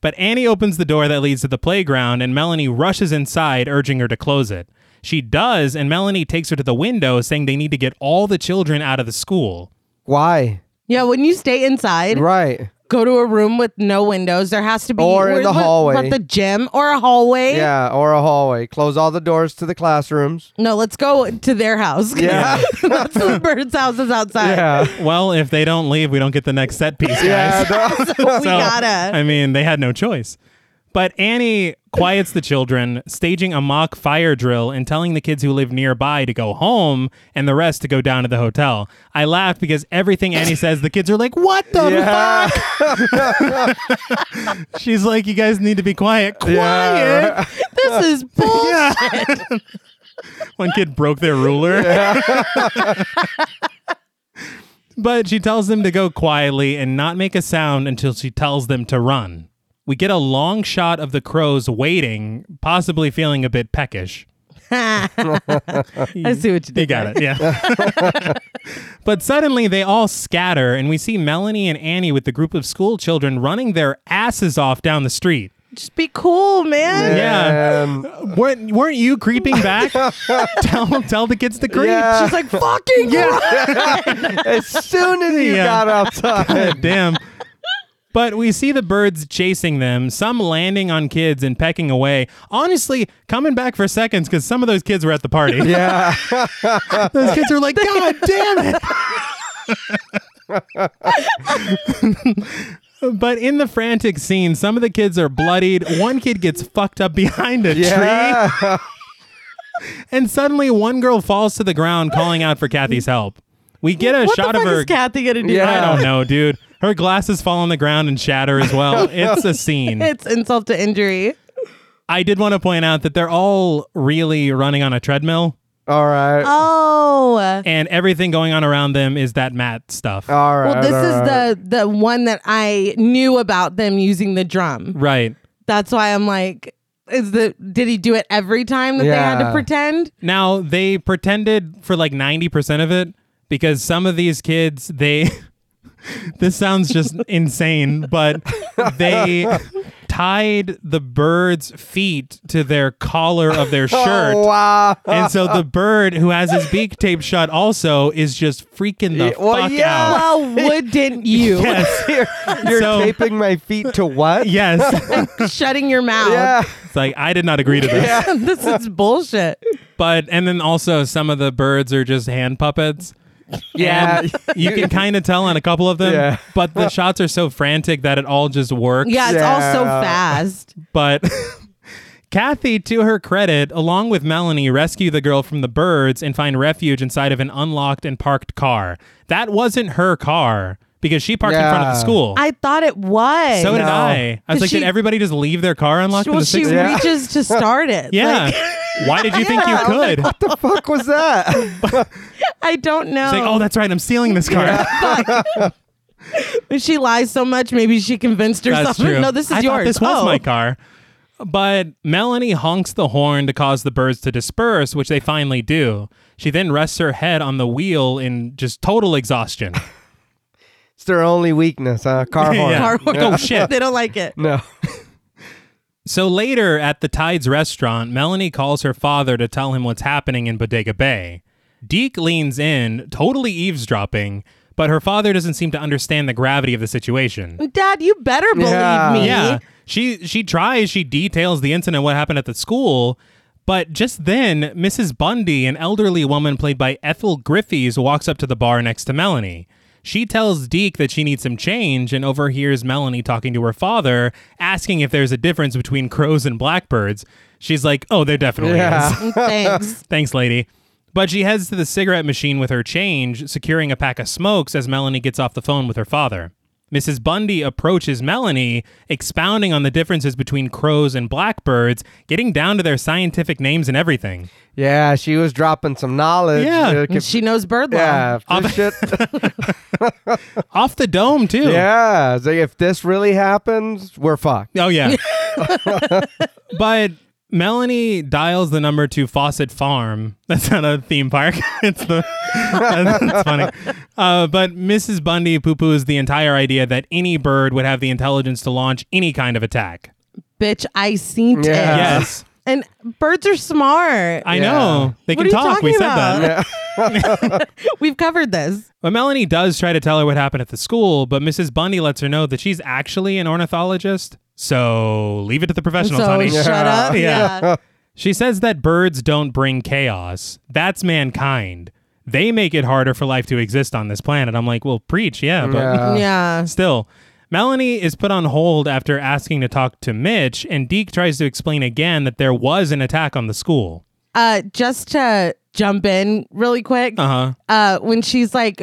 but Annie opens the door that leads to the playground, and Melanie rushes inside, urging her to close it. She does, and Melanie takes her to the window, saying they need to get all the children out of the school. Why? yeah, when you stay inside, Right. go to a room with no windows. There has to be Or in where- the what- hallway. what, the gym or a hallway. Yeah. Or a hallway. Close all the doors to the classrooms. No, let's go to their house. Yeah. That's the bird's house is outside. Yeah. Well, if they don't leave, we don't get the next set piece, guys. Yeah. no- So we So, gotta. I mean, they had no choice. But Annie quiets the children, staging a mock fire drill and telling the kids who live nearby to go home and the rest to go down to the hotel. I laugh because everything Annie says, the kids are like, What the Yeah. fuck? She's like, You guys need to be quiet. Quiet. Yeah. this is bull. One kid broke their ruler. but she tells them to go quietly and not make a sound until she tells them to run. We get a long shot of the crows waiting, possibly feeling a bit peckish. I see what you did. You got there. it. Yeah. but suddenly they all scatter, and we see Melanie and Annie with the group of school children running their asses off down the street. Just be cool, man. Yeah. Um, Weren't, weren't you creeping back? tell tell the kids to creep. Yeah. She's like, fucking as soon as you Yeah. got outside. Damn. But we see the birds chasing them, some landing on kids and pecking away. Honestly, coming back for seconds because some of those kids were at the party. Yeah. Those kids are like, God damn it. but in the frantic scene, some of the kids are bloodied. One kid gets fucked up behind a tree. Yeah. And suddenly, one girl falls to the ground calling out for Kathy's help. We get a What shot the of fuck her. is Kathy gonna do? Yeah. I don't know, dude. Her glasses fall on the ground and shatter as well. It's a scene. It's insult to injury. I did want to point out that they're all really running on a treadmill, All right. Oh. and everything going on around them is that mat stuff. All right. well, this all is right. the the one that I knew about them using the drum. right. That's why I'm like, is the did he do it every time that they had to Yeah. pretend? Now they pretended for like ninety percent of it because some of these kids they. this sounds just insane, but they tied the bird's feet to their collar of their shirt. Oh, wow. And so the bird who has his beak taped shut also is just freaking the Yeah, well, fuck yeah. out. Well, wouldn't you? Yes. You're, you're So- taping my feet to what? Yes. Shutting your mouth. Yeah. it's like I did not agree to this. this is bullshit. But and then also some of the birds are just hand puppets. Yeah. And you can kind of tell on a couple of them, Yeah. but the shots are so frantic that it all just works. Yeah, it's all so Yeah. fast. But Kathy, to her credit, along with Melanie, rescue the girl from the birds and find refuge inside of an unlocked and parked car. That wasn't her car because she parked in front of the Yeah. school. I thought it was. so did No. I. I was Did like, she- did everybody just leave their car unlocked in well, the she 60s? Yeah. reaches to start it. Yeah. Like, Why did you think you Yeah. could? the fuck was that? I don't know. It's like, oh, that's right. I'm stealing this car. When she lies so much, maybe she convinced "Oh." herself. That's true. No, this is I thought yours. This was oh. my car. But Melanie honks the horn to cause the birds to disperse, which they finally do. She then rests her head on the wheel in just total exhaustion. It's their only weakness, huh? Car horn. Yeah. Car horn. Oh, shit. they don't like it. No. so later at the Tides restaurant, Melanie calls her father to tell him what's happening in Bodega Bay. Deke leans in, totally eavesdropping, but her father doesn't seem to understand the gravity of the situation. Dad, you better believe Yeah. me. Yeah. She she tries, she details the incident what happened at the school, but just then Mrs. Bundy, an elderly woman played by Ethel Griffiths, walks up to the bar next to Melanie. She tells Deke that she needs some change and overhears Melanie talking to her father, asking if there's a difference between crows and blackbirds. She's like, "Oh, there definitely is." Yeah. Thanks. Thanks, lady. But she heads to the cigarette machine with her change, securing a pack of smokes as Melanie gets off the phone with her father. Mrs. Bundy approaches Melanie, expounding on the differences between crows and blackbirds, getting down to their scientific names and everything. Yeah, she was dropping some knowledge. Yeah. Uh, And she knows bird law. yeah. if this shit- Off the dome, too. yeah. It's like, if this really happens, we're fucked. Oh, yeah. but Melanie dials the number to Fawcett Farm. That's not a theme park. it's the. that's funny. Uh, but Mrs. Bundy poo poos the entire idea that any bird would have the intelligence to launch any kind of attack. Bitch, I seen Yeah. it. Yes. And birds are smart. I Yeah. know. They What can are you talk. We talking said that. about? We've covered this. But Melanie does try to tell her what happened at the school, but Mrs. Bundy lets her know that she's actually an ornithologist. So leave it to the professionals, so honey. shut up. Yeah. Yeah. She says that birds don't bring chaos. That's mankind. They make it harder for life to exist on this planet. I'm like, well, preach, yeah, but Yeah. yeah. still. Melanie is put on hold after asking to talk to Mitch, and Deke tries to explain again that there was an attack on the school. Uh, just to jump in really quick. Uh huh. uh, when she's like,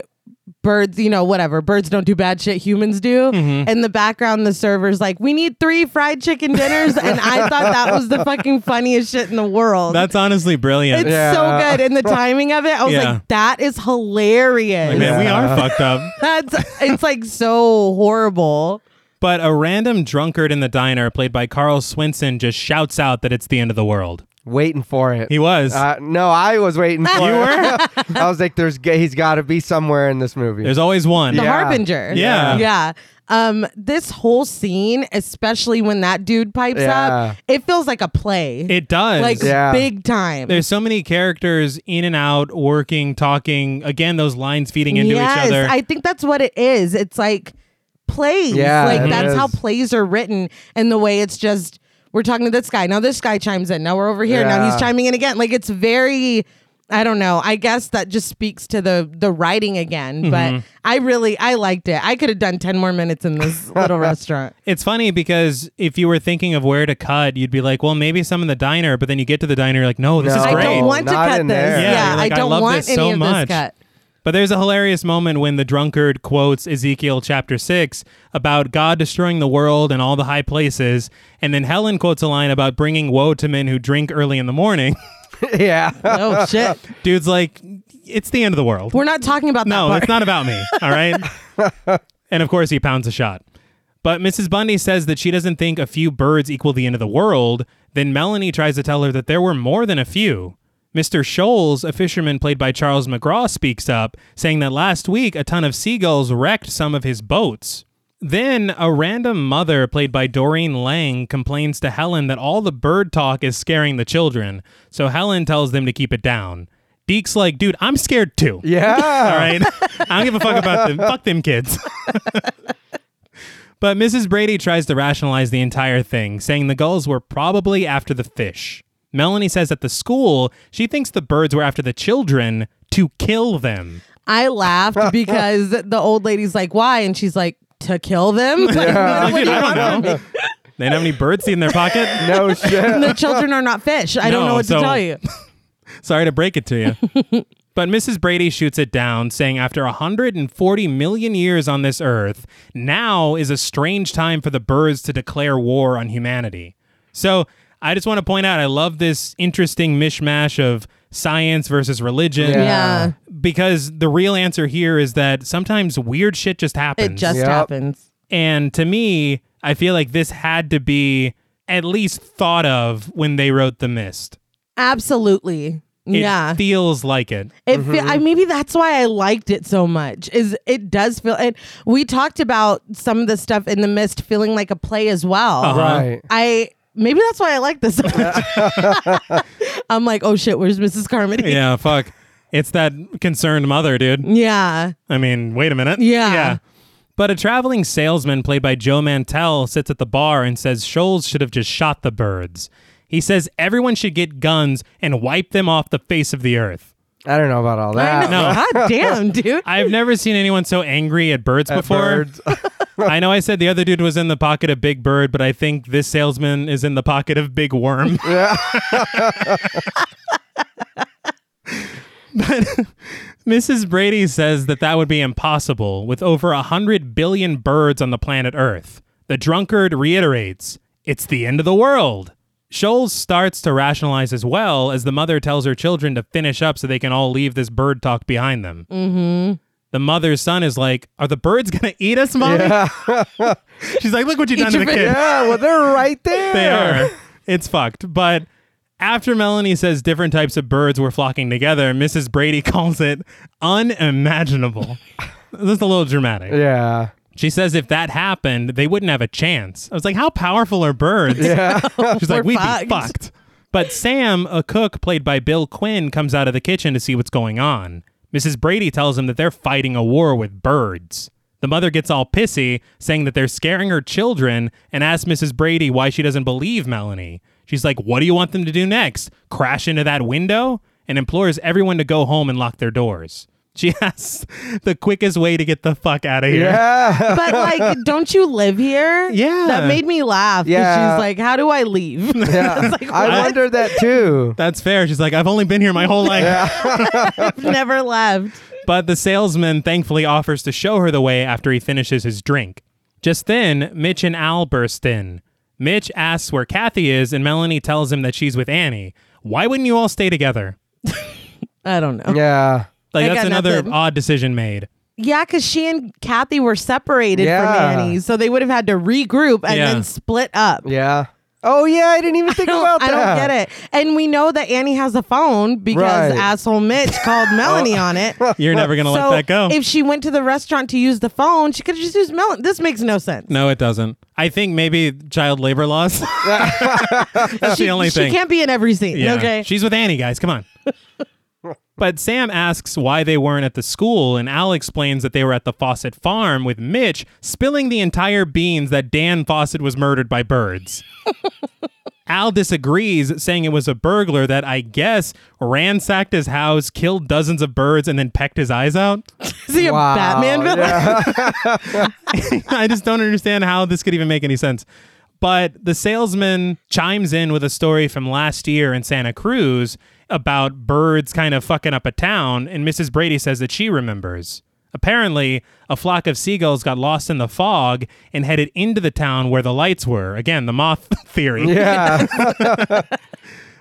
birds, you know, whatever, birds don't do bad shit, humans do. Mm-hmm. In the background, the server's like, we need three fried chicken dinners. and I thought that was the fucking funniest shit in the world. That's honestly brilliant. it's so Yeah. good. And the timing of it, I was Yeah. like, that is hilarious. Like, man, we Yeah. are fucked up. That's it's like so horrible. But a random drunkard in the diner, played by Carl Swinson, just shouts out that it's the end of the world. waiting for it. He was. Uh, no, I was waiting for you it. were? I was like, there's, g- he's got to be somewhere in this movie. There's always one. the Yeah. harbinger. Yeah. Yeah. Um, this whole scene, especially when that dude pipes Yeah. up, it feels like a play. It does. like Yeah. big time. There's so many characters in and out, working, talking. Again, those lines feeding into yes, each other. I think that's what it is. It's like plays. Yeah, like it that's how is. plays are written and the way it's just we're talking to this guy. Now this guy chimes in. Now we're over here. Now he's Yeah. chiming in again. Like it's very I don't know. I guess that just speaks to the the writing again, Mm-hmm. but I really I liked it. I could have done 10 more minutes in this little restaurant. It's funny because if you were thinking of where to cut, you'd be like, well, maybe some in the diner, but then you get to the diner, you're like, no, this No. is I great. don't want to Not cut in this. there. Yeah, Yeah, you're like, I I don't love want this any so of much. this cut. But there's a hilarious moment when the drunkard quotes Ezekiel chapter 6 about God destroying the world and all the high places. And then Helen quotes a line about bringing woe to men who drink early in the morning. yeah. Oh shit. Dude's like, it's the end of the world. We're not talking about that No, part. it's not about me. All right. and of course, he pounds a shot. But Mrs. Bundy says that she doesn't think a few birds equal the end of the world. Then Melanie tries to tell her that there were more than a few. Mr. Shoals, a fisherman played by Charles McGraw, speaks up, saying that last week a ton of seagulls wrecked some of his boats. Then a random mother, played by Doreen Lang, complains to Helen that all the bird talk is scaring the children. So Helen tells them to keep it down. Deke's like, dude, I'm scared too. All Yeah. right. I don't give a fuck about them. Fuck them kids. but Mrs. Brady tries to rationalize the entire thing, saying the gulls were probably after the fish. Melanie says at the school, she thinks the birds were after the children to kill them. I laughed because the old lady's like, "Why?" and she's like, "To kill them." Like, what- what Dude, do you I want don't know. They didn't have any bird seed in their pocket. No shit. from- The children are not fish. I don't No, know what so- to tell you. Sorry to break it to you. but Mrs. Brady shoots it down, saying after 140 million years on this earth, now is a strange time for the birds to declare war on humanity. So I just want to point out I love this interesting mishmash of science versus religion. Yeah. Yeah, Because the real answer here is that sometimes weird shit just happens. it just Yep. happens. And to me, I feel like this had to be at least thought of when they wrote The Mist. Absolutely. It Mm-hmm. yeah. feels like it. It feel, I maybe that's why I liked it so much. Is it does feel and we talked about some of the stuff in the mist feeling like a play as well. Uh-huh. Right. I maybe that's why I like this so much. I'm like, oh shit, where's Mrs. Carmody? yeah, fuck. It's that concerned mother, dude. yeah. I mean, wait a minute. Yeah. But a traveling salesman played by Joe Mantell sits at the bar and says Shoals should have just shot the birds. He says everyone should get guns and wipe them off the face of the earth. I don't know about all I that. know. God damn, dude. I've never seen anyone so angry at birds That before. birds- I know I said the other dude was in the pocket of Big Bird, but I think this salesman is in the pocket of Big Worm. but Mrs. Brady says that that would be impossible with over 100 billion birds on the planet Earth. The drunkard reiterates, it's the end of the world. Shoals starts to rationalize as well as the mother tells her children to finish up so they can all leave this bird talk behind them. Mm-hmm. The mother's son is like, Are the birds going to eat us, mommy? She's like, Look what you've done to the your kid. yeah, well, they're right there. They are. It's fucked. But after Melanie says different types of birds were flocking together, Mrs. Brady calls it unimaginable. That's a little dramatic. Yeah. She says if that happened, they wouldn't have a chance. I was like, how powerful are birds? Yeah. She's like, We're we'd fucked." be fucked. But Sam, a cook played by Bill Quinn, comes out of the kitchen to see what's going on. Mrs. Brady tells him that they're fighting a war with birds. The mother gets all pissy, saying that they're scaring her children, and asks Mrs. Brady why she doesn't believe Melanie. She's like, What do you want them to do next? Crash into that window? And implores everyone to go home and lock their doors. She asks the quickest way to get the fuck out of here. Yeah. but like, don't you live here? Yeah. That made me laugh. 'cause Yeah. She's like, how do I leave? yeah. like, I what? wondered that too. That's fair. She's like, I've only been here my whole life. I've never left. But the salesman thankfully offers to show her the way after he finishes his drink. Just then, Mitch and Al burst in. Mitch asks where Kathy is, and Melanie tells him that she's with Annie. Why wouldn't you all stay together? I don't know. Yeah. Like, I that's got another nothing. odd decision made. Yeah, because she and Kathy were separated Yeah. from Annie. So they would have had to regroup and Yeah. then split up. Yeah. Oh yeah, I didn't even think about I that. don't get it. And we know that Annie has a phone because Right. asshole Mitch called Melanie on it. You're never gonna let so that go. if she went to the restaurant to use the phone, she could have just used Melanie. This makes no sense. no, it doesn't. I think maybe child labor laws. That's she, the only she thing. can't be in every scene. Okay. She's with Annie, guys. Come on. but Sam asks why they weren't at the school, and Al explains that they were at the Fawcett farm with Mitch spilling the entire beans that Dan Fawcett was murdered by birds. Al disagrees, saying it was a burglar that I guess ransacked his house, killed dozens of birds, and then pecked his eyes out. Is he a Wow, Batman villain? yeah. I just don't understand how this could even make any sense. But the salesman chimes in with a story from last year in Santa Cruz about birds kind of fucking up a town, and Mrs. Brady says that she remembers. Apparently, a flock of seagulls got lost in the fog and headed into the town where the lights were. Again, the moth theory. yeah.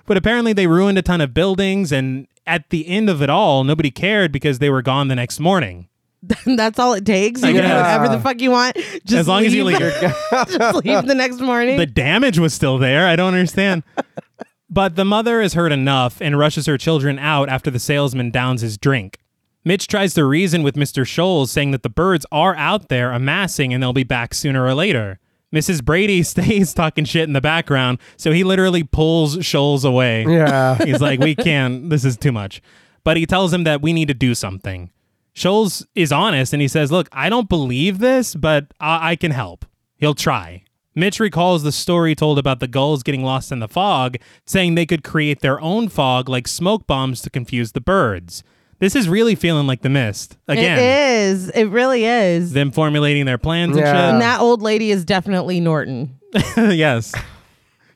But apparently, they ruined a ton of buildings, and at the end of it all, nobody cared because they were gone the next morning. That's all it takes. You can do guess. whatever the fuck you want. Just As long as you leave. just leave the next morning. the damage was still there. I don't understand. but the mother is hurt enough and rushes her children out after the salesman downs his drink. Mitch tries to reason with Mr. Scholes, saying that the birds are out there amassing and they'll be back sooner or later. Mrs. Brady stays talking shit in the background, so he literally pulls Scholes away. Yeah. He's like, we can't. This is too much. But he tells him that we need to do something. Scholes is honest and he says, Look, I don't believe this, but I, I can help. He'll try. Mitch recalls the story told about the gulls getting lost in the fog, saying they could create their own fog like smoke bombs to confuse the birds. This is really feeling like the mist. Again, It is. It really is. them formulating their plans Yeah. and that old lady is definitely Norton. and shit. yes.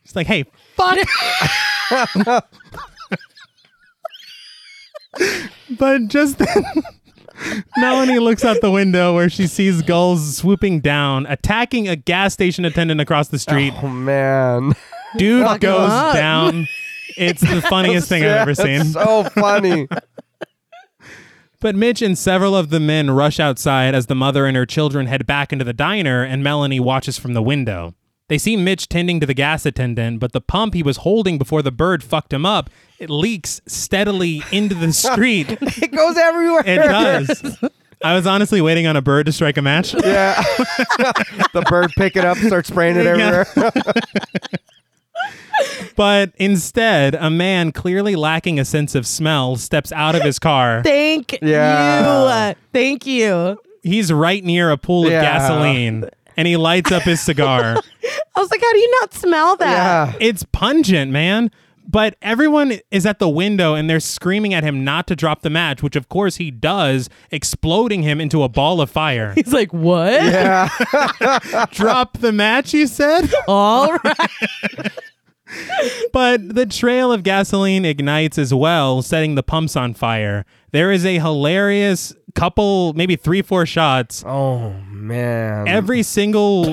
It's like, hey, Fuck. But just then, Melanie looks out the window where she sees gulls swooping down, attacking a gas station attendant across the street. Oh man. Dude goes up. down. It's the funniest thing I've ever That's seen. So funny. But Mitch and several of the men rush outside as the mother and her children head back into the diner, and Melanie watches from the window. They see Mitch tending to the gas attendant, but the pump he was holding before the bird fucked him up, it leaks steadily into the street. It goes everywhere. It does. I was honestly waiting on a bird to strike a match. Yeah. the bird pick it up, start spraying it Yeah. everywhere. But instead, a man clearly lacking a sense of smell steps out of his car. Thank Yeah. you. Thank you. He's right near a pool of Yeah. gasoline and he lights up his cigar. I was like, how do you not smell that? yeah. it's pungent, man. But everyone is at the window and they're screaming at him not to drop the match, which of course he does, exploding him into a ball of fire. He's like, what? Yeah. drop the match, you said? All right. But the trail of gasoline ignites as well, setting the pumps on fire. There is a hilarious couple, maybe three, four shots Oh man. every single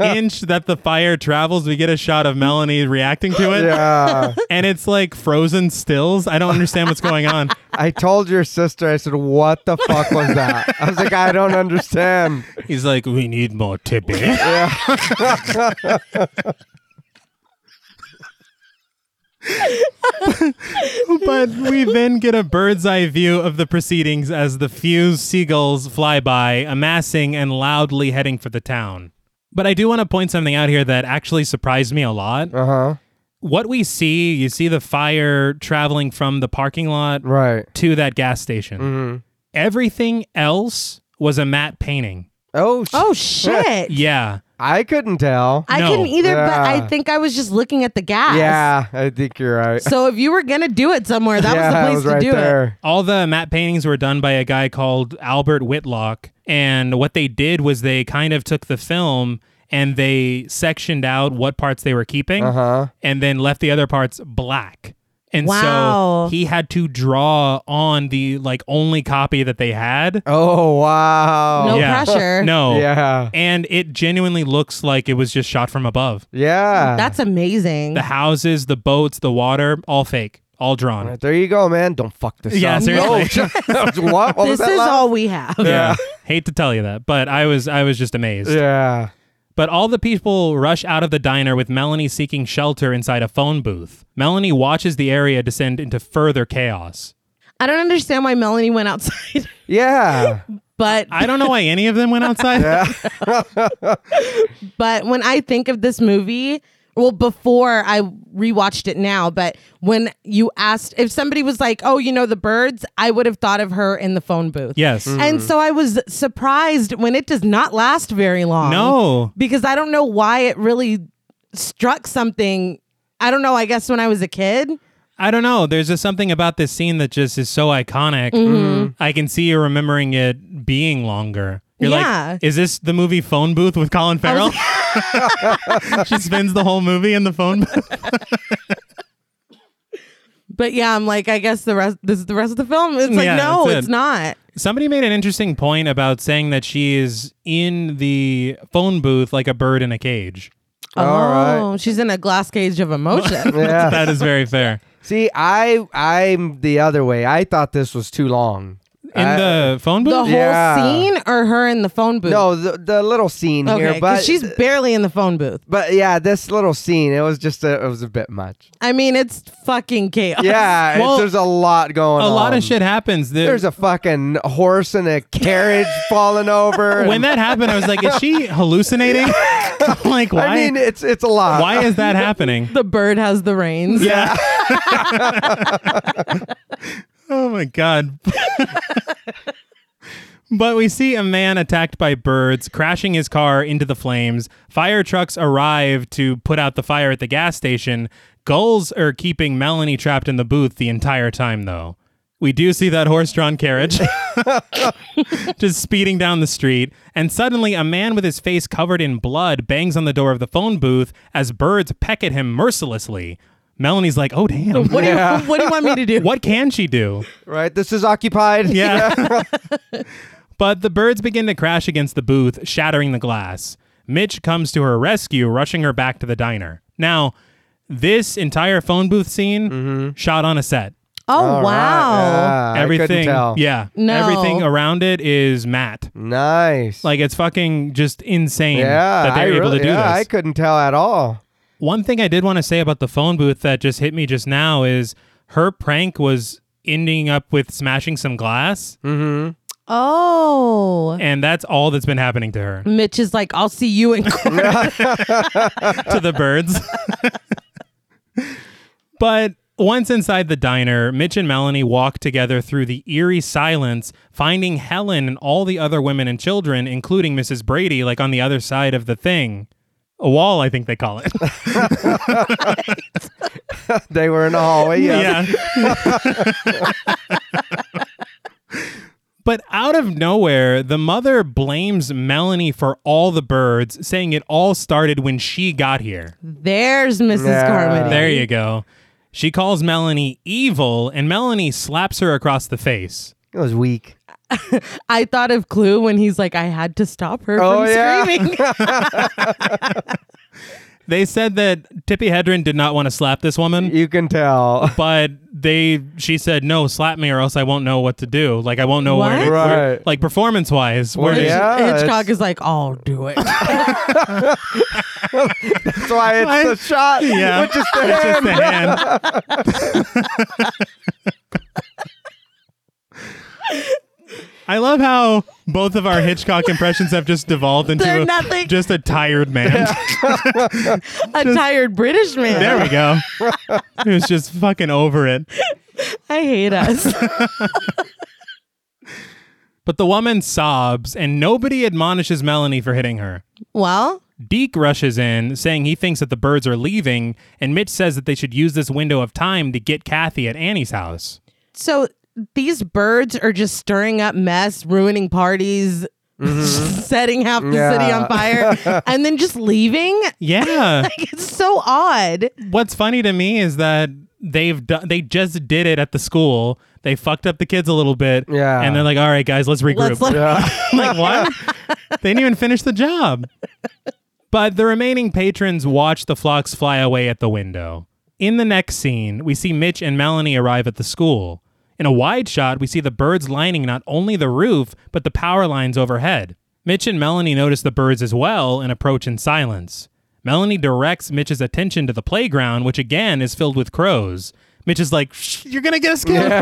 inch that the fire travels, we get a shot of Melanie reacting to it. yeah. And it's like frozen stills. I don't understand what's going on. I told your sister, I said, what the fuck was that? I was like, I don't understand. He's like, we need more tippy. Yeah. but we then get a bird's eye view of the proceedings as the fused seagulls fly by, amassing and loudly heading for the town. But I do want to point something out here that actually surprised me a lot. Uh huh. What we see, you see the fire traveling from the parking lot Right. to that gas station. Everything else was a matte painting. Oh, sh- Oh, shit. Yeah. I couldn't tell. I No. couldn't either, but I Yeah. think I was just looking at the gas. yeah, I think you're right. So if you were going to do it somewhere, that yeah, I was was the place right to do it. there. All the matte paintings were done by a guy called Albert Whitlock. And what they did was they kind of took the film and they sectioned out what parts they were keeping Uh-huh. and then left the other parts black. And Wow. so he had to draw on the like only copy that they had. Oh wow. No Yeah. pressure. No. Yeah. And it genuinely looks like it was just shot from above. Yeah. That's amazing. the houses, the boats, the water, all fake, all drawn. Right, there you go, man. Don't fuck this Yeah, up. seriously. No. what? What was this that is last- all we have. Yeah. Hate to tell you that, but I was I was just amazed. Yeah. But all the people rush out of the diner with Melanie seeking shelter inside a phone booth. Melanie watches the area descend into further chaos. I don't understand why Melanie went outside, Yeah. but I don't know why any of them went outside. but when I think of this movie, well, before I rewatched it now, but when you asked if somebody was like, "Oh, you know the birds," I would have thought of her in the phone booth. Yes. Mm-hmm. And so I was surprised when it does not last very long. No. Because I don't know why it really struck something. I don't know. I guess when I was a kid. I don't know. There's just something about this scene that just is so iconic. I can see you remembering it being longer. You're Yeah. like, is this the movie Phone Booth with Colin Farrell? she spends the whole movie in the phone booth. But yeah, I'm like, I guess the rest. This is the rest of the film. It's like, Yeah, no, that's it. it's not. Somebody made an interesting point about saying that she is in the phone booth like a bird in a cage. All right. oh, she's in a glass cage of emotion. Yeah. That is very fair. See, I I'm the other way. I thought this was too long. In I- the phone the whole booth? Yeah. scene, or her in the phone booth. no, the, the little scene okay, here, 'cause but she's barely in the phone booth. but yeah, this little scene, it was just a, it was a bit much. I mean, it's fucking chaos. Yeah, it's- Well, there's a lot going a on. lot of shit happens. There- There's a fucking horse and a carriage falling over. when that happened, I was like, is she hallucinating? I'm like, why? I mean, uh, it's it's a lot. why is that happening? The bird has the reins. Yeah. oh my god. but we see a man attacked by birds, crashing his car into the flames. Fire trucks arrive to put out the fire at the gas station. Gulls are keeping Melanie trapped in the booth the entire time though. We do see that horse-drawn carriage just speeding down the street, and suddenly a man with his face covered in blood bangs on the door of the phone booth as birds peck at him mercilessly. Melanie's like, "Oh damn, What do you What do you want me to do? what can she do?" right? This is occupied. Yeah. but the birds begin to crash against the booth, shattering the glass. Mitch comes to her rescue, rushing her back to the diner. Now, this entire phone booth scene shot on a set. Oh All right, wow. yeah, Mm-hmm. I everything, couldn't tell. yeah, No. everything around it is matte. Nice. Like it's fucking just insane yeah, that they're I able really- to do yeah, I this. couldn't tell at all. One thing I did want to say about the phone booth that just hit me just now is her prank was ending up with smashing some glass, Hmm. Oh. and that's all that's been happening to her Mitch is like, I'll see you in court. to the birds. but once inside the diner, Mitch and Melanie walk together through the eerie silence, finding Helen and all the other women and children, including Mrs. Brady, like on the other side of the thing. A wall, I think they call it. They were in the hallway. Yeah. Yeah. but out of nowhere, the mother blames Melanie for all the birds, saying it all started when she got here. There's Mrs. Yeah. Carmody. There you go. She calls Melanie evil, and Melanie slaps her across the face. It was weak. I thought of Clue when he's like, I had to stop her Oh, from yeah. screaming. They said that Tippy Hedren did not want to slap this woman, You can tell. but they she said no, slap me or else I won't know what to do. Like I won't know where, to, What? where- Right. like performance wise, where Well, to- yeah. Hitchcock it's- is like, I'll do it. That's why it's Why- the shot. Yeah. Which is the It's hand. just the hand. I love how both of our Hitchcock impressions have just devolved into They're a- nothing. just a tired man. A tired British man. there we go. He was just fucking over it. I hate us. But the woman sobs, and nobody admonishes Melanie for hitting her. well, Deke rushes in, saying he thinks that the birds are leaving, and Mitch says that they should use this window of time to get Kathy at Annie's house. so these birds are just stirring up mess, ruining parties, setting half the city Mm-hmm. Yeah. on fire, and then just leaving. Yeah. It's so odd. What's funny to me is that they've done, they just did it at the school. They fucked up the kids a little bit. Yeah. And they're like, all right, guys, let's regroup. Let's let- like, what? they didn't even finish the job. But the remaining patrons watch the flocks fly away at the window. In the next scene, we see Mitch and Melanie arrive at the school. In a wide shot, we see the birds lining not only the roof, but the power lines overhead. Mitch and Melanie notice the birds as well and approach in silence. Melanie directs Mitch's attention to the playground, which again is filled with crows. Mitch is like, Shh, "You're gonna get us killed."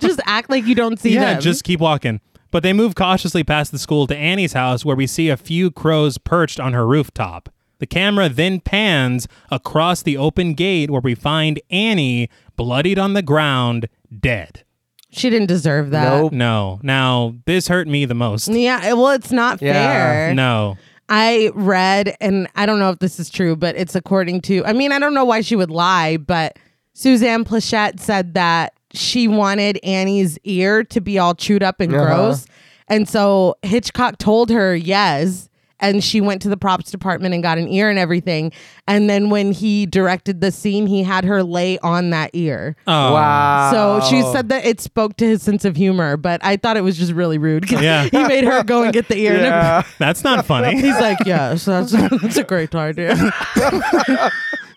just act like you don't see yeah, them. just keep walking. But they move cautiously past the school to Annie's house, where we see a few crows perched on her rooftop. The camera then pans across the open gate, where we find Annie bloodied on the ground, dead. she didn't deserve that. Nope. No, now this hurt me the most. Yeah, well, it's not Yeah. fair. No, I read, and I don't know if this is true, but it's according to, I mean, I don't know why she would lie, but Suzanne Plachette said that she wanted Annie's ear to be all chewed up and gross. And so Hitchcock told her yes. And she went to the props department and got an ear and everything. And then when he directed the scene, he had her lay on that ear. oh, Wow. So she Oh. said that it spoke to his sense of humor, but I thought it was just really rude 'cause Yeah. he made her go and get the ear. And Yeah. that's not funny. He's like, yes, that's, that's a great idea.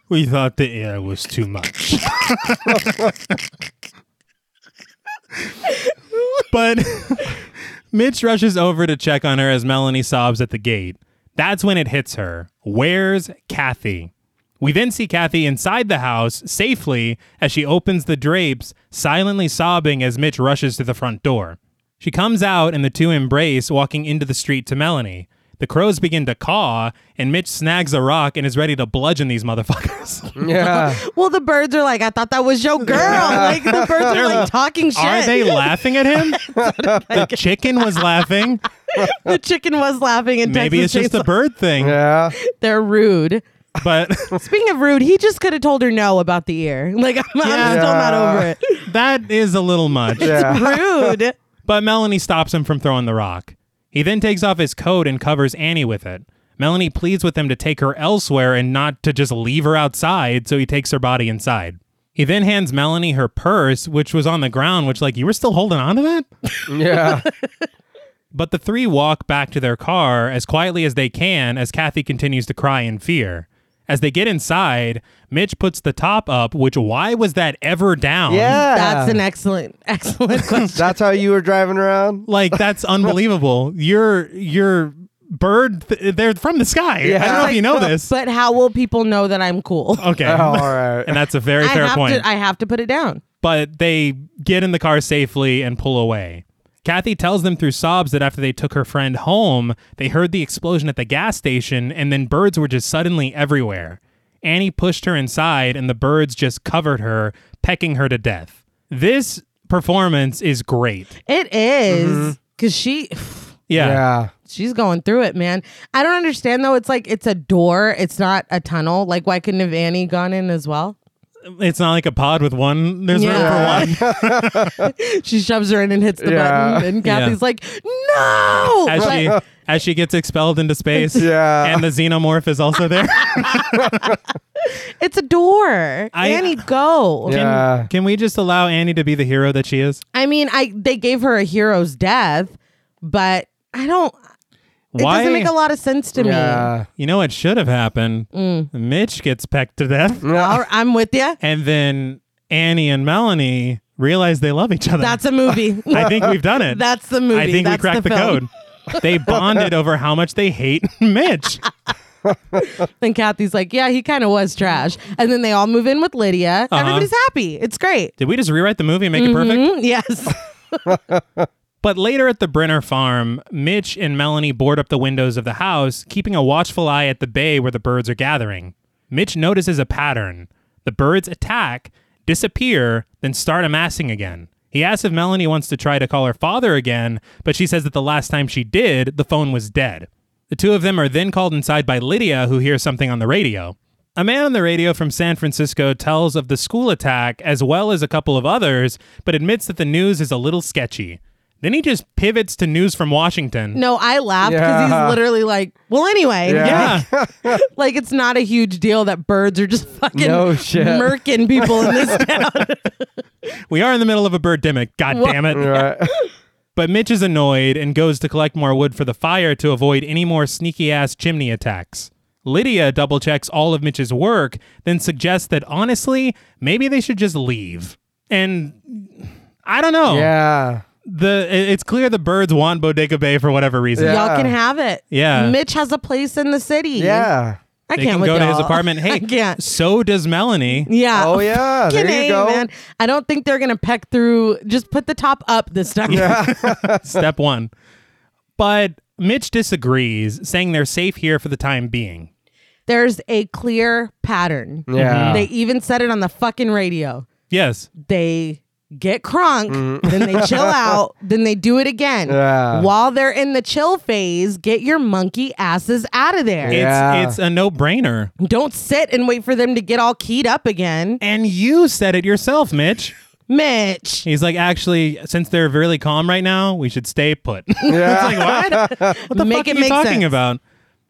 We thought the air was too much. but Mitch rushes over to check on her as Melanie sobs at the gate. That's when it hits her. Where's Kathy? We then see Kathy inside the house safely as she opens the drapes, silently sobbing as Mitch rushes to the front door. She comes out and the two embrace, walking into the street to Melanie. The crows begin to caw, and Mitch snags a rock and is ready to bludgeon these motherfuckers. yeah. well, the birds are like, I thought that was your girl. Like, the birds are like talking shit. Are they laughing at him? the chicken was laughing. the chicken was laughing and Maybe it's Texas just a Chainsaw- bird thing. Yeah. They're rude. But Speaking of rude, he just could have told her no about the ear. Like, I'm, I'm still not Yeah. over it. that is a little much. Yeah. Rude. But Melanie stops him from throwing the rock. He then takes off his coat and covers Annie with it. Melanie pleads with him to take her elsewhere and not to just leave her outside, so he takes her body inside. He then hands Melanie her purse, which was on the ground, which, like, you were still holding on to that? Yeah. But the three walk back to their car as quietly as they can as Kathy continues to cry in fear. As they get inside, Mitch puts the top up, which why was that ever down? Yeah. That's an excellent, excellent question. That's how you were driving around? Like that's unbelievable. Your your bird th- they're from the sky. I don't know if you know this. But how will people know that I'm cool? Okay. Oh, all right. And that's a very I fair have point. to. I have to put it down. but they get in the car safely and pull away. Kathy tells them through sobs that after they took her friend home, they heard the explosion at the gas station and then birds were just suddenly everywhere. Annie pushed her inside and the birds just covered her, pecking her to death. This performance is great. It Mm-hmm. is because she. Yeah. yeah. She's going through it, man. I don't understand though. It's like it's a door. It's not a tunnel. Like why couldn't have Annie gone in as well? It's not like a pod with one. There's Yeah. room for one. She shoves her in and hits the Yeah. button, and Yeah. Kathy's like, "No!" As Like, she as she gets expelled into space. Yeah. And the xenomorph is also there. it's a door. I- Annie, go. Yeah. Can, can we just allow Annie to be the hero that she is? I mean, I they gave her a hero's death, but I don't. It Why? doesn't make a lot of sense to me. Yeah. You know what should have happened? Mm. Mitch gets pecked to death, All right, I'm with you. and then Annie and Melanie realize they love each other. That's a movie. I think we've done it. That's the movie. I think That's we cracked the, film. code. They bonded over how much they hate Mitch. Then Kathy's like, yeah, he kind of was trash. And then they all move in with Lydia. Uh-huh. Everybody's happy. It's great. Did we just rewrite the movie and make it perfect? Mm, yes. But later at the Brenner farm, Mitch and Melanie board up the windows of the house, keeping a watchful eye at the bay where the birds are gathering. Mitch notices a pattern. The birds attack, disappear, then start amassing again. He asks if Melanie wants to try to call her father again, but she says that the last time she did, the phone was dead. The two of them are then called inside by Lydia, who hears something on the radio. A man on the radio from San Francisco tells of the school attack as well as a couple of others, but admits that the news is a little sketchy. Then he just pivots to news from Washington. No, I laughed because Yeah. he's literally like, well, anyway, Yeah. like it's not a huge deal that birds are just fucking No shit. murking people in this town. we are in the middle of a birdemic. God damn it. Right. But Mitch is annoyed and goes to collect more wood for the fire to avoid any more sneaky ass chimney attacks. Lydia double checks all of Mitch's work, then suggests that honestly, maybe they should just leave. And I don't know. Yeah. the it- it's clear the birds want Bodega Bay for whatever reason. Yeah. Y'all can have it. Yeah. Mitch has a place in the city. Yeah. I They can't can with go to his y'all. apartment. Hey, I can't. so does Melanie. Yeah. Oh, yeah. Fucking There you A, go. man. I don't think they're gonna peck through. Just put the top up this time. Step one. But Mitch disagrees, saying they're safe here for the time being. There's a clear pattern. Yeah. They even said it on the fucking radio. Yes. They get crunk, then they chill out, then they do it again. Mm-hmm. Yeah. While they're in the chill phase, get your monkey asses out of there. Yeah. It's it's a no-brainer. Don't sit and wait for them to get all keyed up again. And you said it yourself, Mitch. Mitch. He's like, actually, since they're really calm right now, we should stay put. Yeah. it's like, what? What the Make fuck it are you make talking sense. about?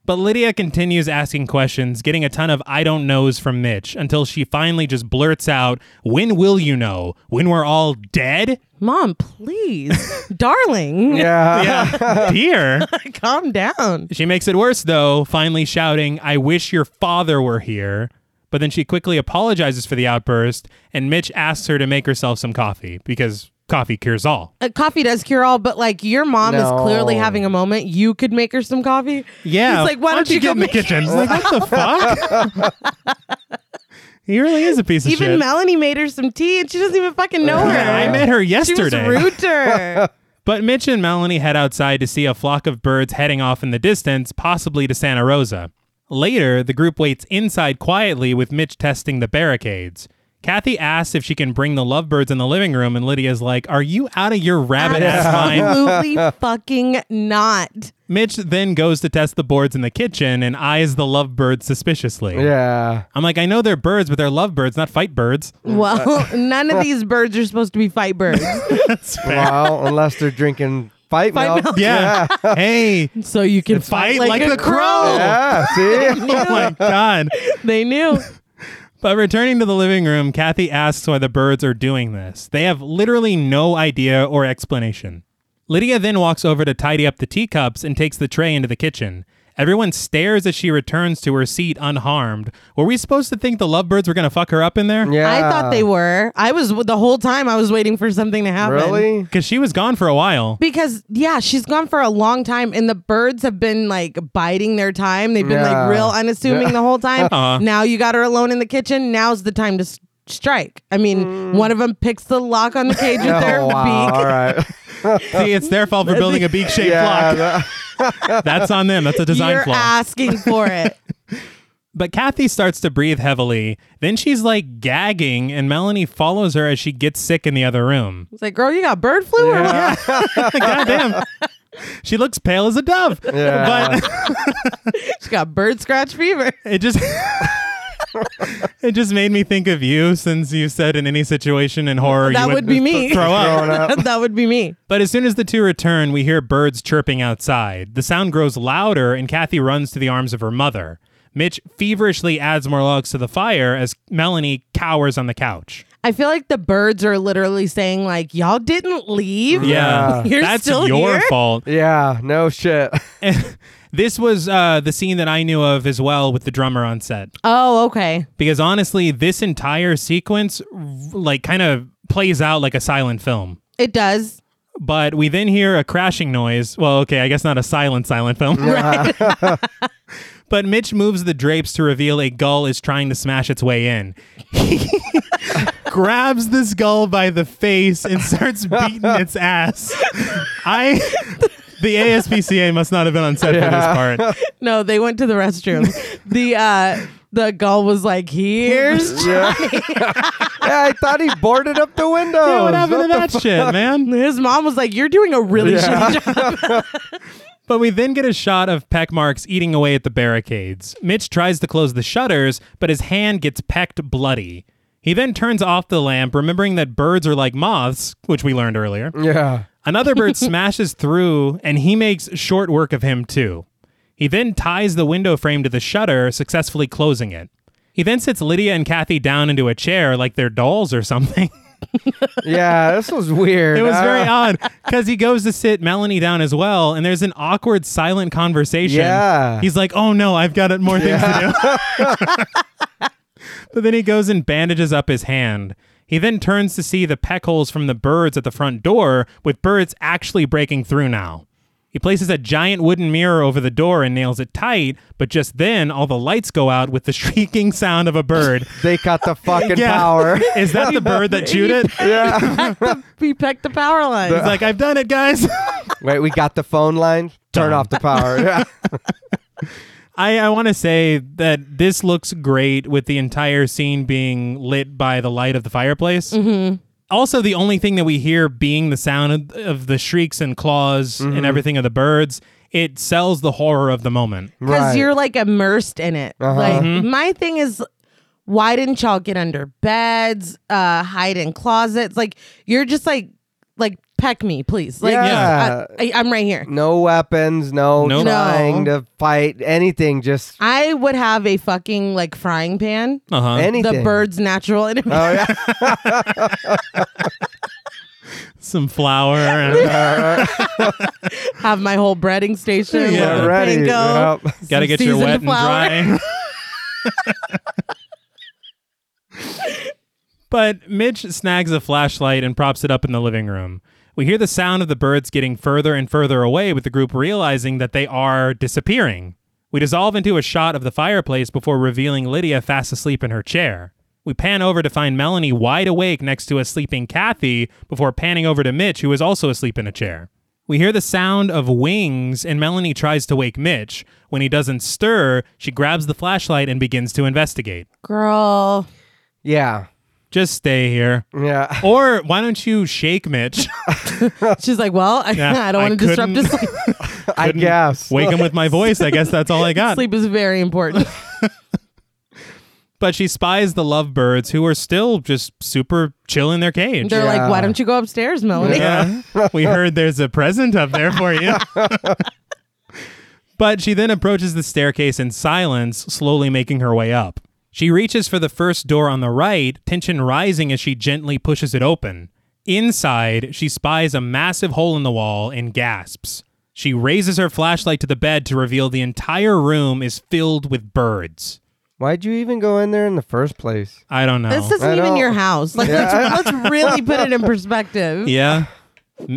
But Lydia continues asking questions, getting a ton of I don't knows from Mitch until she finally just blurts out, When will you know? When we're all dead? Mom, please. Darling, yeah. Yeah. Dear. calm down. She makes it worse, though, finally shouting, I wish your father were here. But then she quickly apologizes for the outburst, and Mitch asks her to make herself some coffee because coffee cures all. Uh, coffee does cure all, but like your mom is clearly No. having a moment. You could make her some coffee. Yeah. He's like, why, don't, you, get go in the make kitchen? He's like, what the fuck? he really is a piece of shit. Even Melanie made her some tea and she doesn't even fucking know her. I met her she was yesterday. rude to her. But Mitch and Melanie head outside to see a flock of birds heading off in the distance, possibly to Santa Rosa. Later, the group waits inside quietly with Mitch testing the barricades. Kathy asks if she can bring the lovebirds in the living room, and Lydia's like, Are you out of your rabbit ass mind? Absolutely fucking not. Mitch then goes to test the boards in the kitchen and eyes the lovebirds suspiciously. Yeah. I'm like, I know they're birds, but they're lovebirds, not fight birds. Well, none of these birds are supposed to be fight birds. That's fair. Well, unless they're drinking fight, Fight milk. milk. Yeah. hey. So you can Fight like a crow. Yeah. See? Oh my God. They knew. But returning to the living room, Kathy asks why the birds are doing this. They have literally no idea or explanation. Lydia then walks over to tidy up the teacups and takes the tray into the kitchen. Everyone stares as she returns to her seat unharmed. Were we supposed to think the lovebirds were going to fuck her up in there? Yeah. I thought they were. I was the whole time I was waiting for something to happen. Really? Because she was gone for a while. Because yeah, she's gone for a long time, and the birds have been like biding their time. They've been Yeah. like real unassuming the whole time. Uh-huh. Now you got her alone in the kitchen. Now's the time to s- strike. I mean, one of them picks the lock on the cage with their Mm. Oh, wow. beak. All right. See, it's their fault for building a beak shaped Yeah. block. that- That's on them. That's a design You're flaw. asking for it. But Kathy starts to breathe heavily. Then she's like gagging, and Melanie follows her as she gets sick in the other room. It's like, girl, you got bird flu or what? yeah. Goddamn. She looks pale as a dove. Yeah. But She got bird scratch fever. it just It just made me think of you since you said in any situation in horror That you would be me. throw up. that would be me. But as soon as the two return, we hear birds chirping outside. The sound grows louder and Kathy runs to the arms of her mother. Mitch feverishly adds more logs to the fire as Melanie cowers on the couch. I feel like the birds are literally saying like, y'all didn't leave. Yeah. You're Uh, That's still your here? fault. yeah. No shit. This was uh, the scene that I knew of as well with the drummer on set. Oh, okay. because honestly this entire sequence r- like kind of plays out like a silent film It does. but we then hear a crashing noise well okay i guess not a silent silent film but mitch moves the drapes to reveal a gull is trying to smash its way in grabs this gull by the face and starts beating its ass i the aspca must not have been on set for this part No, they went to the restroom. the uh the gull was like, here's Yeah. yeah. I thought he boarded up the windows. Yeah, what happened What to the that shit man his mom was like, You're doing a really shitty job. But we then get a shot of peck marks eating away at the barricades. Mitch tries to close the shutters, but his hand gets pecked bloody. He then turns off the lamp, remembering that birds are like moths, which we learned earlier. Yeah. Another bird smashes through, and he makes short work of him, too. He then ties the window frame to the shutter, successfully closing it. He then sits Lydia and Kathy down into a chair like they're dolls or something. Yeah. This was weird. Uh, It was I very don't- odd because he goes to sit Melanie down as well, and there's an awkward, silent conversation. Yeah. He's like, oh no, I've got more things to do. but then he goes and bandages up his hand. He then turns to see the peck holes from the birds at the front door, with birds actually breaking through now. He places a giant wooden mirror over the door and nails it tight, but just then all the lights go out with the shrieking sound of a bird. They got the fucking power. Is that the bird that chewed it? He's yeah. We pecked the power line. like, I've done it, guys. Wait, we got the phone line. Turn off the power. Yeah. I, I want to say that this looks great with the entire scene being lit by the light of the fireplace. Also, the only thing that we hear being the sound of, of the shrieks and claws and everything of the birds, it sells the horror of the moment. because Right. Uh-huh. you're like immersed in it. Like Mm-hmm. my thing is, why didn't y'all get under beds, uh, hide in closets? Like you're just like, like peck me, please. Like Yeah. I, I, I'm right here. No weapons, no Nope. No. trying to fight anything, just I would have a fucking like frying pan. Uh huh. anything. The bird's natural enemy. Oh, yeah. Some flour. and- uh, have my whole breading station. Yeah. Yeah, Ready, Panko, yep. some Gotta get your seasoned wet and flour. dry. but Mitch snags a flashlight and props it up in the living room. We hear the sound of the birds getting further and further away, with the group realizing that they are disappearing. We dissolve into a shot of the fireplace before revealing Lydia fast asleep in her chair. We pan over to find Melanie wide awake next to a sleeping Kathy before panning over to Mitch, who is also asleep in a chair. We hear the sound of wings, and Melanie tries to wake Mitch. When he doesn't stir, she grabs the flashlight and begins to investigate. Girl. Yeah. Just stay here. Yeah. Or why don't you shake Mitch? She's like, well, I, Yeah, I don't I want to disrupt couldn't- his sleep. I guess. Wake him with my voice. I guess that's all I got. Sleep is very important. But she spies the lovebirds who are still just super chill in their cage. They're Yeah. like, why don't you go upstairs, Melanie? Yeah. we heard there's a present up there for you. but she then approaches the staircase in silence, slowly making her way up. She reaches for the first door on the right, tension rising as she gently pushes it open. Inside, she spies a massive hole in the wall and gasps. She raises her flashlight to the bed to reveal the entire room is filled with birds. Why'd you even go in there in the first place? I don't know. This isn't I even don't- your house. Like, let's, let's really put it in perspective. yeah.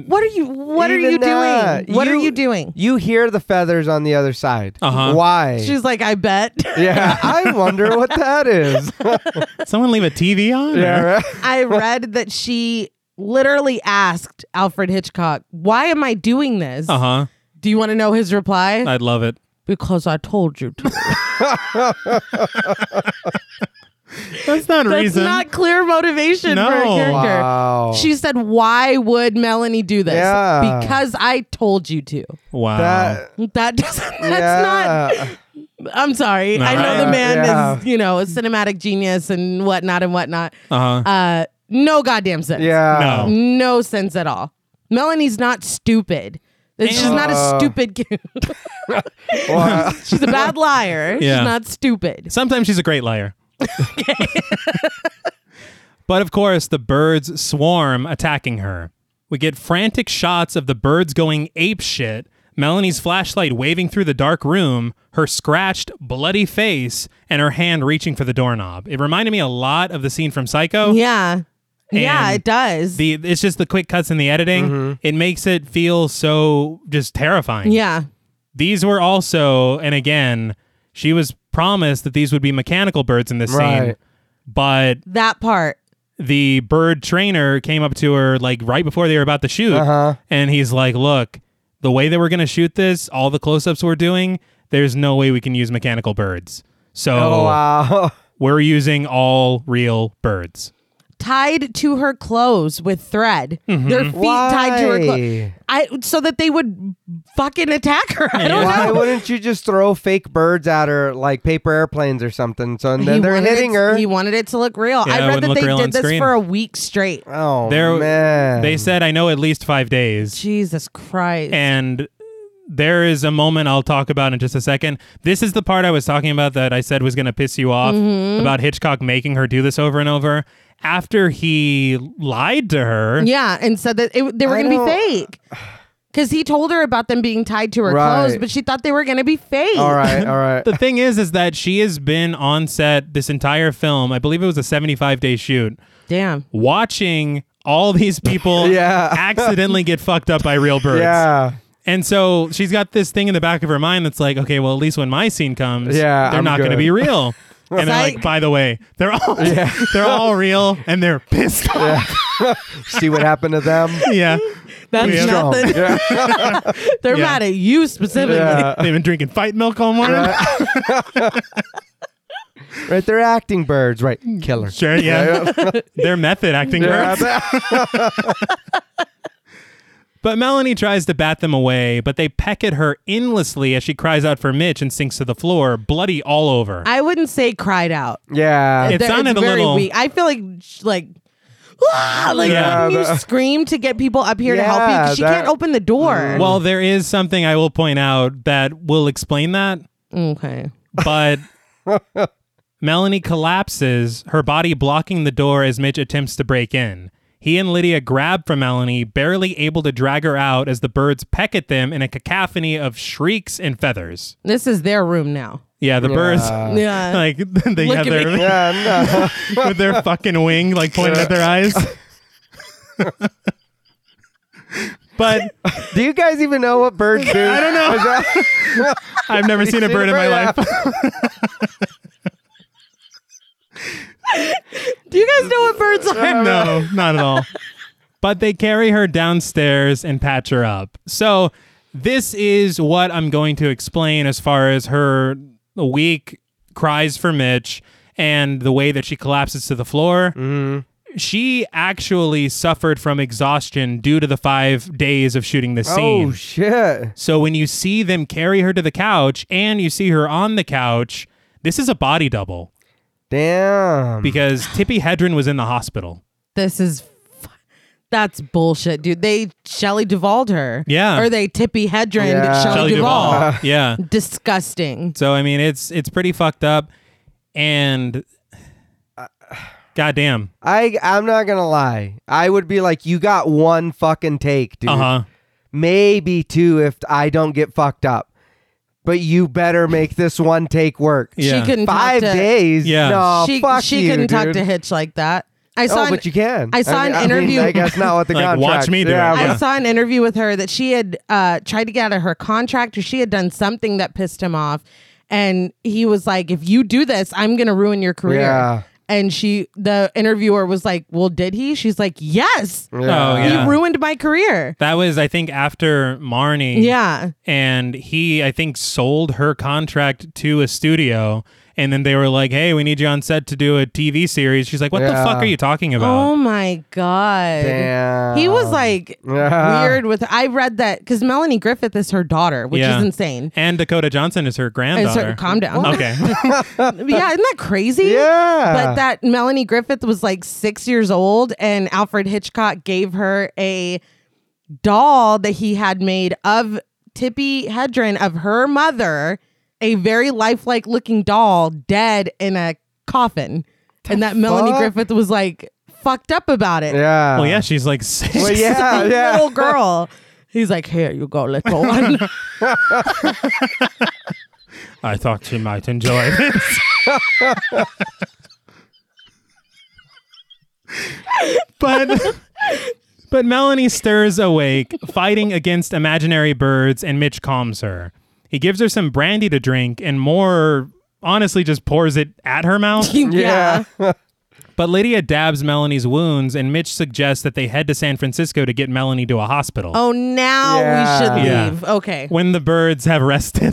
What are you? What are Even you that, doing? What are you doing? You hear the feathers on the other side. Uh-huh. Why? She's like, I bet. yeah, I wonder what that is. Someone leave a TV on? yeah, or- right? I read that she literally asked Alfred Hitchcock, "Why am I doing this?" Uh huh. Do you want to know his reply? I'd love it. because I told you to. That's not That's reason. not clear motivation for a No. character. Wow. She said, "Why would Melanie do this? Yeah. Because I told you to." wow. That- That doesn't. That's not. yeah. I'm sorry. All I know right. the man Yeah. is, you know, a cinematic genius and whatnot and whatnot. uh huh. Uh, no goddamn sense. Yeah. No. No sense at all. Melanie's not stupid. She's And- not a Uh. stupid. kid. Well, She's a bad liar. Yeah. She's not stupid. Sometimes she's a great liar. but of course, the birds swarm, attacking her. We get frantic shots of the birds going ape shit, Melanie's flashlight waving through the dark room, her scratched, bloody face, and her hand reaching for the doorknob. It reminded me a lot of the scene from Psycho. Yeah. yeah, And it does. The, it's just the quick cuts in the editing. It makes it feel so just terrifying. yeah. These were also, and again, she was promised that these would be mechanical birds in this scene, Right. but That part. the bird trainer came up to her like right before they were about to shoot, Uh-huh. and he's like, "Look, the way that we're gonna shoot this, all the close-ups we're doing, there's no way we can use mechanical birds. So oh, wow. we're using all real birds." Tied to her clothes with thread. Their Mm-hmm. feet tied to her clothes. Why? I so that they would fucking attack her. I don't Why know. wouldn't you just throw fake birds at her like paper airplanes or something? So and then He they're wanted hitting it, her. He wanted it to look real. Yeah, it I read wouldn't that look they real on did this screen. for a week straight. oh They're- man. They said, "I know at least five days." Jesus Christ. and there is a moment I'll talk about in just a second. This is the part I was talking about that I said was going to piss you off about Hitchcock making her do this over and over. After he lied to her, yeah, and said that it, they were I going to be don't- fake. because he told her about them being tied to her Right. clothes, but she thought they were going to be fake. All right, all right. the thing is, is that she has been on set this entire film. I believe it was a 75 day shoot, Damn. watching all these people Yeah. accidentally get fucked up by real birds. yeah. And so she's got this thing in the back of her mind that's like, okay, well, at least when my scene comes, Yeah, they're I'm not going to good. be real. And they're like, Psych. by the way, they're all they're all real, and they're pissed off. See what happened to them. Yeah, That's We have- Strong. nothing. Yeah. They're Yeah. mad at you specifically. Yeah. they've been drinking fight milk all morning. Right, they're acting birds. Right, killer. Sure, yeah, they're method acting. Yeah. birds. But Melanie tries to bat them away, but they peck at her endlessly as she cries out for Mitch and sinks to the floor, bloody all over. I wouldn't say cried out. yeah. It They're- sounded a it's very little- weak. I feel like sh- like. "Ah," Like Yeah, when you the- scream to get people up here to help you Yeah, 'cause she that- can't open the door. well, there is something I will point out that will explain that, okay. but Melanie collapses, her body blocking the door as Mitch attempts to break in. He and Lydia grab for Melanie, barely able to drag her out as the birds peck at them in a cacophony of shrieks and feathers. This is their room now. Yeah, the birds. Yeah. Like they Look have at their me. Yeah, no. with their fucking wing like pointed at their eyes. but Do you guys even know what birds do? I don't know. I've never seen a bird in my life. Do you guys know what birds are? no, not at all. But they carry her downstairs and patch her up. So this is what I'm going to explain as far as her weak cries for Mitch and the way that she collapses to the floor. She actually suffered from exhaustion due to the five days of shooting this scene. Oh shit. So when you see them carry her to the couch and you see her on the couch, this is a body double Damn. because Tippi Hedren was in the hospital. This is f- that's bullshit, dude. They Shelley Duvalled her. Yeah. Or they Tippy Hedren Yeah. Uh-huh. Shelley, Shelley Duvall. Duvall. yeah. Disgusting. So I mean, it's it's pretty fucked up, and goddamn. I I'm not gonna lie. I would be like, you got one fucking take, dude. Uh huh. Maybe two if I don't get fucked up. But you better make this one take work. Yeah. She couldn't Five talk to, days. Yeah. No, She Oh, fuck she you, couldn't talk dude. to Hitch like that. I saw Oh, an- but you can. I saw mean- an I mean, interview- I guess not with the Like, contract. watch me do it, yeah, yeah. I saw an interview with her that she had uh, tried to get out of her contract or she had done something that pissed him off. And he was like, if you do this, I'm going to ruin your career. Yeah. And she, the interviewer was like, well, did he? She's like, yes, Oh yeah. he ruined my career. that was I think after Marnie. Yeah. and he i think sold her contract to a studio and then they were like hey we need you on set to do a tv series she's like what the Yeah. fuck are you talking about Oh my God. Damn. He was like Yeah. weird with, I read that because Melanie Griffith is her daughter, which Yeah. is insane. and dakota johnson is her And granddaughter so, calm down. okay yeah, isn't that crazy? Yeah. But that Melanie Griffith was like six years old, and Alfred Hitchcock gave her a doll that he had made of Tippi Hedren, of her mother, a very lifelike looking doll, dead in a coffin. and that Melanie fuck? Griffith was like fucked up about it. Yeah. well yeah she's like six. Well, yeah, A yeah. Little girl. He's like, here you go, little one. i thought she might enjoy this but but melanie stirs awake fighting against imaginary birds and mitch calms her he gives her some brandy to drink and more honestly just pours it at her mouth yeah. But Lydia dabs Melanie's wounds, and Mitch suggests that they head to San Francisco to get Melanie to a hospital. Oh, now Yeah. we should Yeah. leave. Okay. When the birds have rested.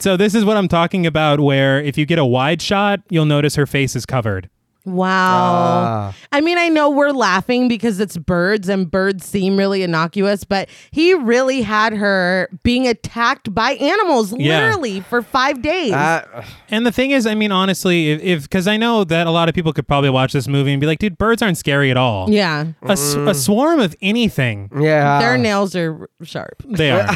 so, this is what I'm talking about where if you get a wide shot, you'll notice her face is covered. Wow. Ah. I mean, I know we're laughing because it's birds and birds seem really innocuous, but he really had her being attacked by animals Yeah. literally for five days. Uh, And the thing is, I mean, honestly, if, because I know that a lot of people could probably watch this movie and be like, dude, birds aren't scary at all. yeah. A, s- a swarm of anything, yeah. Their nails are r- sharp. they are.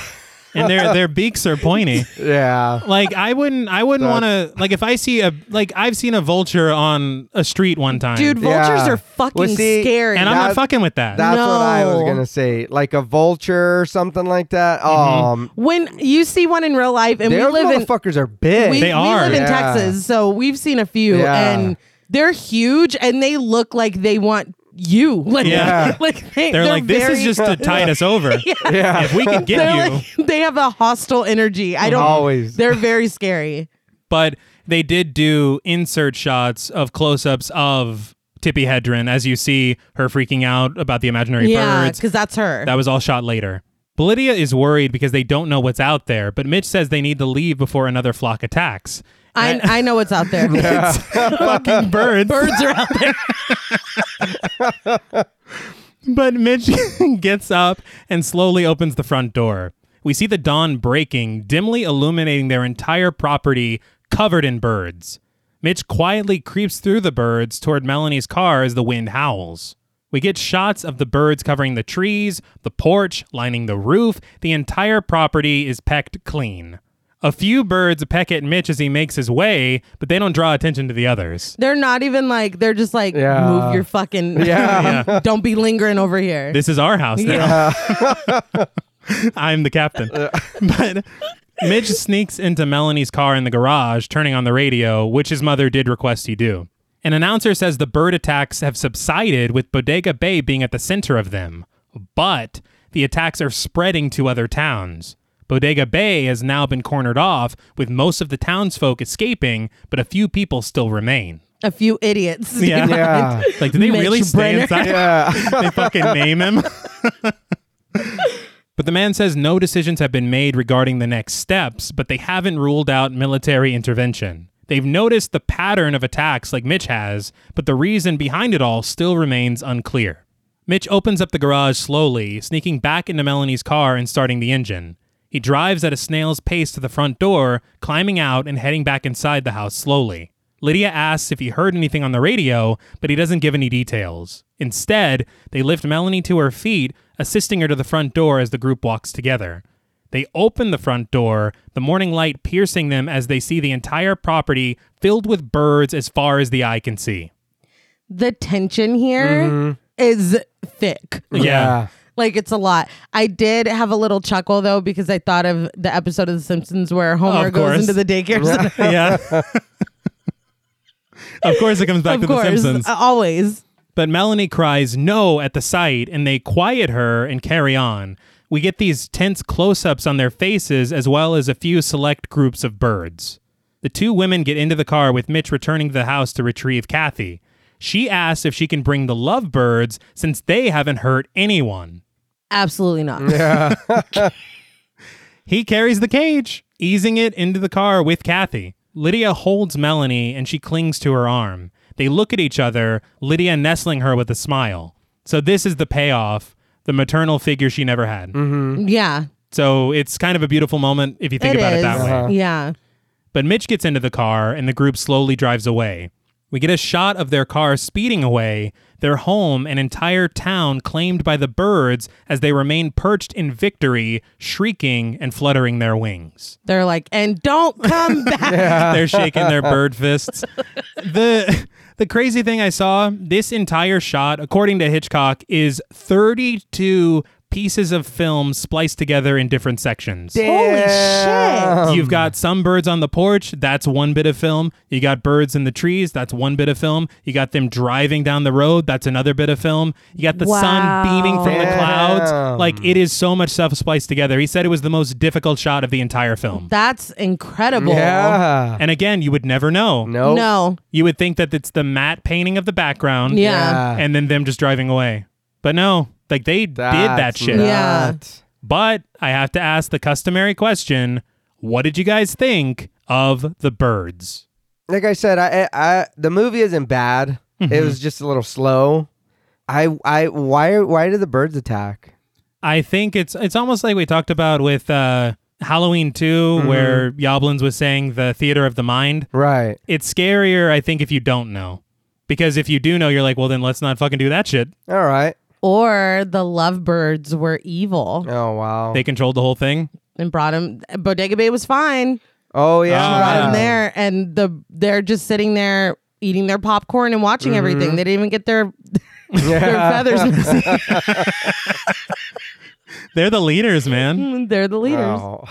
and their their beaks are pointy. Yeah. Like I wouldn't I wouldn't want to like if I see a like I've seen a vulture on a street one time. Dude, vultures Yeah. are fucking Well, see, scary. and I'm that- not fucking with that. That's what I was No. gonna say. Like a vulture or something like that. Um when you see one in real life, and Mm-hmm. we their live in motherfuckers are big. we, They we are. live in Yeah. Texas, so we've seen a few, Yeah. and they're huge, and they look like they want you. Like, Yeah. like they, they're, like this very- is just to tide us over. yeah. If we can get They're you, like, they have a hostile energy. I don't Always. They're very scary. but they did do insert shots of close-ups of Tippi Hedren as you see her freaking out about the imaginary yeah, birds. because that's her. That was all shot later. Lydia is worried because they don't know what's out there, but Mitch says they need to leave before another flock attacks. I, I know what's out there. Fucking birds. Birds are out there. But Mitch gets up and slowly opens the front door. We see the dawn breaking, dimly illuminating their entire property covered in birds. Mitch quietly creeps through the birds toward Melanie's car as the wind howls. We get shots of the birds covering the trees, the porch, lining the roof. The entire property is pecked clean. A few birds peck at Mitch as he makes his way, but they don't draw attention to the others. They're not even like, they're just like, Yeah. move your fucking. Yeah. Don't be lingering over here. This is our house now. yeah. I'm the captain. but Midge sneaks into Melanie's car in the garage, turning on the radio, which his mother did request he do. An announcer says the bird attacks have subsided, with Bodega Bay being at the center of them. But the attacks are spreading to other towns. Bodega Bay has now been cornered off, with most of the townsfolk escaping, but a few people still remain. a few idiots. Yeah. Yeah. Like, do they Mitch really stay Brenner. inside? yeah. they fucking name him. but the man says no decisions have been made regarding the next steps, but they haven't ruled out military intervention. They've noticed the pattern of attacks like Mitch has, but the reason behind it all still remains unclear. Mitch opens up the garage slowly, sneaking back into Melanie's car and starting the engine. He drives at a snail's pace to the front door, climbing out and heading back inside the house slowly. Lydia asks if he heard anything on the radio, but he doesn't give any details. Instead, they lift Melanie to her feet, assisting her to the front door as the group walks together. They open the front door, the morning light piercing them as they see the entire property filled with birds as far as the eye can see. The tension Mm-hmm. here is thick. Yeah. Like it's a lot. I did have a little chuckle though because I thought of the episode of The Simpsons where Homer Of goes course. into the daycare center. Yeah. of course, it comes back of to The course, Simpsons. uh, always. But Melanie cries no at the sight, and they quiet her and carry on. We get these tense close ups on their faces, as well as a few select groups of birds. The two women get into the car with Mitch returning to the house to retrieve Kathy. She asks if she can bring the lovebirds since they haven't hurt anyone. Absolutely not. He carries the cage, easing it into the car with Kathy. Lydia holds Melanie and she clings to her arm. They look at each other, Lydia nestling her with a smile. So, this is the payoff the maternal figure she never had. Mm-hmm. Yeah. So, it's kind of a beautiful moment if you think it about is. Uh-huh. it that way. Yeah. But Mitch gets into the car and the group slowly drives away. We get a shot of their car speeding away, their home, an entire town claimed by the birds as they remain perched in victory, shrieking and fluttering their wings. They're like, and don't come back. They're shaking their bird fists. The the crazy thing I saw, this entire shot, according to Hitchcock, is 32 pieces of film spliced together in different sections. Holy You've got some birds on the porch, that's one bit of film. You got birds in the trees, that's one bit of film. You got them driving down the road, that's another bit of film. You got the sun Wow. beaming from the Damn. clouds. Like it is so much stuff spliced together. He said it was the most difficult shot of the entire film. That's incredible. Yeah. And again, you would never know. No. No. You would think that it's the matte painting of the background. Yeah. And then them just driving away. But no, like they did that That's shit. nuts. not- But I have to ask the customary question what did you guys think of the birds? Like I said, I, I, I the movie isn't bad. Mm-hmm. It was just a little slow. I, I, why, why do the birds attack? I think it's it's almost like we talked about with uh Halloween 2 where Yoblins was saying the theater of the mind. Right. It's scarier I think if you don't know. Because if you do know you're like, well then let's not fucking do that shit. All right. Or the lovebirds were evil. Oh wow. Oh. They controlled the whole thing. and brought him. Bodega Bay was fine. Brought Oh Oh, yeah. him there, and the they're just sitting there eating their popcorn and watching everything. They didn't even get their their feathers. messy. They're the leaders, man. Mm, they're the leaders. Oh.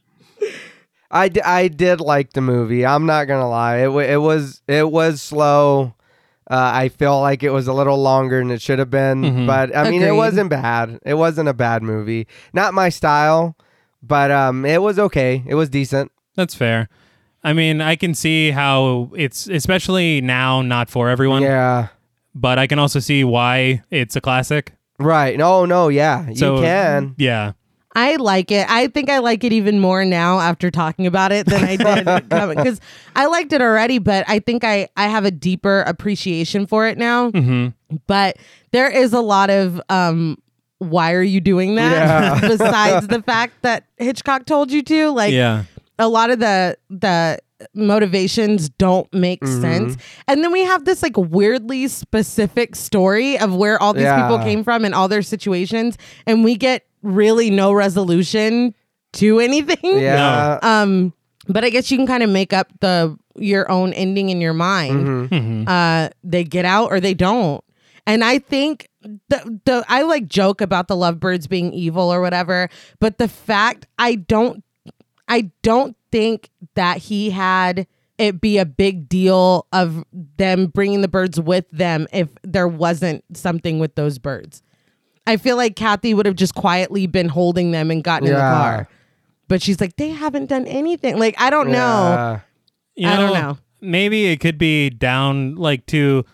I, d- I did like the movie. I'm not gonna lie. It wa it was it was slow. Uh, I feel like it was a little longer than it should have been, but I mean, it Agreed. wasn't bad. It wasn't a bad movie. Not my style, but um, it was okay. It was decent. That's fair. I mean, I can see how it's especially now not for everyone, Yeah. but I can also see why it's a classic. Right. No. No. Yeah. So- you can. Yeah. I like it. I think I like it even more now after talking about it than I did because I liked it already, but I think I I have a deeper appreciation for it now. But there is a lot of um, why are you doing that? Besides the fact that Hitchcock told you to, like, Yeah. a lot of the the motivations don't make Mm-hmm. sense and then we have this like weirdly specific story of where all these people Yeah. came from and all their situations and we get really no resolution to anything Yeah. um but i guess you can kind of make up the your own ending in your mind uh they get out or they don't and i think the, the i like joke about the lovebirds being evil or whatever but the fact i don't i don't think that he had it be a big deal of them bringing the birds with them if there wasn't something with those birds i feel like kathy would have just quietly been holding them and gotten in the Yeah. car but she's like they haven't done anything like i don't know Yeah. You I don't know. Maybe it could be down like to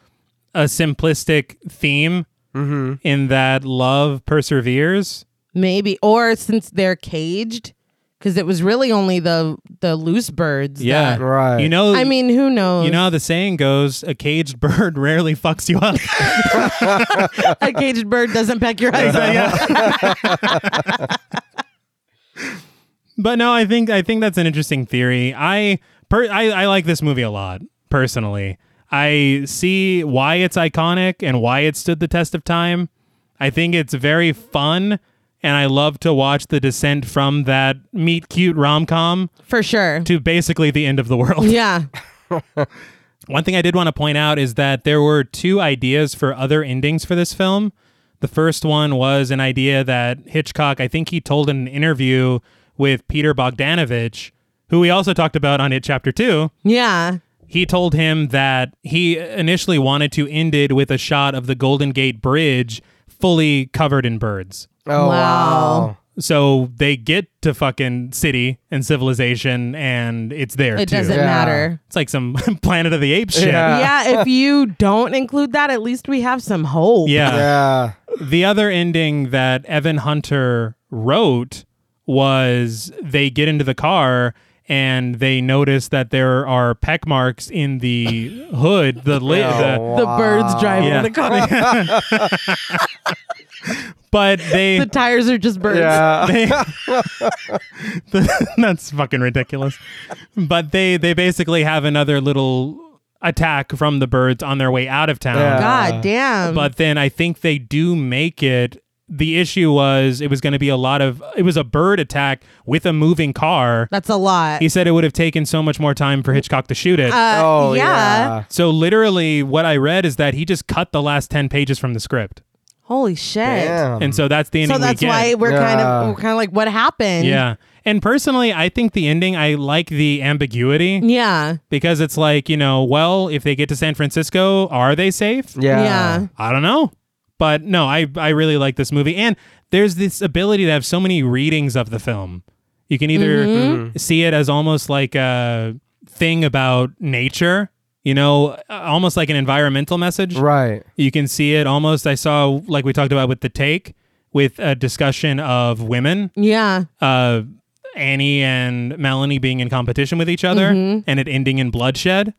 a simplistic theme Mm-hmm. in that love perseveres. Maybe, or since they're caged, because it was really only the the loose birds. Yeah. that- Right. You know, I mean, who knows? you know how the saying goes, a caged bird rarely fucks you up. a caged bird doesn't peck your eyes out. But no, I think I think that's an interesting theory. I per, I, I like this movie a lot personally. I see why it's iconic and why it stood the test of time. I think it's very fun, and I love to watch the descent from that meet cute rom com for sure. to basically the end of the world. Yeah, One thing I did want to point out is that there were two ideas for other endings for this film. The first one was an idea that Hitchcock, I think he told in an interview with Peter Bogdanovich, who we also talked about on It Chapter 2. yeah. He told him that he initially wanted to end it with a shot of the Golden Gate Bridge fully covered in birds. Oh Wow. wow. So they get to fucking city and civilization and it's there It too. doesn't Yeah. matter. It's like some Planet of the Apes shit. Yeah. yeah, if you don't include that, at least we have some hope. yeah. Yeah. The other ending that Evan Hunter wrote was they get into the car and they notice that there are peck marks in the hood, the lid. Oh, the birds driving Yeah. the car. but they, the tires are just birds. Yeah. they that's fucking ridiculous. But they they basically have another little attack from the birds on their way out of town. Yeah. God damn. but then I think they do make it. The issue was it was going to be a lot of it was a bird attack with a moving car. that's a lot. He said it would have taken so much more time for Hitchcock to shoot it. Uh, oh yeah. yeah. so literally what I read is that he just cut the last 10 pages from the script. Holy shit. Damn. And so that's the ending So that's we get. why we're kind Yeah. of we're kind of like what happened. yeah. And personally, I think the ending I like the Mm. ambiguity Yeah. because it's like, you know, well, if they get to San Francisco, are they safe? yeah. yeah. I don't know. But no, I, I really like this movie. And there's this ability to have so many readings of the film. You can either see it as almost like a thing about nature, you know, uh, almost like an environmental message. Right. You can see it almost, I saw, like we talked about with The Take, with a discussion of women, Yeah. uh, Annie and Melanie being in competition with each other and it ending in bloodshed.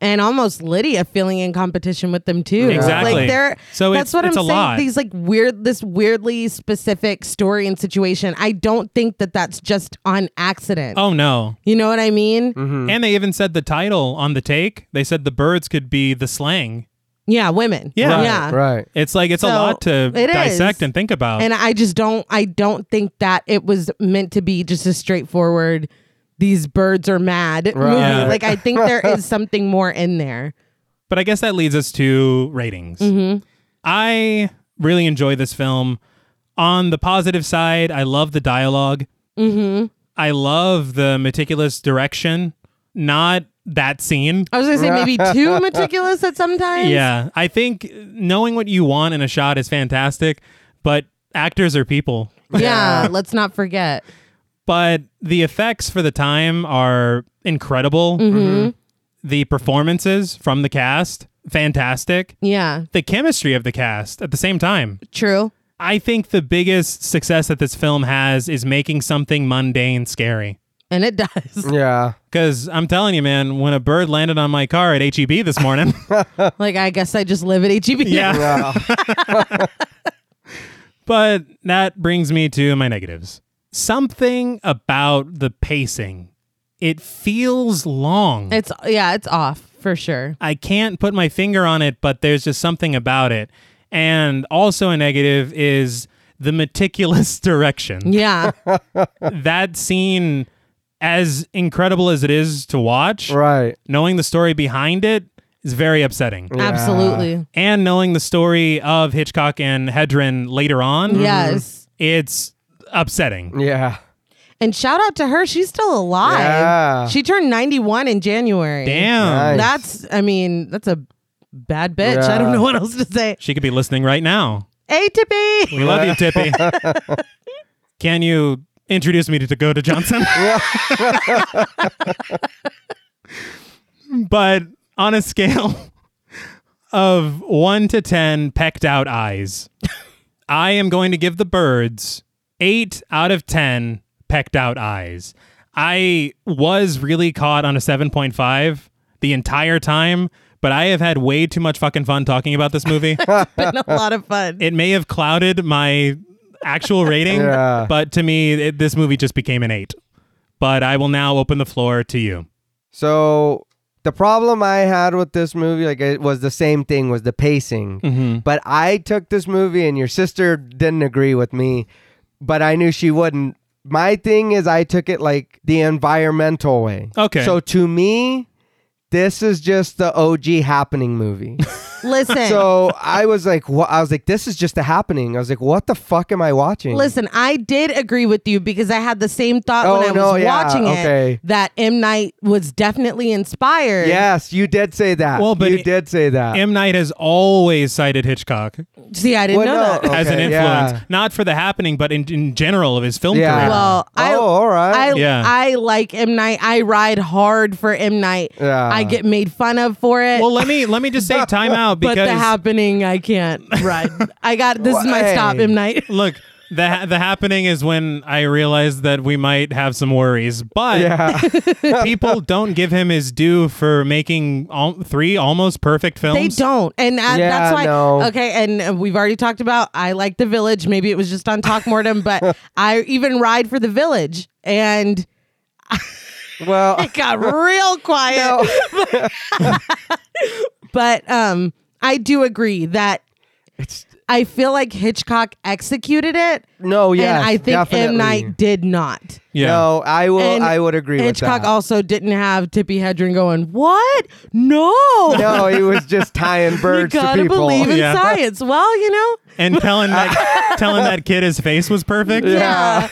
and almost Lydia feeling in competition with them too. Exactly. Like they're So so it's- that's what it's I'm a saying. lot. These like weird, this weirdly specific story and situation. I don't think that that's just on accident. Oh, no. You know what I mean? Mm-hmm. And they even said the title on the take. They said the birds could be the slang Yeah, women. Yeah. Right, yeah. Right. It's like it's a So, lot to it dissect is. and think about. And I just don't I don't think that it was meant to be just a straightforward these birds are mad movie. Yeah. Like I think there is something more in there. But I guess that leads us to ratings. Mm-hmm. I really enjoy this film. On the positive side, I love the dialog Mm-hmm. I love the meticulous direction, not that scene. I was gonna say maybe too meticulous at sometimes. Yeah, I think knowing what you want in a shot is fantastic, but actors are people. Yeah, let's not forget. But the effects for the time are incredible. The performances from the cast, fantastic. Yeah. The chemistry of the cast at the same time. True. I think the biggest success that this film has is making something mundane scary. And it does. Yeah. Because I'm telling you, man, when a bird landed on my car at HEB this morning, like I guess I just live at E HEB. yeah. Yeah. But that brings me to my negatives. Something about the pacing, it feels long. It's yeah, it's off for sure. I can't put my finger on it, but there's just something about it. And also, a negative is the meticulous direction. Yeah. that scene, as incredible as it is to watch, right. knowing the story behind it is very upsetting. Absolutely. And knowing the story of Hitchcock and Hedren later Mm-hmm. on, Yes. it's upsetting. Yeah. And shout out to her. She's still alive. Yeah. She turned 91 in January. Damn. Nice. That's, I mean, that's a bad bitch. I don't Yeah. know what else to say. She could be listening right now. A to B. We love you, Tippy. Can you introduce me to Dakota Johnson? but on a scale of one to 10 pecked out eyes, I am going to give the birds eight out of 10 pecked out eyes. I was really caught on a 7.5 the entire time, but I have had way too much fucking fun talking about this movie Been a lot of fun. it may have clouded my actual rating, Yeah. but to me, it, this movie just became an eight. But I will now open the floor to you. So the problem I had with this movie, like it was the same thing, was the pacing. But I took this movie, and your sister didn't agree with me, but I knew she wouldn't. My thing is, I took it like the environmental way. Okay. So to me, this is just the OG happening movie. Listen, so I was like, wha- I was like, this is just the happening. I was like, what the fuck am I watching? listen, I did agree with you because I had the same thought when Oh, I no, was yeah, watching it okay. that M. Night was definitely inspired. Yes, you did say that. Well, but you it- did say that. M. Night has always cited Hitchcock See, I didn't Well, know no, Oh, that. as an Okay, influence, yeah. not for the happening, but in, in general of his film Yeah. career. Well, I, Oh, all right. I, Yeah. I like M. Night. I ride hard for M. Night. Yeah. I get made fun of for it. Well, let me let me just say time out but because the happening, I can't ride. I got this is my Why? stop, M. Night. look, the ha- the happening is when I realized that we might have some worries, but yeah. people don't give him his due for making all, three almost perfect films. They don't, and I, Yeah, that's why. no. Okay, and uh, we've already talked about. I like the village. Maybe it was just on Talk Mortem, but I even ride for the village, and well, it got real quiet. but um, I do agree that it's I feel like Hitchcock executed it, no. Yeah. and I think M Night did not. Yeah. No, I will. And I would agree Hitchcock with that. also didn't have Tippy Hedren going, "What? No." no, he was just tying You birds to gotta people. believe in Yeah. science. Well, you know, and telling that telling that kid his face was perfect. yeah.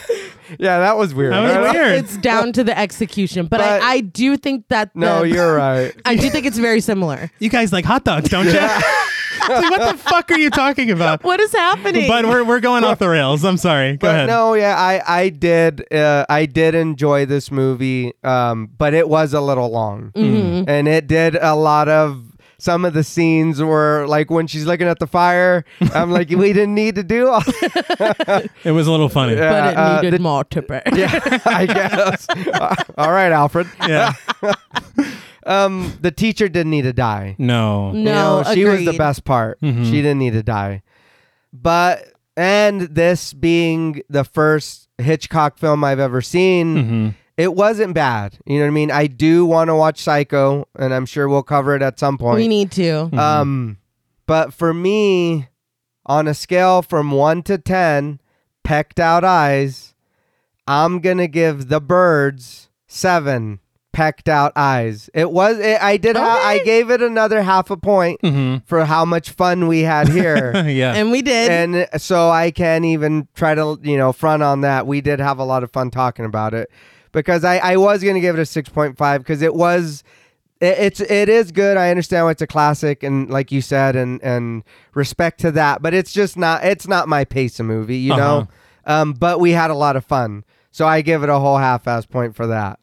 yeah, that was weird. That was I don't- weird. it's down to the execution. But, But- I, I do think that the, No, you're right. I do think it's very similar. You guys like hot dogs, don't you? It's like, what the fuck are you talking about? What is happening? But we're, we're going off the rails. I'm sorry. Go But ahead. no, yeah, I I did uh, I did enjoy this movie, um, but it was a little long, Mm-hmm. and it did a lot of. Some of the scenes were like when she's looking at the fire. I'm like, we didn't need to do all. It was a little funny. Yeah. but it uh, uh, needed more Tipper. yeah, I guess. all right, Alfred. Um, the teacher didn't need to die. No. You No, know, she was the agreed. best part. She didn't need to die. But and this being the first Hitchcock film I've ever seen, Mm-hmm. it wasn't bad. You know what I mean? I do want to watch Psycho, and I'm sure we'll cover it at some point. We need to. um, But for me, on a scale from one to 10, pecked out eyes, I'm going to give the birds seven pecked out eyes. It was, it, I did, ha- I gave it another half a point for how much fun we had here. yeah. And we did. and so I can't even try to, you know, front on that. We did have a lot of fun talking about it because I, I was going to give it a 6.5 because it was. It, it's it is good. I understand why it's a classic, and like you said, and and respect to that. But it's just not it's not my pace of movie, you know. Um, but we had a lot of fun, so I give it a whole half-ass point for that.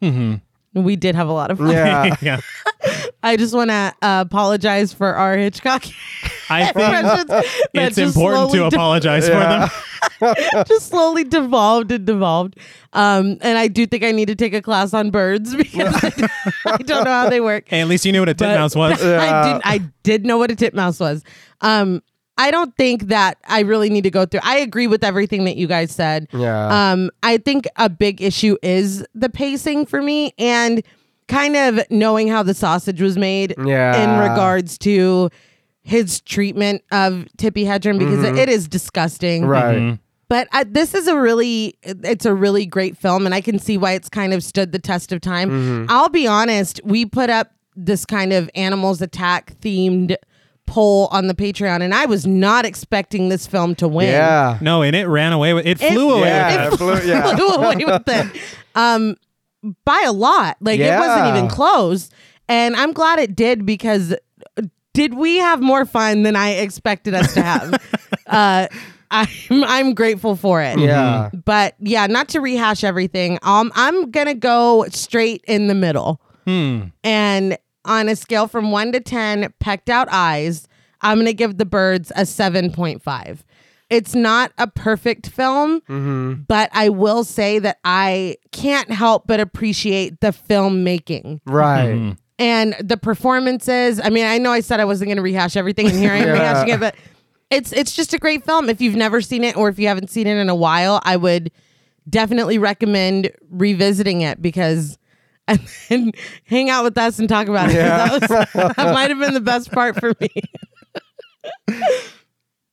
we did have a lot of fun. Yeah, yeah. I just want to uh, apologize for our Hitchcock. I think impressions that it's just important to slowly de- apologize for them. just slowly devolved and devolved. Um, and I do think I need to take a class on birds because I, d- I don't know how they work. Hey, at least you knew what a titmouse was. I did. I did know what a titmouse was. Um, I don't think that I really need to go through. I agree with everything that you guys said. Yeah. Um, I think a big issue is the pacing for me and kind of knowing how the sausage was made. Yeah. In regards to his treatment of Tippy Hedren because it is disgusting. Mm-hmm. right. But I, this is a really, it's a really great film, and I can see why it's kind of stood the test of time. Mm-hmm. I'll be honest, we put up this kind of animals attack themed poll on the Patreon, and I was not expecting this film to win. Yeah. No, and it ran away with it It- flew away with Yeah, it it flew- flew, yeah. flew away with it. Um, by a lot. Like it Yeah. wasn't even close, and I'm glad it did because did we have more fun than I expected us to have? uh, I'm I'm grateful for it. Yeah. But yeah, not to rehash everything. Um, I'm gonna go straight in the middle, and on a scale from one to ten, pecked out eyes, I'm gonna give the birds a seven point five. It's not a perfect film, but I will say that I can't help but appreciate the filmmaking Right. Mm-hmm. and the performances. I mean, I know I said I wasn't going to rehash everything, and here I am Yeah. rehashing it. But it's it's just a great film. If you've never seen it, or if you haven't seen it in a while, I would definitely recommend revisiting it because and then hang out with us and talk about it. 'Cause That, was, that might have been the best part for me.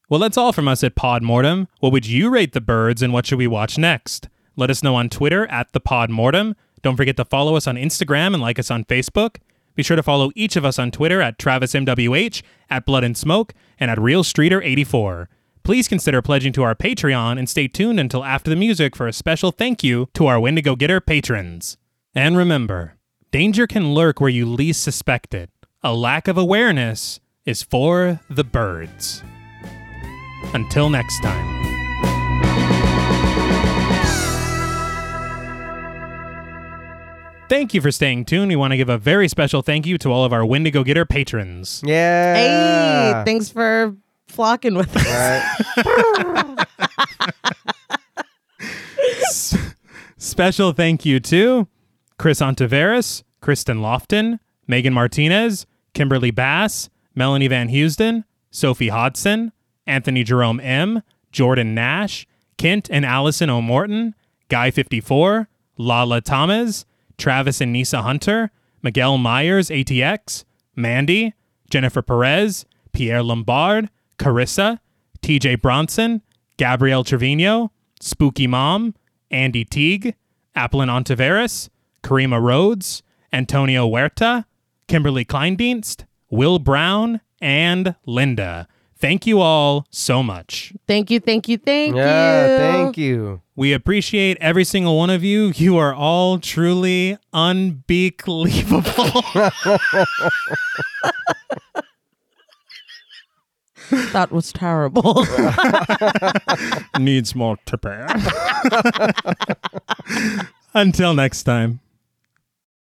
Well, that's all from us at Podmortem. What would you rate the birds and what should we watch next? Let us know on Twitter at the Podmortem. Don't forget to follow us on Instagram and like us on Facebook. Be sure to follow each of us on Twitter at TravisMWH, at Blood and Smoke, and at RealStreeter84. Please consider pledging to our Patreon and stay tuned until after the music for a special thank you to our Wendigo Getter patrons. And remember, danger can lurk where you least suspect it. A lack of awareness is for the birds. Until next time. Thank you for staying tuned. We want to give a very special thank you to all of our Wendigo Getter patrons. Yeah. Hey, thanks for flocking with us. Special thank you to Chris Ontiveros, Kristen Lofton, Megan Martinez, Kimberly Bass, Melanie Van Houston, Sophie Hodson, Anthony Jerome M, Jordan Nash, Kent and Allison O'Morton, Guy54, Lala Thomas, Travis and Nisa Hunter, Miguel Myers ATX, Mandy, Jennifer Perez, Pierre Lombard, Carissa, TJ Bronson, Gabrielle Trevino, Spooky Mom, Andy Teague, Applin Ontiveros, Karima Rhodes, Antonio Huerta, Kimberly Kleindienst, Will Brown, and Linda. Thank you all so much. Thank you, thank you, thank yeah. you. Thank you. We appreciate every single one of you. You are all truly unbelievable. That was terrible. Needs more to prepare. Until next time.